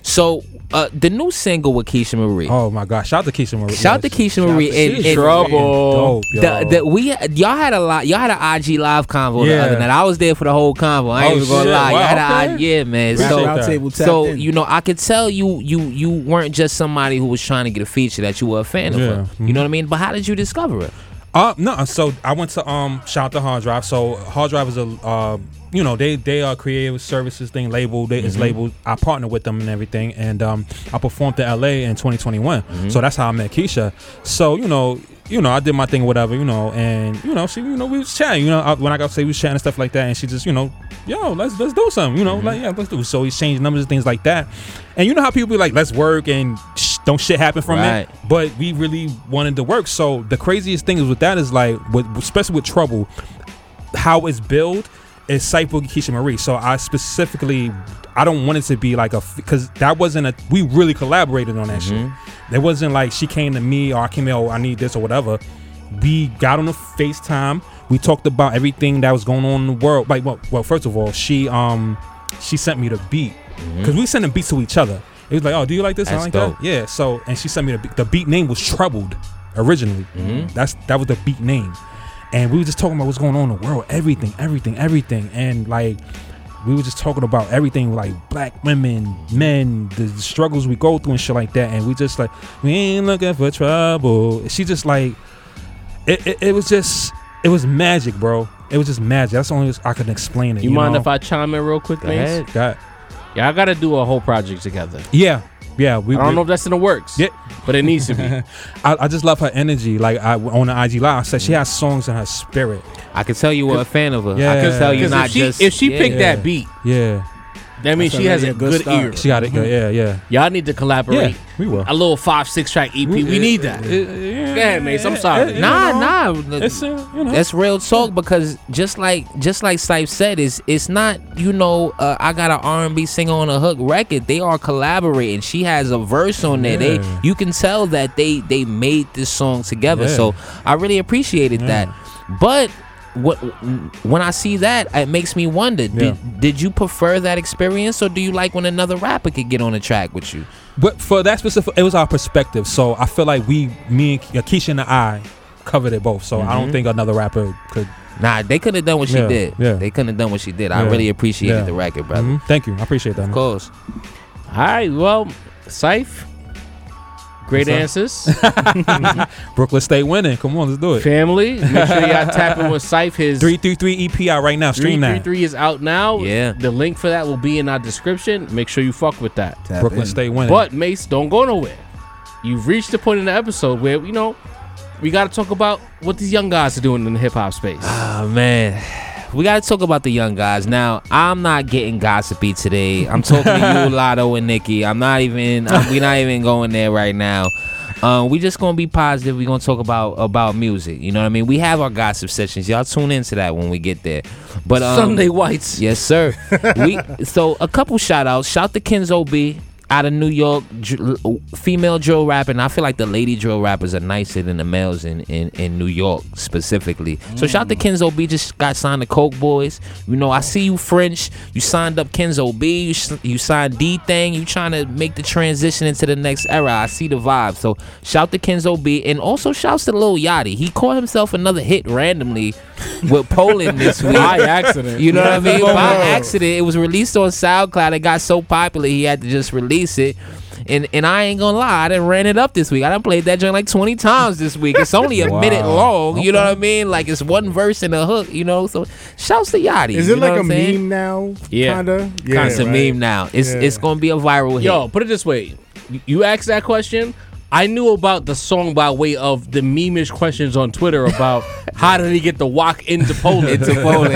[SPEAKER 5] so uh the new single with keisha marie
[SPEAKER 6] Oh my God! Shout out to Keisha Marie.
[SPEAKER 5] Shout out to Keisha Marie and- and-
[SPEAKER 6] Trouble.
[SPEAKER 5] The, the, we y'all had a lot. Y'all had an IG live convo
[SPEAKER 6] Yeah.
[SPEAKER 5] the other night. I was there for the whole convo. I ain't
[SPEAKER 6] Oh,
[SPEAKER 5] even gonna
[SPEAKER 6] shit.
[SPEAKER 5] lie.
[SPEAKER 6] Wow,
[SPEAKER 5] y'all had an,
[SPEAKER 6] okay.
[SPEAKER 5] yeah, man.
[SPEAKER 6] Appreciate
[SPEAKER 5] So
[SPEAKER 6] that.
[SPEAKER 3] Round table tapped
[SPEAKER 5] so
[SPEAKER 3] in.
[SPEAKER 5] you know, I could tell you you you weren't just somebody who was trying to get a feature that you were a fan
[SPEAKER 6] Yeah. mm-hmm.
[SPEAKER 5] of. Her. You know what I mean? But how did you discover it?
[SPEAKER 6] Uh, no. So I went to um shout out to Hard Drive. So Hard Drive is a uh, you know they they are creative services thing label. They, It's labeled. I partner with them and everything. And um, I performed in LA in 2021. So that's how I met Keisha. So you know. You know, I did my thing, whatever. You know, and you know, she, you know, we was chatting. You know, I, when I got to say we was chatting and stuff like that, and she just, you know, yo, let's let's do something. You know, like yeah, let's do. So we changed numbers and things like that. And you know how people be like, let's work and sh- don't shit happen from
[SPEAKER 5] Right.
[SPEAKER 6] it but we really wanted to work. So the craziest thing is with that is like, with, especially with trouble, how it's built is Saif Boogie Keisha Marie. So I specifically, I don't want it to be like a because that wasn't a we really collaborated on that
[SPEAKER 5] Mm-hmm.
[SPEAKER 6] shit. It wasn't like she came to me or I came here, oh, I need this or whatever. We got on the FaceTime. We talked about everything that was going on in the world. Like, well, well first of all, she um she sent me the beat because we sending beats to each other. It was like, oh, do you like this? I
[SPEAKER 5] Mm-hmm. That's
[SPEAKER 6] like
[SPEAKER 5] dope.
[SPEAKER 6] that. Yeah. So, and she sent me the beat. The beat name was Troubled originally.
[SPEAKER 2] Mm-hmm.
[SPEAKER 6] That's that was the beat name and we were just talking about what's going on in the world everything everything everything and like we were just talking about everything like black women men the struggles we go through and shit like that and we just like we ain't looking for trouble she just like it, it, it was just it was magic bro it was just magic that's the only way i can explain it
[SPEAKER 2] You, mind
[SPEAKER 6] know?
[SPEAKER 2] if I chime in real quick, Mace?
[SPEAKER 6] God.
[SPEAKER 2] Yeah, I gotta do a whole project together.
[SPEAKER 6] yeah yeah we
[SPEAKER 2] I don't
[SPEAKER 6] we-
[SPEAKER 2] know if that's in the works.
[SPEAKER 6] Yeah.
[SPEAKER 2] But it needs to be.
[SPEAKER 6] I, I just love her energy like I on the IG live I said she
[SPEAKER 2] Mm.
[SPEAKER 6] has songs in her spirit
[SPEAKER 5] I could tell you were a fan of her. I could
[SPEAKER 6] Yeah.
[SPEAKER 5] tell you
[SPEAKER 2] Because
[SPEAKER 5] not
[SPEAKER 2] if she
[SPEAKER 5] just
[SPEAKER 2] if she picked
[SPEAKER 6] Yeah.
[SPEAKER 2] that beat,
[SPEAKER 6] yeah
[SPEAKER 2] that means
[SPEAKER 3] That's
[SPEAKER 2] she has
[SPEAKER 3] already
[SPEAKER 2] a
[SPEAKER 3] a good
[SPEAKER 2] good,
[SPEAKER 3] start.
[SPEAKER 2] ear.
[SPEAKER 6] she got it good yeah yeah
[SPEAKER 2] Y'all need to collaborate.
[SPEAKER 6] Yeah, we will.
[SPEAKER 2] A little five, six track EP. We, need that. Go ahead, Mace. I'm sorry.
[SPEAKER 6] yeah,
[SPEAKER 5] nah,
[SPEAKER 6] you know,
[SPEAKER 5] nah.
[SPEAKER 6] It's, uh, you know.
[SPEAKER 5] That's real talk because just like just like Sype said, is it's not you know uh, I got an R and B singer on a hook record. They are collaborating. She has a verse on there.
[SPEAKER 6] Yeah.
[SPEAKER 5] They you can tell that they they made this song together.
[SPEAKER 6] Yeah.
[SPEAKER 5] So I really appreciated that. But what when I see that, it makes me wonder.
[SPEAKER 6] Yeah.
[SPEAKER 5] Did did you prefer that experience or do you like when another rapper could get on a track with you?
[SPEAKER 6] But for that specific, it was our perspective. So I feel like we, me and Ke- uh, Keisha and I, covered it both. So
[SPEAKER 2] Mm-hmm.
[SPEAKER 6] I don't think another rapper could.
[SPEAKER 5] Nah, they couldn't have done what she
[SPEAKER 6] Yeah,
[SPEAKER 5] did.
[SPEAKER 6] yeah.
[SPEAKER 5] They couldn't have done what she did. I
[SPEAKER 6] Yeah,
[SPEAKER 5] really appreciated
[SPEAKER 6] yeah.
[SPEAKER 5] the record, brother.
[SPEAKER 6] Mhm. Thank you, I appreciate that.
[SPEAKER 5] Of
[SPEAKER 6] man.
[SPEAKER 5] course.
[SPEAKER 2] All right. Well, Syfe, great
[SPEAKER 6] What's
[SPEAKER 2] answers.
[SPEAKER 6] Brooklyn stay winning. Come on, let's do it.
[SPEAKER 2] Family, make sure y'all tap in with Syfe. His
[SPEAKER 6] Three three three EP out right now. Stream that.
[SPEAKER 2] 333 is out now.
[SPEAKER 5] Yeah.
[SPEAKER 2] The link for that will be in our description. Make sure you fuck with that.
[SPEAKER 3] Tap
[SPEAKER 6] Brooklyn
[SPEAKER 3] in.
[SPEAKER 6] stay winning.
[SPEAKER 2] But Mace, don't go nowhere. You've reached the point in the episode where you know we got to talk about what these young guys are doing in the hip hop space.
[SPEAKER 5] Oh man. We gotta talk about the young guys. Now, I'm not getting gossipy today. I'm talking to you, Lotto and Nikki. I'm not even I'm, we're not even going there right now. Uh, we just gonna be positive. We gonna talk about about music. You know what I mean? We have our gossip sessions. Y'all tune into that when we get there. But um,
[SPEAKER 2] Sunday Whites.
[SPEAKER 5] Yes, sir. we so a couple shout outs. Shout to Kenzo B out of New York, dr- female drill rapper. And I feel like the lady drill rappers are nicer than the males in in, in New York specifically.
[SPEAKER 3] Mm.
[SPEAKER 5] So shout to Kenzo B. Just got signed to Coke Boys. You know, I see you French. You signed up Kenzo B. You s- you signed D thing. You trying to make the transition into the next era. I see the vibe. So shout to Kenzo B. And also shouts to Lil Yachty. He caught himself another hit randomly with Poland this week.
[SPEAKER 3] By accident.
[SPEAKER 5] You know what I mean?
[SPEAKER 4] Oh.
[SPEAKER 5] By accident, it was released on SoundCloud. It got so popular, he had to just release it. And and I ain't gonna lie, I done ran it up this week. I done played that joint like twenty times this week. It's only a minute long. You know what I mean? Like it's one verse and a hook. You know, so shouts to Yachty.
[SPEAKER 4] Is
[SPEAKER 5] you
[SPEAKER 4] it
[SPEAKER 5] know
[SPEAKER 4] like
[SPEAKER 5] what
[SPEAKER 4] a
[SPEAKER 5] I'm saying?
[SPEAKER 4] meme now?
[SPEAKER 5] Yeah.
[SPEAKER 4] Kinda?
[SPEAKER 5] Constant
[SPEAKER 4] right.
[SPEAKER 5] meme now. It's
[SPEAKER 4] Yeah.
[SPEAKER 5] it's gonna be a viral hit.
[SPEAKER 2] Yo, put it this way. You- You asked that question. I knew about the song by way of the memeish questions on Twitter about how did he get the walk into Poland.
[SPEAKER 5] Into Poland.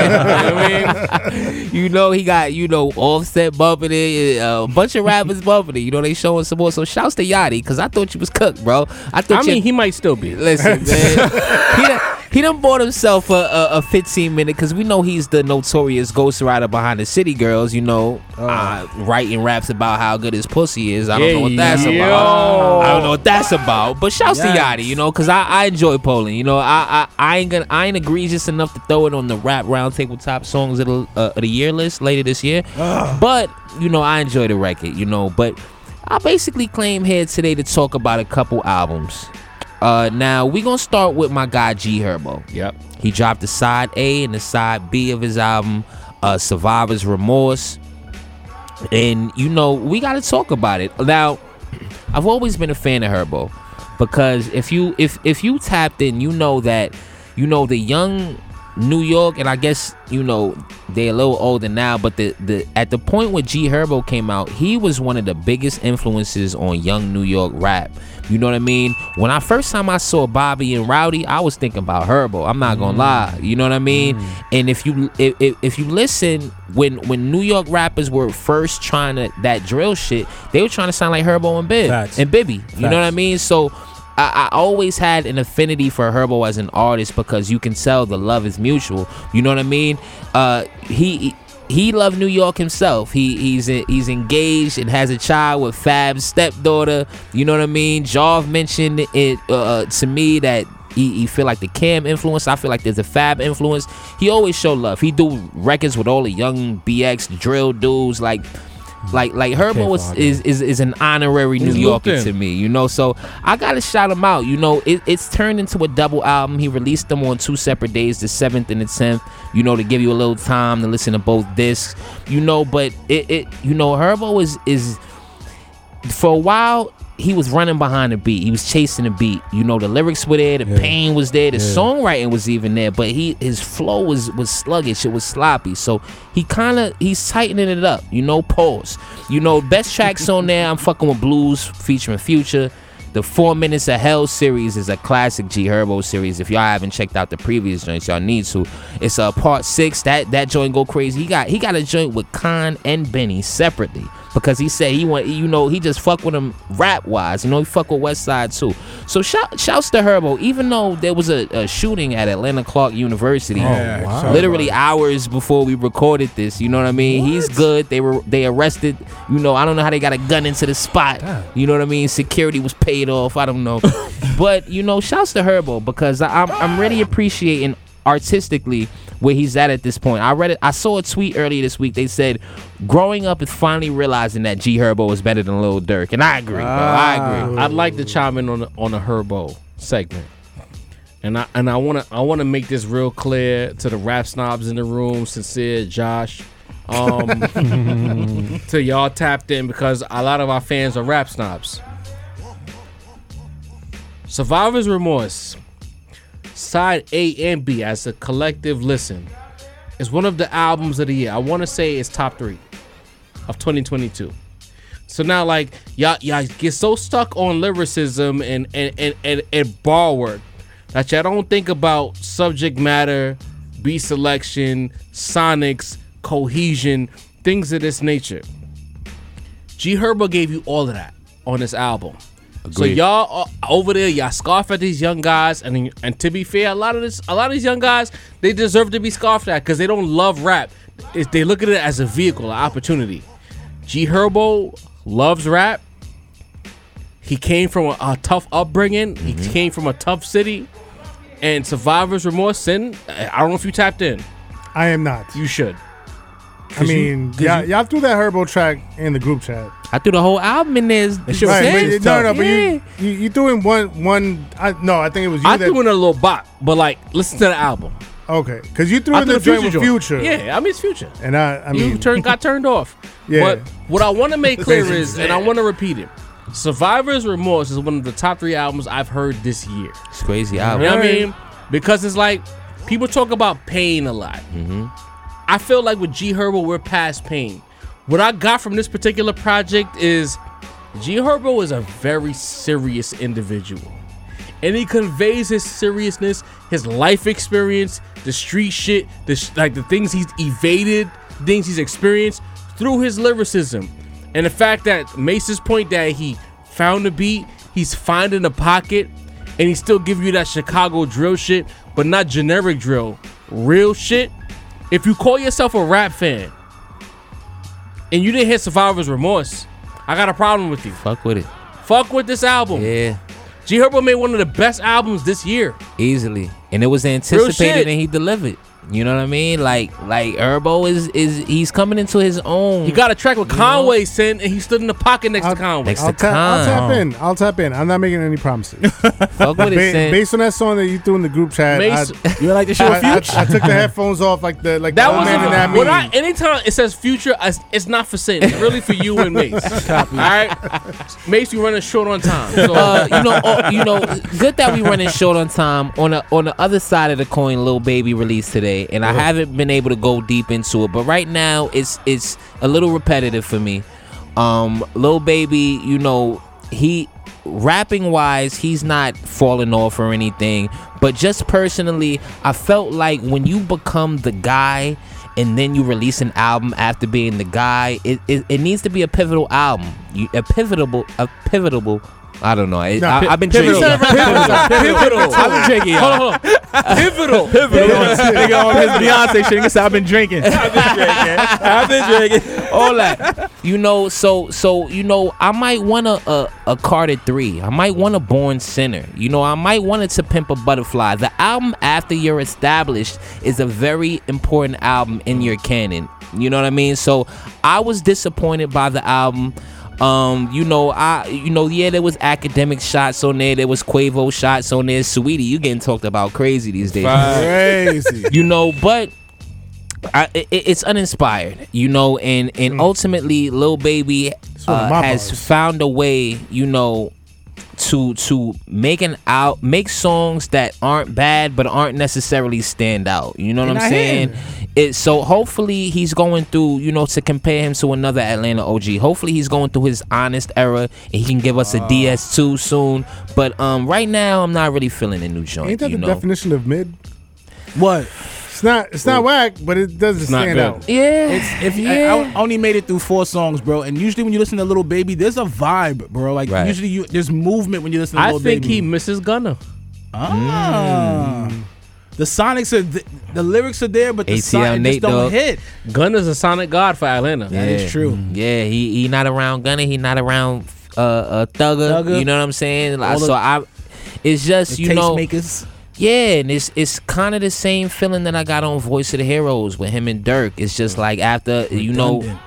[SPEAKER 5] you know he got you know Offset bumping it, uh, a bunch of rappers bumping it. You know they showing some more. So shouts to Yachty because I thought you was cooked, bro. I
[SPEAKER 2] I
[SPEAKER 5] thought you
[SPEAKER 2] mean, he might still be.
[SPEAKER 5] Listen, man. he, done, he done bought himself a, a, a 15 minute because we know he's the notorious ghostwriter behind the City Girls, you know, uh, writing raps about how good his pussy is. I don't know what that's
[SPEAKER 2] Yeah,
[SPEAKER 5] about. I don't know what that's about. But shouts
[SPEAKER 3] Yes.
[SPEAKER 5] to Yachty, you know, because I, I enjoy Poland. You know, I, I, I ain't gonna I ain't egregious enough to throw it on the rap roundtable top songs of the, uh, of the year list later this year. But, you know, I enjoy the record, you know, but. I basically claim here today to talk about a couple albums. Uh, now we gonna start with my guy G Herbo.
[SPEAKER 2] Yep.
[SPEAKER 5] He dropped the side A and the side B of his album, uh, Survivor's Remorse. And you know, we gotta talk about it. Now, I've always been a fan of Herbo because if you if if you tapped in, you know that you know the young New York, and I guess you know they're a little older now, but the the at the point where G Herbo came out, he was one of the biggest influences on young New York rap. You know what I mean? When I first time I saw Bobby and Rowdy, I was thinking about Herbo. I'm not gonna lie. You know what I mean? And if you if, if, if you listen, when when New York rappers were first trying to that drill shit, they were trying to sound like Herbo and Bib
[SPEAKER 6] Facts.
[SPEAKER 5] and Bibby. You know what I mean? So I, I always had an affinity for Herbo as an artist because you can tell the love is mutual. You know what I mean? Uh, he. He loved New York himself. He he's en- he's engaged and has a child with Fab's stepdaughter. You know what I mean? Jarve mentioned it uh, to me that he, he feel like the Cam influence. I feel like there's a Fab influence. He always show love. He do records with all the young BX drill dudes like like like Herbo is, is is is an honorary New
[SPEAKER 2] He's
[SPEAKER 5] Yorker
[SPEAKER 2] looped
[SPEAKER 5] to
[SPEAKER 2] in.
[SPEAKER 5] me, you know. So I gotta shout him out. You know, it, it's turned into a double album. He released them on two separate days, the seventh and the tenth. You know, to give you a little time to listen to both discs. You know, but it, it you know Herbo is is for a while he was running behind the beat. He was chasing the beat. You know, the lyrics were there, the pain was there, the songwriting was even there, but he his flow was was sluggish, it was sloppy. So he kinda he's tightening it up, you know, pause. You know, best tracks on there, I'm fucking with blues featuring future. The Four Minutes of Hell series is a classic G Herbo series. If y'all haven't checked out the previous joints, y'all need to. It's uh, part six. That that joint go crazy. He got he got a joint with Khan and Benny separately because he said he want you know he just fuck with him rap wise. You know he fuck with West Side too. So shout shouts to Herbo. Even though there was a, a shooting at Atlanta Clark University,
[SPEAKER 6] Yeah, wow. sorry
[SPEAKER 5] literally hours before we recorded this. You know what I mean? He's good. They were they arrested. You know I don't know how they got a gun into the spot. You know what I mean? Security was paid off. I don't know, but you know shouts to Herbo because I, I'm I'm really appreciating artistically where he's at at this point. I read it. I saw a tweet earlier this week. They said, "Growing up is finally realizing that G Herbo is better than Lil Durk," and I agree. Bro. I agree.
[SPEAKER 2] Ah. I'd like to chime in on the, on a Herbo segment, and I and I want to I want to make this real clear to the rap snobs in the room, sincere Josh, um, to y'all tapped in because a lot of our fans are rap snobs. Survivor's Remorse, side A and B as a collective listen, is one of the albums of the year. I want to say it's top three of 2022. So now, like y'all, y'all get so stuck on lyricism and and and and, and bar work that y'all don't think about subject matter, beat selection, sonics, cohesion, things of this nature. G Herbo gave you all of that on this album. So
[SPEAKER 5] Agreed.
[SPEAKER 2] y'all are over there, y'all scoff at these young guys, and and to be fair, a lot of this, a lot of these young guys, they deserve to be scoffed at because they don't love rap. It's, they look at it as a vehicle, an opportunity. G Herbo loves rap. He came from a, a tough upbringing. He came from a tough city, and survivor's remorse. Sin. I I don't know if you tapped in.
[SPEAKER 4] I am not.
[SPEAKER 2] You should.
[SPEAKER 4] I mean, y'all, y'all threw that Herbo track in the group chat.
[SPEAKER 5] I threw the whole album in there.
[SPEAKER 3] shit was
[SPEAKER 4] Right, but
[SPEAKER 3] It's
[SPEAKER 4] you- no,
[SPEAKER 3] tough.
[SPEAKER 4] no, but
[SPEAKER 5] Yeah.
[SPEAKER 4] you, you you threw in one one. I, no, I think it was you
[SPEAKER 2] I
[SPEAKER 4] that.
[SPEAKER 2] threw in a little bop, but like, listen to the album.
[SPEAKER 4] okay, because you threw
[SPEAKER 2] I
[SPEAKER 4] in
[SPEAKER 2] threw
[SPEAKER 4] the joint with
[SPEAKER 2] joint.
[SPEAKER 4] Future.
[SPEAKER 2] Yeah, I mean it's Future.
[SPEAKER 4] and I, I
[SPEAKER 2] you
[SPEAKER 4] mean,
[SPEAKER 2] turn got turned off.
[SPEAKER 4] Yeah.
[SPEAKER 2] But what I want to make clear is, and I want to repeat it, Survivor's Remorse is one of the top three albums I've heard this year.
[SPEAKER 5] It's crazy
[SPEAKER 2] You
[SPEAKER 5] album.
[SPEAKER 2] know what I mean? Because it's like people talk about pain a lot. I feel like with G Herbo, we're past pain. What I got from this particular project is G Herbo is a very serious individual. And he conveys his seriousness, his life experience, the street shit, the sh- like the things he's evaded, things he's experienced through his lyricism. And the fact that Mace's point that he found a beat, he's finding a pocket, and he still give you that Chicago drill shit, but not generic drill, real shit. If you call yourself a rap fan and you didn't hit Survivor's Remorse, I got a problem with you.
[SPEAKER 5] Fuck with it.
[SPEAKER 2] Fuck with this album.
[SPEAKER 5] Yeah,
[SPEAKER 2] G Herbo made one of the best albums this year.
[SPEAKER 5] easily. And it was
[SPEAKER 2] shit.
[SPEAKER 5] anticipated, and he delivered. You know what I mean? Like, like Herbo is is he's coming into his own.
[SPEAKER 2] He got a track with
[SPEAKER 5] You
[SPEAKER 2] Conway Sin, and he stood in the pocket next
[SPEAKER 4] I'll-
[SPEAKER 2] to Conway.
[SPEAKER 5] Next-
[SPEAKER 4] I'll,
[SPEAKER 5] the
[SPEAKER 4] tap, I'll
[SPEAKER 5] time.
[SPEAKER 4] tap in. I'll tap in. I'm not making any promises. Ba-
[SPEAKER 5] fuck with it. Sin.
[SPEAKER 4] based on that song that you threw in the group chat, I,
[SPEAKER 2] Mace-
[SPEAKER 3] You like the shit
[SPEAKER 4] I,
[SPEAKER 3] with
[SPEAKER 4] I,
[SPEAKER 3] Future?
[SPEAKER 4] I took the headphones off like the like
[SPEAKER 2] that
[SPEAKER 4] the old
[SPEAKER 2] was
[SPEAKER 4] man in that
[SPEAKER 2] when I
[SPEAKER 4] meme.
[SPEAKER 2] anytime it says future, I, it's not for sin. It's really for you and Mace. All right, Mace, you running short on time. So
[SPEAKER 5] uh, you know, uh, you know, good that we running short on time. On a, on the other side of the coin, Lil Baby released today, and I haven't been able to go deep into it. But right now, it's it's a little repetitive for me. Um, Lil Baby, you know, he rapping wise, he's not falling off or anything. But just personally, I felt like when you become the guy. And then you release an album after being the guy. It, it, it needs to be a pivotal album. You, a pivotal, a pivotal. I don't know. It,
[SPEAKER 4] No,
[SPEAKER 5] I,
[SPEAKER 4] pi-
[SPEAKER 5] I've been
[SPEAKER 4] pivotal.
[SPEAKER 5] drinking.
[SPEAKER 2] pivotal.
[SPEAKER 5] I've been drinking. y'all.
[SPEAKER 2] Hold on, hold on. Pivotal.
[SPEAKER 3] Nigga on his Beyonce shit. Nigga said, I've been drinking.
[SPEAKER 6] I've been drinking.
[SPEAKER 5] all that. You know, so so you know, I might want a a, a Carter three. I might want a Born Sinner. You know, I might want it to Pimp a Butterfly. The album after you're established is a very important album in your canon. You know what I mean? So I was disappointed by the album. Um, you know, I you know, yeah, there was academic shots on there, there was Quavo shots on there. Sweetie, you getting talked about crazy these days
[SPEAKER 2] Uh,
[SPEAKER 4] Crazy.
[SPEAKER 5] you know but I, it, it's uninspired you know and and ultimately lil baby
[SPEAKER 4] Hmm. one of
[SPEAKER 5] uh,
[SPEAKER 4] my
[SPEAKER 5] has
[SPEAKER 4] bars.
[SPEAKER 5] found a way you know to to make an out make songs that aren't bad but aren't necessarily stand out you know what
[SPEAKER 3] And
[SPEAKER 5] i'm
[SPEAKER 3] I hear
[SPEAKER 5] saying
[SPEAKER 3] you.
[SPEAKER 5] it, so hopefully he's going through you know to compare him to another atlanta og hopefully he's going through his honest era and he can give us a
[SPEAKER 4] Ah.
[SPEAKER 5] ds2 soon but um right now i'm not really feeling a new joint
[SPEAKER 4] Ain't that
[SPEAKER 5] you
[SPEAKER 4] the
[SPEAKER 5] know
[SPEAKER 4] definition of mid?
[SPEAKER 3] What?
[SPEAKER 4] It's not. It's not whack, but it doesn't
[SPEAKER 2] not
[SPEAKER 4] stand
[SPEAKER 2] good.
[SPEAKER 4] out.
[SPEAKER 5] yeah
[SPEAKER 3] It's if I- I, only made it through four songs, bro. And usually when you listen to Little Baby, there's a vibe, bro. Like
[SPEAKER 5] Right.
[SPEAKER 3] usually you there's movement when you listen to
[SPEAKER 2] I
[SPEAKER 3] Little
[SPEAKER 2] think
[SPEAKER 3] Baby.
[SPEAKER 2] he misses Gunner.
[SPEAKER 3] Ah.
[SPEAKER 4] Mm.
[SPEAKER 3] The Sonics are th- the lyrics are there, but the
[SPEAKER 5] ATL
[SPEAKER 3] Sonics just
[SPEAKER 5] Nate,
[SPEAKER 3] don't
[SPEAKER 5] dog.
[SPEAKER 3] hit.
[SPEAKER 2] Gunner's a sonic god for Atlanta.
[SPEAKER 5] Yeah.
[SPEAKER 3] That is true.
[SPEAKER 5] Mhm. Yeah, he he not around Gunner. He not around uh, uh Thugger.
[SPEAKER 3] Thugger.
[SPEAKER 5] You know what I'm saying? Like,
[SPEAKER 3] All the-
[SPEAKER 5] so I, it's just
[SPEAKER 3] The
[SPEAKER 5] you know,
[SPEAKER 3] tastemakers.
[SPEAKER 5] yeah, and it's it's kind of the same feeling that I got on Voice of the Heroes with him and Dirk. It's just like after you know,
[SPEAKER 3] Redundant.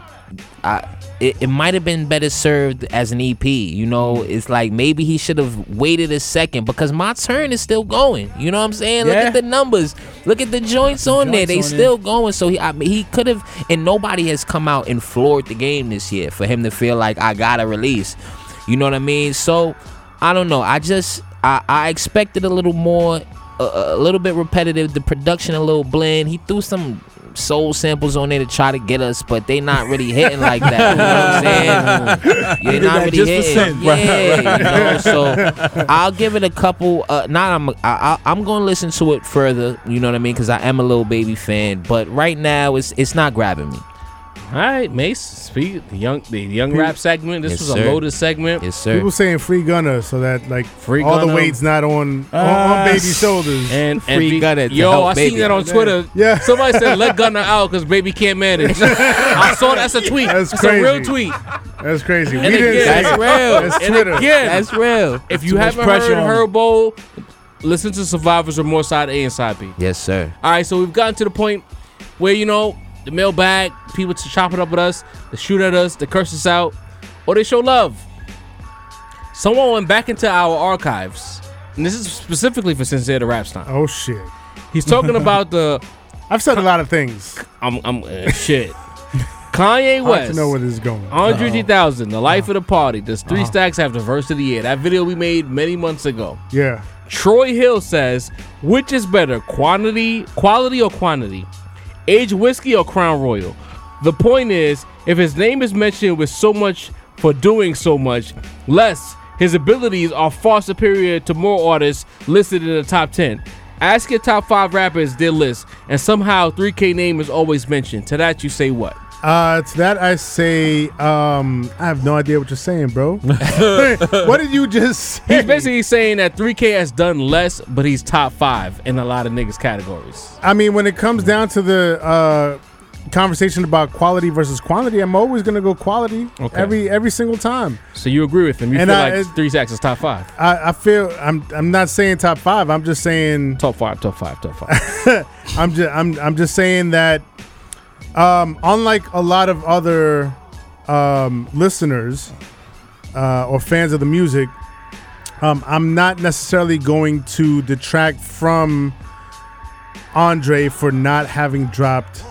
[SPEAKER 5] I, it, it might have been better served as an EP. You know,
[SPEAKER 3] Mm-hmm.
[SPEAKER 5] it's like maybe he should have waited a second because my turn is still going. You know what I'm saying? Look
[SPEAKER 3] Yeah.
[SPEAKER 5] at the numbers. Look at the joints on there. They
[SPEAKER 3] Joints on
[SPEAKER 5] still going. So he I mean, he could have, and nobody has come out and floored the game this year for him to feel like I gotta release. You know what I mean? So I don't know. I just I, I expected a little more, a, a little bit repetitive. The production a little bland. He threw some soul samples on there to try to get us, but they not really hitting like that. You know what I'm saying? You're
[SPEAKER 3] did that
[SPEAKER 5] not really
[SPEAKER 3] just for
[SPEAKER 5] hitting.
[SPEAKER 3] sin, bro.
[SPEAKER 5] yeah, you know, so I'll give it a couple. Uh, not I'm I, I, I'm going to listen to it further. You know what I mean? Because I am a little baby fan, but right now it's it's not grabbing me.
[SPEAKER 2] All right, Mace. Speak the young the young rap segment. This
[SPEAKER 5] Yes,
[SPEAKER 2] was a
[SPEAKER 5] sir.
[SPEAKER 2] loaded segment.
[SPEAKER 5] Yes, sir.
[SPEAKER 4] People saying free gunner so that like
[SPEAKER 2] Free
[SPEAKER 4] all
[SPEAKER 2] Gunna. Uh,
[SPEAKER 4] the weight's not on on, on
[SPEAKER 3] Ah,
[SPEAKER 4] baby's shoulders.
[SPEAKER 2] and, and
[SPEAKER 5] Free Gunna to
[SPEAKER 2] Yo,
[SPEAKER 5] help
[SPEAKER 2] I seen
[SPEAKER 5] Baby.
[SPEAKER 2] that on Twitter.
[SPEAKER 4] Yeah.
[SPEAKER 2] somebody said let Gunner out because Baby can't manage. I saw that's a tweet.
[SPEAKER 4] That's
[SPEAKER 2] it's
[SPEAKER 4] crazy.
[SPEAKER 2] a real tweet.
[SPEAKER 4] That's crazy. We
[SPEAKER 2] And
[SPEAKER 4] didn't
[SPEAKER 2] again-
[SPEAKER 4] say
[SPEAKER 5] That's
[SPEAKER 4] it.
[SPEAKER 5] real.
[SPEAKER 4] That's
[SPEAKER 2] And
[SPEAKER 4] Twitter.
[SPEAKER 2] again,
[SPEAKER 5] That's real.
[SPEAKER 2] if you
[SPEAKER 3] much
[SPEAKER 2] haven't
[SPEAKER 3] pressure
[SPEAKER 2] heard
[SPEAKER 3] on
[SPEAKER 2] her
[SPEAKER 3] him.
[SPEAKER 2] bowl, listen to Survivors Remorse Side A and Side B.
[SPEAKER 5] Yes, sir.
[SPEAKER 2] All right, so we've gotten to the point where you know the mailbag people to chop it up with us, they shoot at us, they curse us out, or they show love. Someone went back into our archives, and this is specifically for Sincere the Rap Stein.
[SPEAKER 4] Oh shit.
[SPEAKER 2] He's talking about the
[SPEAKER 4] I've said a lot of things.
[SPEAKER 2] I'm I'm uh, shit. Kanye
[SPEAKER 4] Hard to
[SPEAKER 2] West,
[SPEAKER 4] know where this is Uh-huh. going.
[SPEAKER 2] Andre 3000, The Life of the Party. Does 3 stacks have the verse of the year? That video we made many months ago.
[SPEAKER 4] Yeah.
[SPEAKER 2] Troy Hill says, which is better, quantity, quality or quantity? Age whiskey or Crown Royal? The point is, if his name is mentioned with so much for doing so much, less his abilities are far superior to more artists listed in the top 10. Ask your top five rappers their list, and somehow 3K name is always mentioned. To that, you say what?
[SPEAKER 4] Uh, to that I say, um, I have no idea what you're saying, bro. what did you just say?
[SPEAKER 2] He's basically saying that 3K has done less, but he's top five in a lot of niggas' categories.
[SPEAKER 4] I mean, when it comes down to the uh, conversation about quality versus quantity, I'm always gonna go quality
[SPEAKER 2] Okay.
[SPEAKER 4] every every single time.
[SPEAKER 2] So you agree with him? You
[SPEAKER 4] And
[SPEAKER 2] feel
[SPEAKER 4] I-
[SPEAKER 2] like Three Stacks is top five?
[SPEAKER 4] I, I feel I'm I'm not saying top five. I'm just saying
[SPEAKER 2] Top five, top five, top five.
[SPEAKER 4] I'm just I'm I'm just saying that um, unlike a lot of other um, listeners uh, or fans of the music, um, I'm not necessarily going to detract from Andre for not having dropped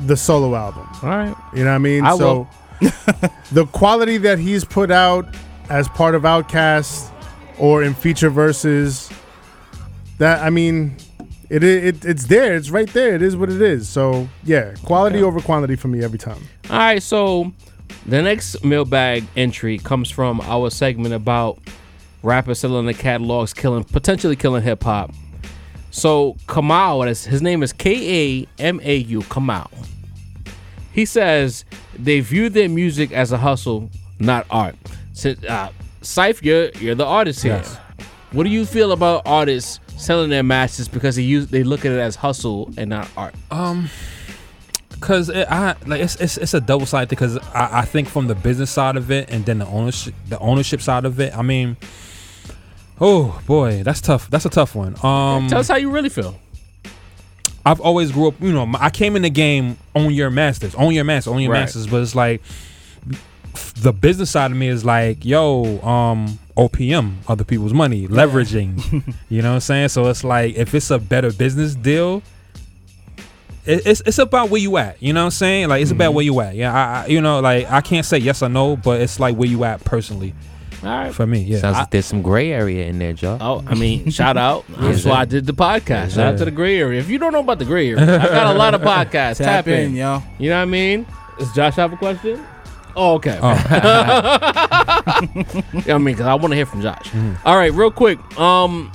[SPEAKER 4] the solo album.
[SPEAKER 2] All right.
[SPEAKER 4] You know what I mean?
[SPEAKER 2] I
[SPEAKER 4] so
[SPEAKER 2] will.
[SPEAKER 4] the quality that he's put out as part of Outcast or in feature verses, that I mean, it, it it's there. It's right there. It is what it is. So yeah, quality over quantity for me every time.
[SPEAKER 2] All right. So the next mailbag entry comes from our segment about rappers selling the catalogs, killing potentially killing hip hop. So Kamau, that's- his name is K A M A U Kamau. He says they view their music as a hustle, not art. Since uh, Syph, you're you're the artist here. What do you feel about artists selling their masters because they use they look at it as hustle and not art?
[SPEAKER 6] Um, cause it, I like it's it's, it's a double sided thing. Cause I, I think from the business side of it, and then the ownership the ownership side of it. I mean, oh boy, that's tough. That's a tough one. Um,
[SPEAKER 2] Tell us how you really feel.
[SPEAKER 6] I've always grew up, you know, I came in the game on your masters, on your masters, on your
[SPEAKER 2] Right.
[SPEAKER 6] masters, but it's like f- the business side of me is like, yo, um, OPM, other people's money, leveraging. you know what I'm saying? So it's like if it's a better business deal, it, it's it's about where you at. You know what I'm saying? Like it's about where you at. Yeah, I, I you know, like I can't say yes or no, but it's like where you at personally
[SPEAKER 2] All right.
[SPEAKER 6] for me. Yeah.
[SPEAKER 5] Sounds
[SPEAKER 6] I-
[SPEAKER 5] like there's some gray area in there, Joe.
[SPEAKER 2] Oh, I mean, shout out. That's
[SPEAKER 5] sir.
[SPEAKER 2] why I did the podcast. Shout out to the gray area. If you don't know about the gray area, I got a lot of podcasts. Tap, in.
[SPEAKER 3] y'all.
[SPEAKER 2] You know what I mean? Does Josh have a question? Oh, okay. I mean, because I want to hear from Josh. All right, real quick. Um,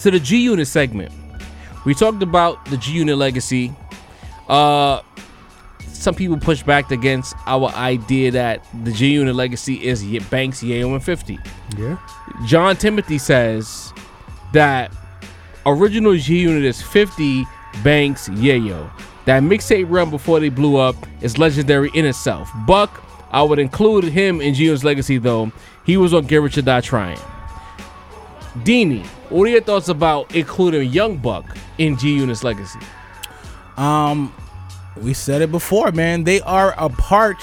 [SPEAKER 2] to the G Unit segment, we talked about the G Unit legacy. Uh, some people push back against our idea that the G Unit legacy is Ye- Banks, Yale, and Fifty.
[SPEAKER 4] Yeah.
[SPEAKER 2] John Timothy says that original G Unit is 50 Banks Yayo. That mixtape run before they blew up is legendary in itself. Buck, I would include him in G Unit's legacy though. He was on Get Rich or Die Trying. Deanie, what are your thoughts about including Young Buck in G Unit's legacy?
[SPEAKER 3] Um, we said it before, man. They are a part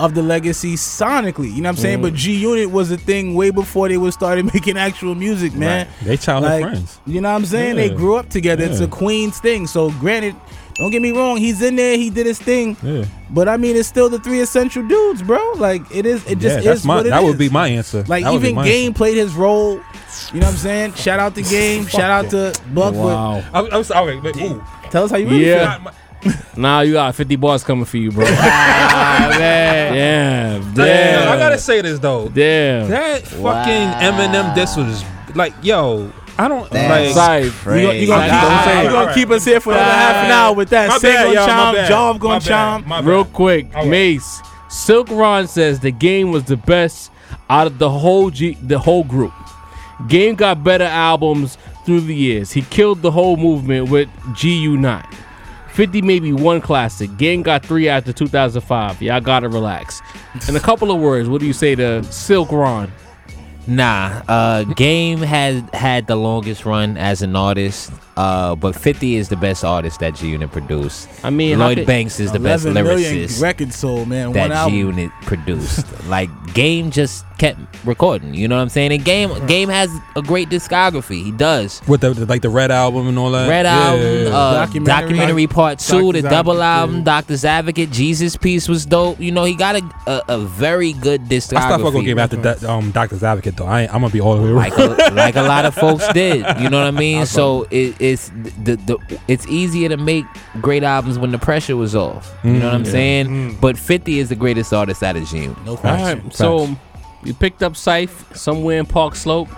[SPEAKER 3] of the legacy sonically. You know what I'm saying?
[SPEAKER 6] Mm.
[SPEAKER 3] But G Unit was a thing way before they was started making actual music, man.
[SPEAKER 6] They childhood friends.
[SPEAKER 3] You know what I'm saying? They
[SPEAKER 6] Yeah.
[SPEAKER 3] grew up together. It's
[SPEAKER 6] Yeah.
[SPEAKER 3] a Queens thing. So granted, don't get me wrong, he's in there, he did his thing.
[SPEAKER 6] yeah.
[SPEAKER 3] But I mean, it's still the three essential dudes, bro. Like it is, it just
[SPEAKER 6] yeah,
[SPEAKER 3] is
[SPEAKER 6] that's my
[SPEAKER 3] what it
[SPEAKER 6] that would
[SPEAKER 3] is.
[SPEAKER 6] be my answer.
[SPEAKER 3] Like
[SPEAKER 6] That would be
[SPEAKER 3] even
[SPEAKER 6] my
[SPEAKER 3] Game
[SPEAKER 6] answer.
[SPEAKER 3] played his role. You know what I'm saying? Shout out to Game. shout out to Buck. for-
[SPEAKER 6] I'm, I'm sorry, but ooh,
[SPEAKER 3] Tell us how you really
[SPEAKER 2] Yeah.
[SPEAKER 6] God,
[SPEAKER 3] feel.
[SPEAKER 6] my-
[SPEAKER 2] Nah, you got 50 bars coming for you, bro. Damn, damn,
[SPEAKER 6] I gotta say this though.
[SPEAKER 2] damn.
[SPEAKER 6] That fucking Eminem diss was like, yo, I don't
[SPEAKER 8] That's
[SPEAKER 6] like.
[SPEAKER 2] Sorry.
[SPEAKER 8] crazy.
[SPEAKER 3] You gonna,
[SPEAKER 2] Nah,
[SPEAKER 6] Ah,
[SPEAKER 2] nah,
[SPEAKER 3] keep,
[SPEAKER 2] nah,
[SPEAKER 3] you gonna
[SPEAKER 6] nah.
[SPEAKER 3] keep us here for another half an hour with that.
[SPEAKER 6] My
[SPEAKER 3] Sing
[SPEAKER 6] bad,
[SPEAKER 3] gonna
[SPEAKER 6] y'all, my
[SPEAKER 3] chomp,
[SPEAKER 6] bad.
[SPEAKER 3] Job
[SPEAKER 6] My
[SPEAKER 3] gonna
[SPEAKER 6] bad,
[SPEAKER 3] chomp.
[SPEAKER 6] my bad.
[SPEAKER 2] Real quick,
[SPEAKER 6] All right.
[SPEAKER 2] Mace. Silk Ron says the game was the best out of the whole G- the whole group. Game got better albums through the years. He killed the whole movement with GU9. 50 maybe one classic. Game got three after 2005. Y'all gotta relax. In a couple of words, what do you say to Silk Ron?
[SPEAKER 5] Nah, uh, Game had had the longest run as an artist, uh, but 50 is the best artist that G Unit produced.
[SPEAKER 2] I mean, how
[SPEAKER 5] Lloyd
[SPEAKER 2] could-
[SPEAKER 5] Banks is the best
[SPEAKER 3] 11 million
[SPEAKER 5] lyricist
[SPEAKER 3] record sold, man.
[SPEAKER 5] that
[SPEAKER 3] One
[SPEAKER 5] G
[SPEAKER 3] album.
[SPEAKER 5] Unit produced. like Game just kept recording. You know what I'm saying? And Game Game has a great discography. He does.
[SPEAKER 6] With the, the- like the red album and all that.
[SPEAKER 5] Red
[SPEAKER 6] Yeah,
[SPEAKER 5] album,
[SPEAKER 6] yeah, yeah.
[SPEAKER 5] Uh,
[SPEAKER 3] Documentary.
[SPEAKER 5] documentary, part two,
[SPEAKER 3] Doctor's
[SPEAKER 5] the double
[SPEAKER 3] Advocate, yeah.
[SPEAKER 5] album, Doctor's Advocate, Jesus piece was dope. You know, he got a a, a very good discography.
[SPEAKER 6] I stopped fucking game after that. Um, Doctor's Advocate though. I ain't, I'm gonna be all the way.
[SPEAKER 5] like a, like a lot of folks did. You know what I mean? So it, it's the, the it's easier to make great albums when the pressure was off. You know what I'm saying? But 50 is the greatest artist out of June.
[SPEAKER 3] No
[SPEAKER 2] All
[SPEAKER 3] question.
[SPEAKER 2] right, so we picked up Syph somewhere in Park Slope.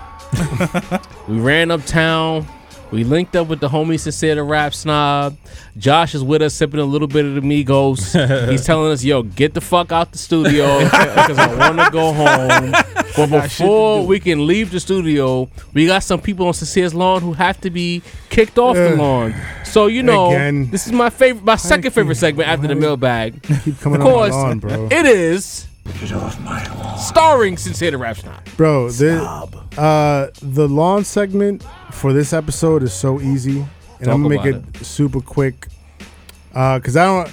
[SPEAKER 2] we ran uptown. We linked up with the homie Sincere the Rap Snob. Josh is with us sipping a little bit of the Migos. He's telling us, yo, get the fuck out the studio because I want to go home. But before we can leave the studio, we got some people on Sincere's lawn who have to be kicked off the lawn. So, you know,
[SPEAKER 4] Again.
[SPEAKER 2] this is my favorite, my second favorite segment after the mailbag.
[SPEAKER 4] Keep
[SPEAKER 2] Of
[SPEAKER 4] coming on my
[SPEAKER 2] course,
[SPEAKER 4] lawn, bro.
[SPEAKER 2] it is. Starring Sincere the Rap Snob.
[SPEAKER 4] Bro, the, uh, the lawn segment for this episode is so easy, and I'm gonna make it,
[SPEAKER 2] about
[SPEAKER 4] super quick. Uh, cause I don't,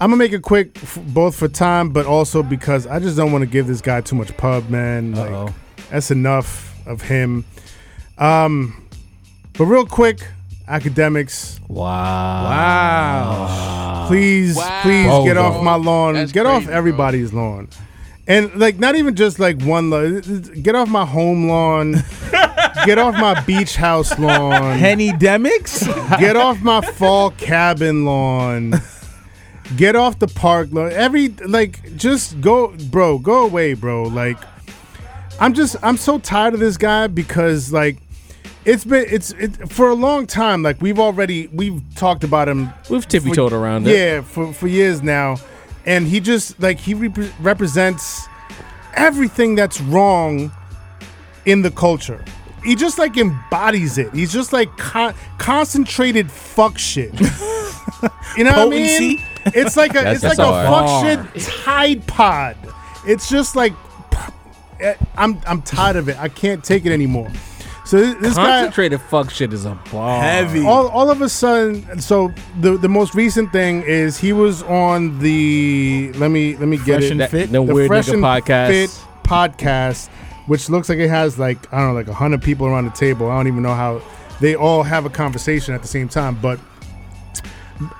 [SPEAKER 4] I'm gonna make it quick f- both for time, but also because I just don't want to give this guy too much pub, man. Like, that's enough of him. Um, but real quick, academics,
[SPEAKER 3] Wow.
[SPEAKER 4] please, please
[SPEAKER 6] Wow,
[SPEAKER 4] get
[SPEAKER 6] bro.
[SPEAKER 4] off my lawn.
[SPEAKER 7] That's
[SPEAKER 4] get off
[SPEAKER 7] crazy, bro.
[SPEAKER 4] everybody's lawn. And like not even just like one lawn. Get off my home lawn. get off my beach house lawn.
[SPEAKER 3] Henny Demix?
[SPEAKER 4] get off my fall cabin lawn. Get off the park lawn. Every like just go bro, go away, bro. Like I'm just I'm so tired of this guy because like it's been it's it for a long time like we've already we've talked about him
[SPEAKER 2] We've tippy toed around it.
[SPEAKER 4] yeah, for, for years now. And he just, like, he repre- represents everything that's wrong in the culture. He just, like, embodies it. He's just, like, con- concentrated fuck shit. you know what I mean?
[SPEAKER 3] Potency?
[SPEAKER 4] It's like a, it's like
[SPEAKER 5] that's
[SPEAKER 4] a
[SPEAKER 5] hard.
[SPEAKER 4] fuck shit Tide Pod. It's just, like, p- eh, I'm, I'm tired of it. I can't take it anymore. So this, this guy
[SPEAKER 2] Concentrated fuck shit is a bar.
[SPEAKER 3] Heavy.
[SPEAKER 4] all, all of a sudden so the the most recent thing is he was on the let me let me get
[SPEAKER 3] Fresh
[SPEAKER 4] it
[SPEAKER 3] and
[SPEAKER 4] That-
[SPEAKER 3] Fit?
[SPEAKER 2] The Weird
[SPEAKER 4] Fresh
[SPEAKER 2] Nigga
[SPEAKER 4] and
[SPEAKER 2] Podcast.
[SPEAKER 4] Fit podcast which looks like it has like i don't know like 100 people around the table i don't even know how they all have a conversation at the same time but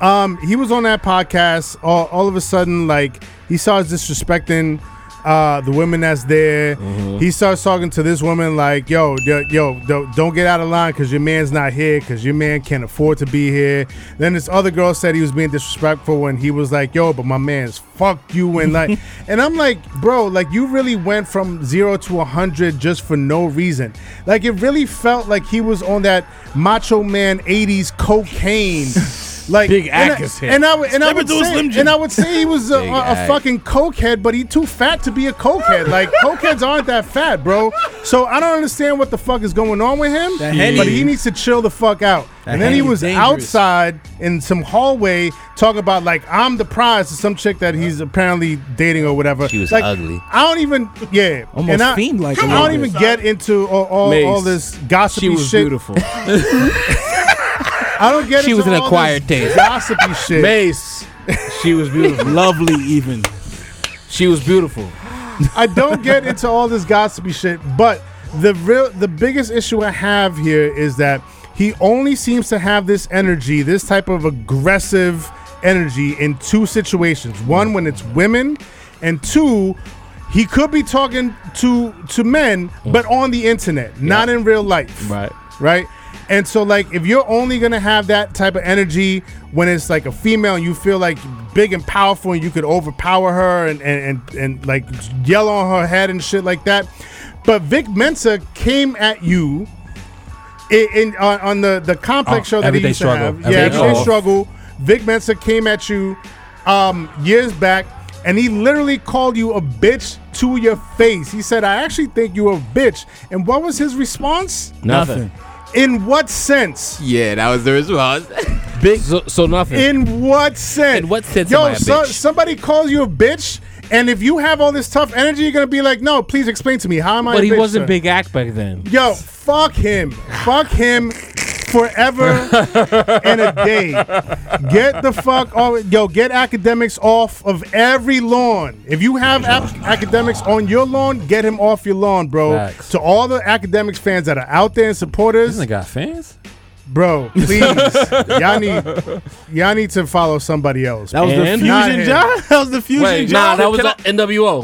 [SPEAKER 4] um he was on that podcast all, all of a sudden like he starts disrespecting uh, the women that's there, he starts talking to this woman like, "Yo, yo, yo don't, don't get out of line because your man's not here because your man can't afford to be here." Then this other girl said he was being disrespectful and he was like, "Yo, but my man's fuck you," and like, and I'm like, "Bro, like you really went from zero to a hundred just for no reason. Like it really felt like he was on that macho man '80s cocaine." Like
[SPEAKER 2] Big
[SPEAKER 4] and I-
[SPEAKER 2] Atkins hit.
[SPEAKER 4] and I would and I
[SPEAKER 3] Slim
[SPEAKER 4] would
[SPEAKER 3] Jim.
[SPEAKER 4] say, and I would say he was a,
[SPEAKER 5] Big
[SPEAKER 4] a, a
[SPEAKER 5] Ack.
[SPEAKER 4] fucking cokehead, but he too fat to be a cokehead. Like cokeheads aren't that fat, bro. So I don't understand what the fuck is going on with him.
[SPEAKER 3] That Henny.
[SPEAKER 4] But he needs to chill the fuck out. and then he
[SPEAKER 3] Henny's
[SPEAKER 4] was
[SPEAKER 3] dangerous.
[SPEAKER 4] outside in some hallway talking about like I'm the prize to some chick that he's apparently dating or whatever.
[SPEAKER 5] She was
[SPEAKER 4] Like,
[SPEAKER 5] ugly.
[SPEAKER 4] I don't even yeah.
[SPEAKER 3] Almost
[SPEAKER 4] and I,
[SPEAKER 3] fiend-like a
[SPEAKER 4] I
[SPEAKER 3] little
[SPEAKER 4] don't even
[SPEAKER 3] bit.
[SPEAKER 4] get into all, all,
[SPEAKER 2] Mace,
[SPEAKER 4] all this
[SPEAKER 2] She
[SPEAKER 4] gossipy
[SPEAKER 2] was
[SPEAKER 4] shit.
[SPEAKER 2] beautiful.
[SPEAKER 4] I don't get
[SPEAKER 5] She
[SPEAKER 4] into
[SPEAKER 5] was an
[SPEAKER 4] all this
[SPEAKER 5] acquired taste.
[SPEAKER 4] Gossipy shit.
[SPEAKER 2] Mace. She was beautiful.
[SPEAKER 3] Lovely, even.
[SPEAKER 2] She was beautiful.
[SPEAKER 4] I don't get into all this gossipy shit, but the real the biggest issue I have here is that he only seems to have this energy, this type of aggressive energy in two situations. One when it's women and two he could be talking to to men but on the internet, not in real life
[SPEAKER 2] Right.
[SPEAKER 4] right? And so, like, if you're only gonna have that type of energy when it's like a female, and you feel like big and powerful, and you could overpower her and and and, and like yell on her head and shit like that. But Vic Mensa came at you in, in on, on the the complex
[SPEAKER 6] Oh,
[SPEAKER 4] show that he
[SPEAKER 6] Everyday
[SPEAKER 4] used
[SPEAKER 6] Struggle.
[SPEAKER 4] to have. Yeah,
[SPEAKER 6] Everyday
[SPEAKER 4] everyday
[SPEAKER 6] Struggle.
[SPEAKER 4] struggle. Vic Mensa came at you um, years back, and he literally called you a bitch to your face. He said, "I actually think you're a bitch." And what was his response?
[SPEAKER 3] Nothing.
[SPEAKER 4] In what sense?
[SPEAKER 5] Yeah, that was the response.
[SPEAKER 2] Big. So, so nothing.
[SPEAKER 4] In what sense?
[SPEAKER 5] In what sense
[SPEAKER 4] Yo,
[SPEAKER 5] am I a bitch?
[SPEAKER 4] somebody calls you a bitch, and if you have all this tough energy, you're gonna be like, "No, please explain to me how am I?" a
[SPEAKER 9] But he
[SPEAKER 4] bitch,
[SPEAKER 9] wasn't
[SPEAKER 4] sir?"
[SPEAKER 9] Big Act back then.
[SPEAKER 4] Yo, fuck him. Fuck him forever and a day. Get the fuck off. Yo, get academics off of every lawn. If you have ap- academics on your lawn, get him off your lawn, bro.
[SPEAKER 6] Facts.
[SPEAKER 4] To all the academics fans that are out there and supporters,
[SPEAKER 6] This nigga got fans.
[SPEAKER 4] bro, please, y'all need y'all need to follow somebody else.
[SPEAKER 3] That was
[SPEAKER 9] And-
[SPEAKER 3] the
[SPEAKER 4] Not
[SPEAKER 3] fusion
[SPEAKER 4] him.
[SPEAKER 3] job. That was the fusion
[SPEAKER 2] Wait,
[SPEAKER 3] job.
[SPEAKER 2] nah, that was
[SPEAKER 6] Can
[SPEAKER 2] a NWO.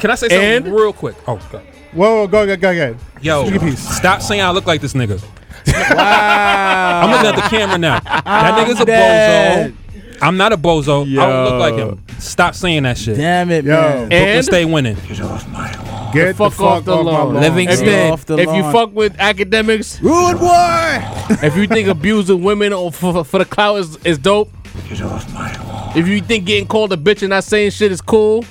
[SPEAKER 6] Can I say something real quick? Oh, God.
[SPEAKER 4] Whoa, whoa, go, go, go, go.
[SPEAKER 6] Yo,
[SPEAKER 4] Speak a piece.
[SPEAKER 6] stop saying I look like this nigga. I'm looking at the camera now. That nigga's a
[SPEAKER 3] dead.
[SPEAKER 6] bozo. I'm not a bozo. I don't look like him. Stop saying that shit.
[SPEAKER 3] Damn it,
[SPEAKER 4] Yo.
[SPEAKER 3] man.
[SPEAKER 6] Brooklyn
[SPEAKER 2] And-
[SPEAKER 6] stay winning.
[SPEAKER 4] Get the
[SPEAKER 2] fuck off the
[SPEAKER 4] my
[SPEAKER 2] lawn.
[SPEAKER 5] Living
[SPEAKER 2] If,
[SPEAKER 5] Get
[SPEAKER 2] you-
[SPEAKER 3] off the
[SPEAKER 2] if you
[SPEAKER 3] lawn.
[SPEAKER 2] fuck with academics,
[SPEAKER 3] Rude boy.
[SPEAKER 2] if you think abusing women or for, for the clout is, is dope, if you think getting called a bitch and not saying shit is cool,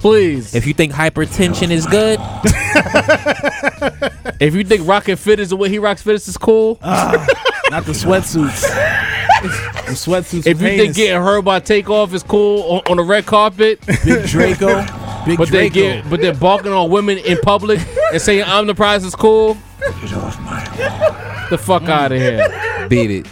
[SPEAKER 2] please. If,
[SPEAKER 5] If you think hypertension is good,
[SPEAKER 2] if you think rocking fit is the way he rocks fit is cool,
[SPEAKER 3] Not the sweatsuits. the sweatsuits.
[SPEAKER 2] if you
[SPEAKER 3] were
[SPEAKER 2] think
[SPEAKER 3] heinous.
[SPEAKER 2] getting hurt by takeoff is cool on, on the red carpet,
[SPEAKER 3] Big Draco, Big
[SPEAKER 2] but they
[SPEAKER 3] Draco.
[SPEAKER 2] get but they're balking on women in public and saying I'm the prize is cool, the fuck out of here,
[SPEAKER 5] beat it.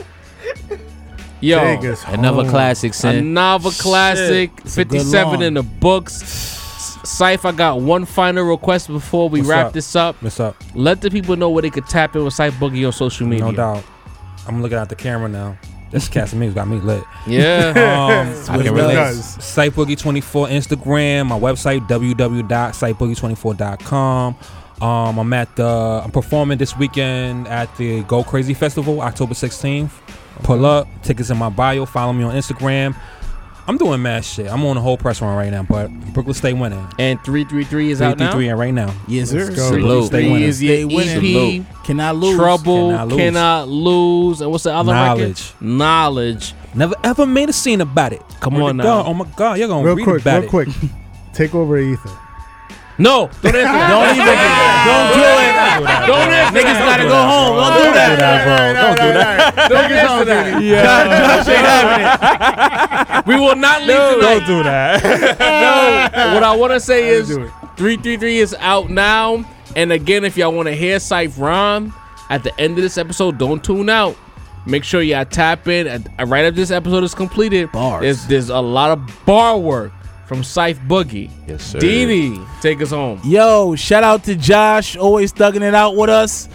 [SPEAKER 2] yo.
[SPEAKER 4] niggas
[SPEAKER 5] Another
[SPEAKER 3] Oh.
[SPEAKER 4] home.
[SPEAKER 5] classic sin.
[SPEAKER 2] Another classic,
[SPEAKER 3] a good
[SPEAKER 2] 57
[SPEAKER 3] long.
[SPEAKER 2] in the books. S- Scythe, I got one final request before we
[SPEAKER 6] What's
[SPEAKER 2] wrap
[SPEAKER 6] up?
[SPEAKER 2] this up.
[SPEAKER 6] What's up?
[SPEAKER 2] Let the people know where they could tap in with Scythe Boogie on social media.
[SPEAKER 6] No doubt. I'm looking at the camera now. This Casamigos got me lit.
[SPEAKER 2] Yeah.
[SPEAKER 6] Um,
[SPEAKER 5] I can
[SPEAKER 4] It
[SPEAKER 5] relate.
[SPEAKER 4] does.
[SPEAKER 6] Site Boogie 24 Instagram, my website www.siteboogie24.com. Um, I'm at the I'm performing this weekend at the Go Crazy Festival, October 16th. Pull up, tickets in my bio. Follow me on Instagram. I'm doing mad shit. I'm on a whole press run right now, but Brooklyn stay winning.
[SPEAKER 2] And 333 is out now.
[SPEAKER 6] 333 and right now.
[SPEAKER 3] yes, sir.
[SPEAKER 4] go.
[SPEAKER 6] Salute.
[SPEAKER 3] Salute.
[SPEAKER 6] Stay winning.
[SPEAKER 2] is your
[SPEAKER 3] Stay winning.
[SPEAKER 2] EP.
[SPEAKER 3] Cannot lose.
[SPEAKER 2] Trouble
[SPEAKER 6] Cannot
[SPEAKER 2] cannot
[SPEAKER 6] Lose.
[SPEAKER 2] lose. And what's the other
[SPEAKER 6] Knowledge.
[SPEAKER 2] record? Knowledge.
[SPEAKER 6] Never ever made a scene about it.
[SPEAKER 2] Come
[SPEAKER 6] Where
[SPEAKER 2] on
[SPEAKER 6] to
[SPEAKER 2] now.
[SPEAKER 6] go? Oh my god, you're gonna
[SPEAKER 4] Real
[SPEAKER 6] read
[SPEAKER 4] quick,
[SPEAKER 6] about
[SPEAKER 4] real
[SPEAKER 6] it.
[SPEAKER 4] quick. Take over Ether.
[SPEAKER 2] No. Don't answer that.
[SPEAKER 3] Don't even. Don't do it.
[SPEAKER 2] Don't answer
[SPEAKER 3] Niggas
[SPEAKER 2] that.
[SPEAKER 3] gotta go home. Don't do that.
[SPEAKER 4] Don't do that.
[SPEAKER 2] Don't answer that. We will not leave tonight.
[SPEAKER 6] Don't do that.
[SPEAKER 2] no. What I want to say is
[SPEAKER 4] do it.
[SPEAKER 2] 333 is out now. And again, if y'all want to hear Scythe rhyme at the end of this episode, don't tune out. Make sure y'all tap in. And, uh, right after this episode is completed,
[SPEAKER 3] Bars.
[SPEAKER 2] There's, there's a lot of bar work from Scythe Boogie.
[SPEAKER 5] Yes, sir.
[SPEAKER 2] Dee Dee, take us home.
[SPEAKER 3] Yo, shout out to Josh, always thugging it out with us.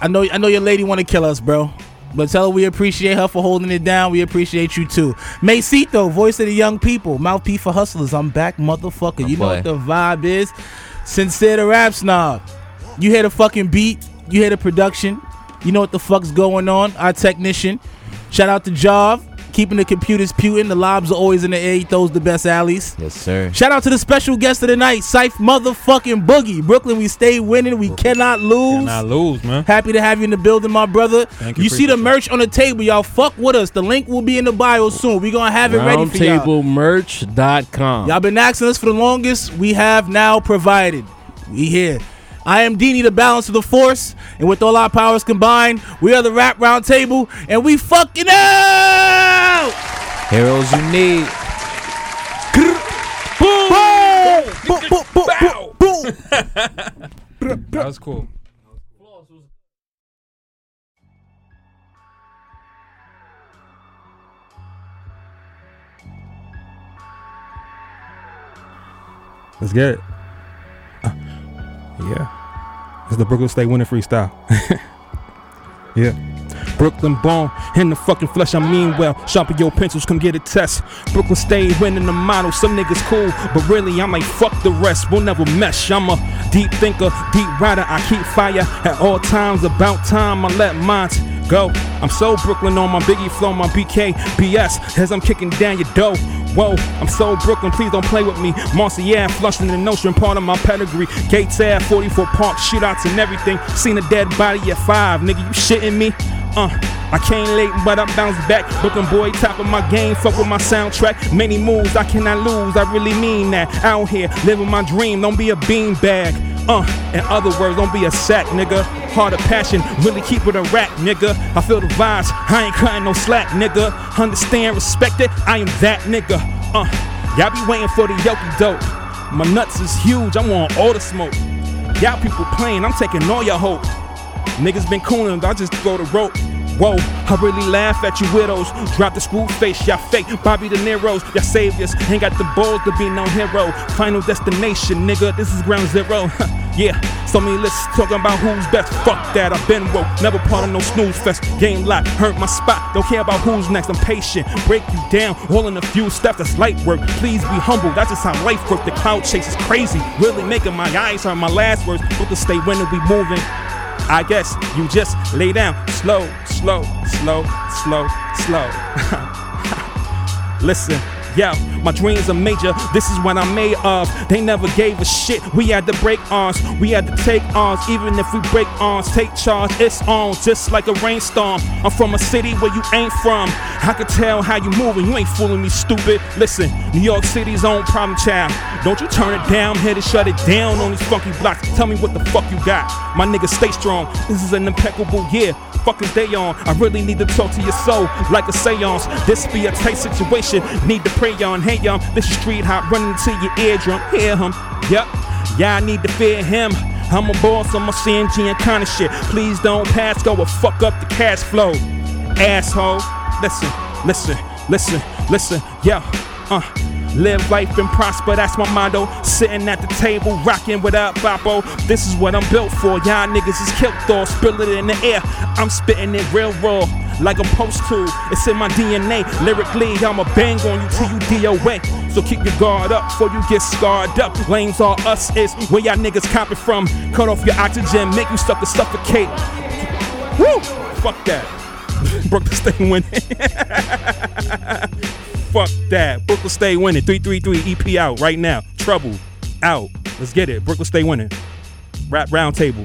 [SPEAKER 3] I know, I know your lady want to kill us, bro. But tell her we appreciate her for holding it down. We appreciate you too. Macito, voice of the young people, mouthpiece for hustlers. I'm back, motherfucker. you know
[SPEAKER 5] boy.
[SPEAKER 3] what the vibe is. Sincere the rap snob. You hear the fucking beat. You hear the production. You know what the fuck's going on. Our technician. Shout out to Jav, keeping the computers pewing. The lobs are always in the air. He throws the best alleys.
[SPEAKER 5] Yes, sir.
[SPEAKER 3] Shout out to the special guest of the night, Syph motherfucking Boogie. Brooklyn, we stay winning. We cannot lose.
[SPEAKER 6] and I lose, man.
[SPEAKER 3] Happy to have you in the building, my brother.
[SPEAKER 6] Thank
[SPEAKER 3] you
[SPEAKER 6] you,
[SPEAKER 3] see the
[SPEAKER 6] appreciate
[SPEAKER 3] merch on the table, y'all. Fuck with us. The link will be in the bio soon. we going to have it ready for y'all.
[SPEAKER 2] Roundtablemerch.com.
[SPEAKER 3] Y'all been asking us for the longest. We have now provided. We here. I am Dini, the balance of the force, and with all our powers combined, we are the Rap Round Table, and we fucking out!
[SPEAKER 5] Heroes you need.
[SPEAKER 3] Boom, boom, boom, boom, boom.
[SPEAKER 6] That was cool. Let's get it. Uh, yeah. It's the Brooklyn State winning freestyle. yeah. Brooklyn bone in the fucking flesh, I mean well. Sharpen your pencils, come get a test. Brooklyn stay winning the model. Some niggas cool, but really I'm like fuck the rest. We'll never mesh. I'm a deep thinker, deep rider. I keep fire at all times. About time I let mine go. I'm so Brooklyn on my biggie flow, my BK BS as I'm kicking down your dough.
[SPEAKER 10] Whoa, I'm so Brooklyn, please don't play with me. Marcy Ave, flushing the notion, part of my pedigree. Gates Ave, 44 Park, shootouts and everything. Seen a dead body at five, nigga, you shitting me? Uh, I came late, but I bounced back. Brooklyn boy, top of my game, fuck with my soundtrack. Many moves I cannot lose, I really mean that. Out here, living my dream, don't be a beanbag. Uh, in other words, don't be a sack, nigga. Heart of passion, really keep it a rack, nigga. I feel the vibes, I ain't cutting no slack, nigga. Understand, respect it, I am that nigga. Uh, y'all be waiting for the yoki dope. My nuts is huge, I'm on all the smoke. Y'all people playing, I'm taking all your hope. Niggas been cooling, I just throw the rope. Whoa, I really laugh at you widows. Drop the screw face, y'all fake Bobby De Niro's, y'all saviors. Ain't got the balls to be no hero. Final destination, nigga, this is ground zero. yeah, so many lists talking about who's best. Fuck that, I've been woke. Never part of no snooze fest. Game lock, hurt my spot. Don't care about who's next, I'm patient. Break you down, all in a few steps, that's light work. Please be humble, that's just how life works. The cloud chase is crazy. Really making my eyes hurt, my last words. Book to stay winning, we moving. I guess you just lay down slow, slow, slow, slow, slow. Listen. Yo, my dreams are major. This is what I'm made of. They never gave a shit. We had to break arms. We had to take arms. Even if we break arms, take charge. It's on, just like a rainstorm. I'm from a city where you ain't from. I could tell how you moving. You ain't fooling me, stupid. Listen, New York City's own problem child. Don't you turn it down. I'm here to shut it down on these funky blocks. Tell me what the fuck you got. My nigga, stay strong. This is an impeccable year. Fuck is they on? I really need to talk to your soul like a seance. This be a tight situation. Need to pray on. Hey, y'all, this is street hop running to your eardrum. Hear him. Yep. Y'all need to fear him. I'm a boss on my CNG and kind of shit. Please don't pass go or fuck up the cash flow. Asshole. Listen, listen, listen, listen. Yeah. Uh. Live life and prosper, that's my motto. Sitting at the table, rocking without Bobo. This is what I'm built for. Y'all niggas is killed though, spill it in the air. I'm spitting it real raw, like I'm supposed to. It's in my DNA. Lyrically, I'ma bang on you till you DOA. So keep your guard up before you get scarred up. Lanes are us, is where y'all niggas copping from. Cut off your oxygen, make you stuck to suffocate. Woo! Fuck that. Broke this thing winning. Fuck that. Brooklyn stay winning. 333 EP out right now. Trouble out. Let's get it. Brooklyn stay winning. Rap round table.